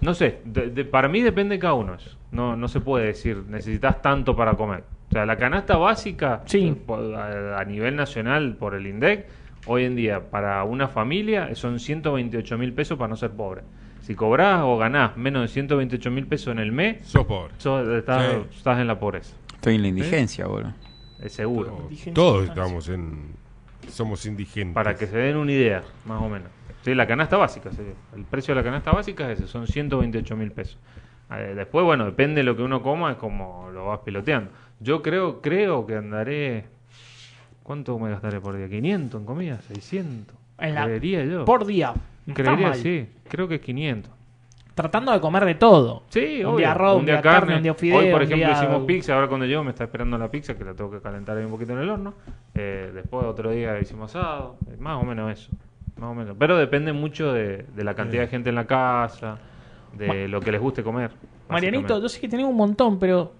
Speaker 5: No sé, de- de- para mí depende de cada uno. eso. No, no se puede decir, necesitas tanto para comer. O sea, la canasta básica
Speaker 3: Sí.
Speaker 5: eh, por- a, a nivel nacional por el INDEC, hoy en día para una familia eh, son 128 mil pesos para no ser pobre. Si cobrás o ganás menos de 128 mil pesos en el mes,
Speaker 6: Sos pobre.
Speaker 5: sos- estás,
Speaker 6: Sí.
Speaker 5: estás en la pobreza,
Speaker 7: Estoy en la indigencia, boludo.
Speaker 5: es seguro.
Speaker 6: Todos estamos en. Somos indigentes.
Speaker 5: Para que se den una idea, más o menos. Sí, la canasta básica, sí. el precio de la canasta básica es ese, son 128 mil pesos. Eh, después, bueno, depende de lo que uno coma, es como lo vas piloteando. Yo creo, creo que andaré... ¿Cuánto me gastaré por día? ¿500 en comida? ¿600?
Speaker 3: En la-
Speaker 5: Creería yo.
Speaker 3: Por día. No está
Speaker 5: Creería,
Speaker 3: mal.
Speaker 5: sí. Creo que 500.
Speaker 3: Tratando de comer de todo.
Speaker 5: Sí,
Speaker 3: un
Speaker 5: obvio.
Speaker 3: día arroz, un día carne, un día fideo.
Speaker 5: Hoy,
Speaker 3: un
Speaker 5: por ejemplo,
Speaker 3: día-
Speaker 5: hicimos pizza. Ahora cuando llego me está esperando la pizza, que la tengo que calentar ahí un poquito en el horno. Eh, después otro día hicimos asado. Eh, Más o menos eso. Más o menos. Pero depende mucho de, de la cantidad de gente en la casa, de lo que les guste comer.
Speaker 3: Marianito, yo
Speaker 5: básicamente.
Speaker 3: sé que tenés un montón, pero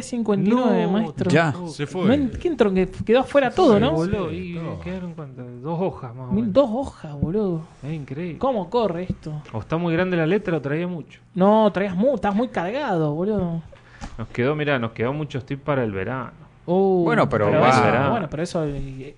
Speaker 3: 23.59,
Speaker 5: No,
Speaker 3: maestro.
Speaker 7: Ya.
Speaker 6: Se fue.
Speaker 3: No entro, que quedó afuera todo,
Speaker 5: Se
Speaker 3: ¿no?
Speaker 5: voló y
Speaker 6: Sí, todo.
Speaker 5: quedaron cuántas, dos hojas más o
Speaker 3: Mil-
Speaker 5: menos.
Speaker 3: Dos hojas, boludo.
Speaker 5: Es increíble.
Speaker 3: ¿Cómo corre esto?
Speaker 5: O está muy grande la letra o traía mucho.
Speaker 3: No, traías mu, estás muy cargado, boludo.
Speaker 5: Nos quedó, mirá, nos quedó muchos tips para el verano.
Speaker 3: Uh,
Speaker 7: Bueno, pero va.
Speaker 3: eso, bueno, pero eso,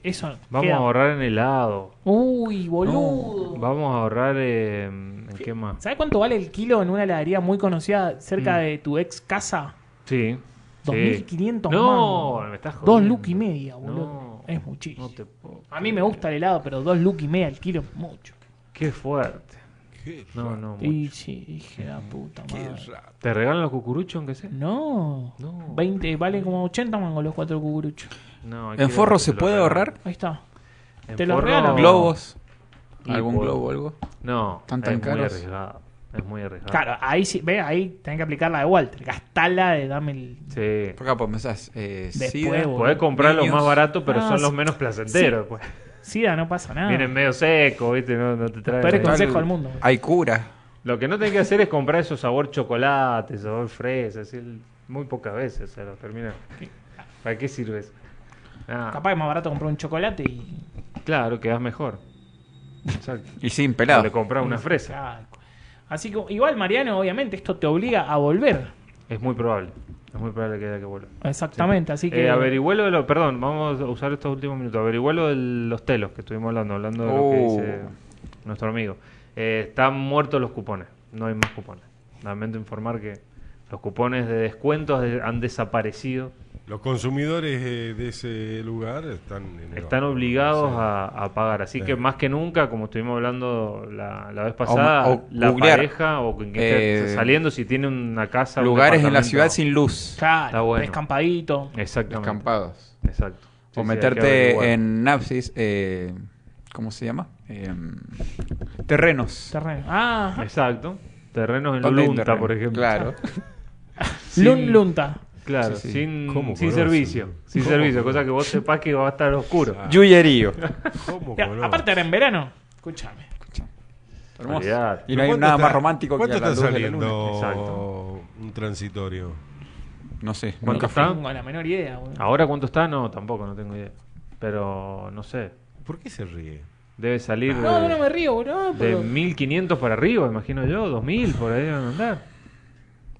Speaker 3: eso
Speaker 5: Vamos
Speaker 3: queda-
Speaker 5: a ahorrar en helado.
Speaker 3: Uy, boludo.
Speaker 5: Vamos a ahorrar eh, en qué más.
Speaker 3: ¿Sabes cuánto vale el kilo en una heladería muy conocida cerca
Speaker 5: Mm.
Speaker 3: de tu ex casa?
Speaker 5: Sí.
Speaker 3: 2.500
Speaker 5: sí. No,
Speaker 3: mangos.
Speaker 5: me estás jodiendo.
Speaker 3: Dos look y media, boludo.
Speaker 5: No.
Speaker 3: es muchísimo.
Speaker 5: No te puedo-
Speaker 3: A mí me gusta el helado, pero dos look y media el kilo es mucho.
Speaker 5: Qué fuerte. No, no, mucho.
Speaker 3: Y sí, dije la puta madre.
Speaker 5: ¿Te regalan los cucuruchos aunque sea?
Speaker 3: No.
Speaker 5: No.
Speaker 3: 20, vale como 80 mangos los cuatro cucuruchos.
Speaker 5: No, hay
Speaker 7: ¿En
Speaker 5: que
Speaker 7: forro
Speaker 5: ver,
Speaker 7: se
Speaker 5: te lo
Speaker 7: puede
Speaker 5: regalan.
Speaker 7: ahorrar?
Speaker 3: Ahí está.
Speaker 5: En
Speaker 3: Te los
Speaker 5: forro-
Speaker 3: regalan.
Speaker 7: ¿Globos?
Speaker 5: Y
Speaker 7: ¿Algún
Speaker 5: por-
Speaker 7: globo o algo?
Speaker 5: No,
Speaker 7: ¿Tan,
Speaker 5: tan,
Speaker 7: tan
Speaker 5: es muy
Speaker 7: caros?
Speaker 5: arriesgado. Es muy arriesgado.
Speaker 3: Claro, ahí sí, ve, ahí tenés que aplicar la de Walter. Gastala de dame el.
Speaker 5: Sí.
Speaker 7: Por acá, pues pensás, eh,
Speaker 3: Después,
Speaker 7: sida,
Speaker 3: boludo.
Speaker 5: Podés comprar los
Speaker 7: Niños.
Speaker 5: más baratos, pero
Speaker 3: Ah,
Speaker 5: son los
Speaker 3: sí. Ah.
Speaker 5: menos placenteros. pues.
Speaker 3: Sida, no pasa nada.
Speaker 5: Vienen medio secos, ¿viste? No, no te
Speaker 3: Peores
Speaker 5: traen.
Speaker 3: consejo del mundo.
Speaker 7: hay cura.
Speaker 5: Lo que no tenés que hacer es comprar esos sabor chocolate, sabor fresa. así, el- muy pocas veces se los termina. ¿Para qué sirve eso? Nada.
Speaker 3: Capaz es más barato comprar un chocolate y.
Speaker 5: Claro, quedas mejor. Exacto.
Speaker 7: Y sin
Speaker 5: O Le
Speaker 7: pelado.
Speaker 5: compras una fresa.
Speaker 3: Ah, Así que igual, Mariano, obviamente, esto te obliga a volver.
Speaker 5: Es muy probable. Es muy probable que haya que volver.
Speaker 3: Exactamente, así que.
Speaker 5: Eh, averigüelo de lo- Perdón, vamos a usar estos últimos minutos. Averigüelo de los telos que estuvimos hablando, hablando de lo que
Speaker 7: Oh.
Speaker 5: dice nuestro amigo. Eh, están muertos los cupones. No hay más cupones. Lamento informar que los cupones de descuentos de- han desaparecido.
Speaker 6: Los consumidores eh, de ese lugar están. en el
Speaker 5: Están
Speaker 6: horno,
Speaker 5: obligados
Speaker 6: sí.
Speaker 5: a, a pagar. Así
Speaker 6: Sí.
Speaker 5: que más que nunca, como estuvimos hablando la, la vez pasada,
Speaker 7: o
Speaker 5: la
Speaker 7: googlear.
Speaker 5: pareja o con quien esté
Speaker 7: Eh,
Speaker 5: saliendo, si tiene una casa. un
Speaker 7: Lugares en la
Speaker 5: departamento-
Speaker 7: ciudad sin luz.
Speaker 3: Claro,
Speaker 5: Está bueno. Eh.
Speaker 3: descampadito.
Speaker 5: Exactamente.
Speaker 7: Descampados.
Speaker 5: Exacto. Sí, sí,
Speaker 7: O
Speaker 5: hay que averiguar.
Speaker 7: meterte en napsis, eh, ¿cómo se llama? Em, terrenos.
Speaker 3: Terreno. Ah,
Speaker 5: Eh,
Speaker 3: ajá.
Speaker 5: Exacto. Terrenos en
Speaker 7: ¿Dónde hay
Speaker 5: Lunta,
Speaker 7: terreno?
Speaker 5: por ejemplo.
Speaker 7: Claro.
Speaker 3: Lun Lunta.
Speaker 5: Claro,
Speaker 7: Sí, sí.
Speaker 5: sin,
Speaker 6: ¿Cómo
Speaker 5: sin
Speaker 6: conoce?
Speaker 5: servicio. Sin
Speaker 6: ¿Cómo
Speaker 5: servicio,
Speaker 6: conoce?
Speaker 5: cosa que vos sepas que va a estar oscuro.
Speaker 7: Yuyerío.
Speaker 6: ¿Cómo
Speaker 3: Ya,
Speaker 6: conoce?
Speaker 3: Aparte, era en verano. Escúchame.
Speaker 7: Hermoso.
Speaker 5: Olvidate.
Speaker 7: Y no hay
Speaker 6: ¿Cuánto
Speaker 7: nada
Speaker 6: está-
Speaker 7: más romántico que
Speaker 6: ¿Cuánto
Speaker 7: a la
Speaker 6: está
Speaker 7: luz de la luna.
Speaker 6: saliendo
Speaker 5: Exacto.
Speaker 6: un transitorio?
Speaker 7: No sé.
Speaker 5: ¿Cuánto
Speaker 7: nunca
Speaker 5: está?
Speaker 7: fui.
Speaker 5: Ah,
Speaker 3: No tengo la menor idea, boludo.
Speaker 5: Ahora cuánto está, no, tampoco, no tengo idea. Pero no sé.
Speaker 6: ¿Por qué se ríe?
Speaker 5: Debe
Speaker 7: Ah.
Speaker 5: salir
Speaker 3: No, no,
Speaker 5: de,
Speaker 3: no me río, boludo.
Speaker 5: de
Speaker 3: pero-
Speaker 5: 1500 para arriba, imagino yo, 2000 por ahí van a andar.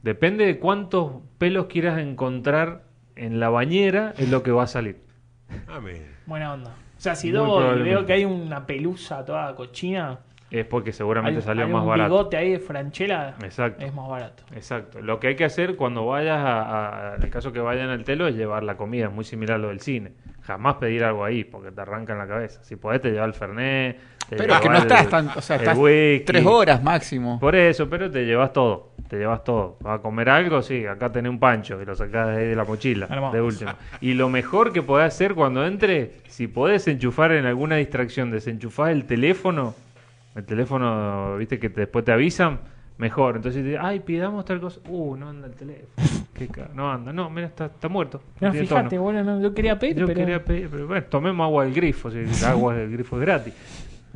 Speaker 5: Depende de cuántos pelos quieras encontrar en la bañera, es lo que va a salir.
Speaker 6: Amén.
Speaker 3: Buena onda. O sea, si
Speaker 5: Muy
Speaker 3: doy y veo
Speaker 5: probablemente.
Speaker 3: que hay una pelusa toda cochina,
Speaker 5: Es porque
Speaker 3: hay,
Speaker 5: seguramente salió
Speaker 3: hay
Speaker 5: más
Speaker 3: un
Speaker 5: barato.
Speaker 3: bigote ahí de franchela,
Speaker 5: Exacto.
Speaker 3: es más barato.
Speaker 5: Exacto. Lo que hay que hacer cuando vayas a, a- en el caso que vayan al telo es llevar la comida, es muy similar a lo del cine. Jamás pedir algo ahí porque te arrancan la cabeza. Si podés te llevar el fernet, te
Speaker 7: Pero es que no
Speaker 5: llevas el-
Speaker 7: estás tan. O sea,
Speaker 5: el
Speaker 7: estás
Speaker 5: whisky.
Speaker 7: tres horas máximo.
Speaker 5: Por eso, pero te llevas todo, te llevas todo. Vas a comer algo, sí, acá tenés un pancho y lo sacás de ahí de la mochila,
Speaker 3: Hermoso.
Speaker 5: de última. Y lo mejor que podés hacer cuando entre, si podés enchufar en alguna distracción, desenchufás el teléfono, el teléfono, viste que te- después te avisan, mejor. Entonces, dice, ay, pidamos tal cosa. Uh, no anda el teléfono. Qué ca- no anda. No, mira, está, está muerto.
Speaker 3: No,
Speaker 5: tiene tono.
Speaker 3: fíjate, bueno, no, yo quería pedir,
Speaker 5: Yo
Speaker 3: pero.
Speaker 5: quería pedir, pero bueno, tomemos agua del grifo, si el agua del grifo es gratis.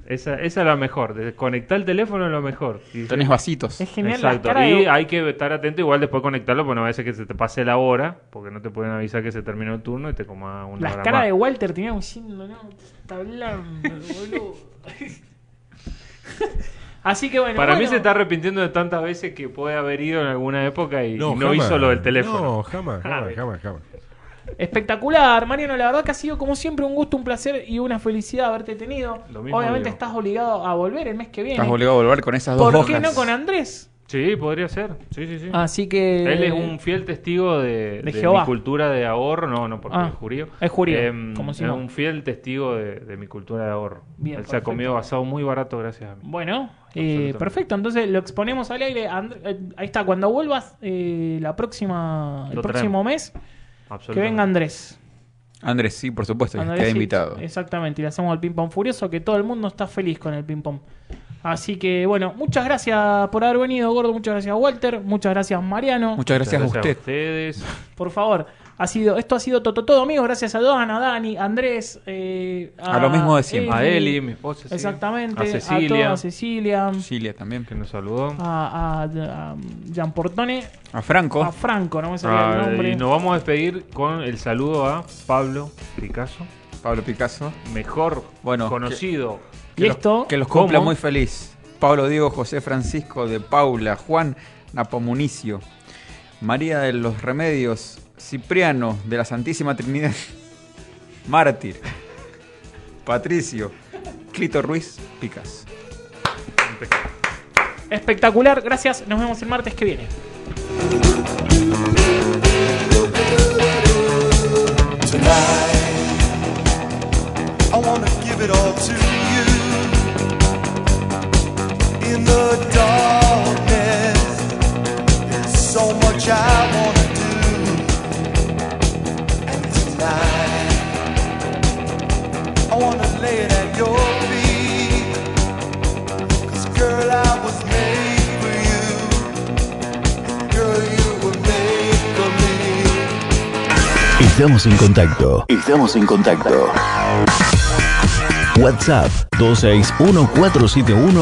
Speaker 5: Esa, esa es la mejor, desconectar el teléfono es lo mejor. Y-
Speaker 7: Tenés vasitos.
Speaker 3: Es genial la
Speaker 5: Exacto,
Speaker 3: cara
Speaker 5: y
Speaker 3: de-
Speaker 5: hay que estar atento igual después conectarlo, porque no vaya a ser que se te pase la hora, porque no te pueden avisar que se terminó el turno y te coma una
Speaker 3: Las
Speaker 5: hora
Speaker 3: caras
Speaker 5: más.
Speaker 3: de Walter tenían diciendo, no, está hablando, boludo. Así que bueno.
Speaker 5: Para mí
Speaker 3: bueno.
Speaker 5: se está arrepintiendo de tantas veces que puede haber ido en alguna época y y no,
Speaker 6: jamás.
Speaker 5: hizo lo del teléfono.
Speaker 6: No, jamás, jamás, jamás, jamás.
Speaker 3: Espectacular, Mariano. La verdad que ha sido como siempre un gusto, un placer y una felicidad haberte tenido.
Speaker 5: Lo mismo
Speaker 3: Obviamente
Speaker 5: digo.
Speaker 3: estás obligado a volver el mes que viene.
Speaker 7: Estás obligado a volver con esas dos
Speaker 3: ¿Por
Speaker 7: hojas.
Speaker 3: qué no con Andrés?
Speaker 5: Sí, podría ser. Sí, sí, sí.
Speaker 3: Así que.
Speaker 5: Él es un fiel testigo de, de
Speaker 3: Ah, Jehová.
Speaker 5: mi cultura de ahorro. No, no, porque
Speaker 3: Ah,
Speaker 5: es jurío.
Speaker 3: es jurío,
Speaker 5: Em,
Speaker 3: como si
Speaker 5: es
Speaker 3: no.
Speaker 5: un fiel testigo de, de mi cultura de ahorro.
Speaker 3: Bien,
Speaker 5: Él se ha
Speaker 3: perfecto.
Speaker 5: comido basado muy barato gracias a mí.
Speaker 3: Bueno, eh,
Speaker 5: Absolutamente.
Speaker 3: perfecto. Entonces lo exponemos al aire. Andr- eh, ahí está, cuando vuelvas eh, la próxima, el
Speaker 5: Lo
Speaker 3: próximo mes, que venga Andrés.
Speaker 7: Andrés, sí, por supuesto,
Speaker 3: Andrés
Speaker 7: queda
Speaker 3: sí,
Speaker 7: invitado.
Speaker 3: Exactamente, y le hacemos el ping-pong furioso, que todo el mundo está feliz con el ping-pong. Así que bueno, muchas gracias por haber venido, Gordo. Muchas gracias, Walter. Muchas gracias, Mariano.
Speaker 7: Muchas gracias,
Speaker 5: Muchas
Speaker 7: a usted.
Speaker 5: ustedes.
Speaker 3: Por favor, ha sido, esto ha sido todo, todo amigos. Gracias a Don, a Dani, a Andrés, eh,
Speaker 7: A lo mismo de siempre.
Speaker 5: A Eli, mi esposa. sí.
Speaker 3: Exactamente,
Speaker 5: A Cecilia,
Speaker 3: a, todos, a Cecilia,
Speaker 7: Cecilia también.
Speaker 5: que nos saludó.
Speaker 3: a, a- a um, Gian Portone,
Speaker 7: A Franco.
Speaker 3: a Franco, no me salía el
Speaker 5: Ah,
Speaker 3: nombre.
Speaker 5: y nos vamos a despedir con el saludo a Pablo Picasso,
Speaker 7: Pablo Picasso.
Speaker 5: mejor
Speaker 7: Bueno,
Speaker 5: conocido.
Speaker 3: y esto,
Speaker 7: Que los cumpla
Speaker 5: ¿Cómo?
Speaker 7: muy feliz. Pablo Diego José Francisco de Paula, Juan Napomunicio, María de los Remedios, Cipriano de la Santísima Trinidad, Mártir, Patricio, Clito Ruiz Picas.
Speaker 3: espectacular. Gracias, nos vemos el martes que viene.
Speaker 2: Tonight, I wanna give it all to you. In the darkness, there's so much I wanna do. And tonight, I wanna lay it at your feet. Cause girl, I was made for you. And girl, you were made for me.
Speaker 1: Estamos en contacto. Estamos en contacto. WhatsApp 261 471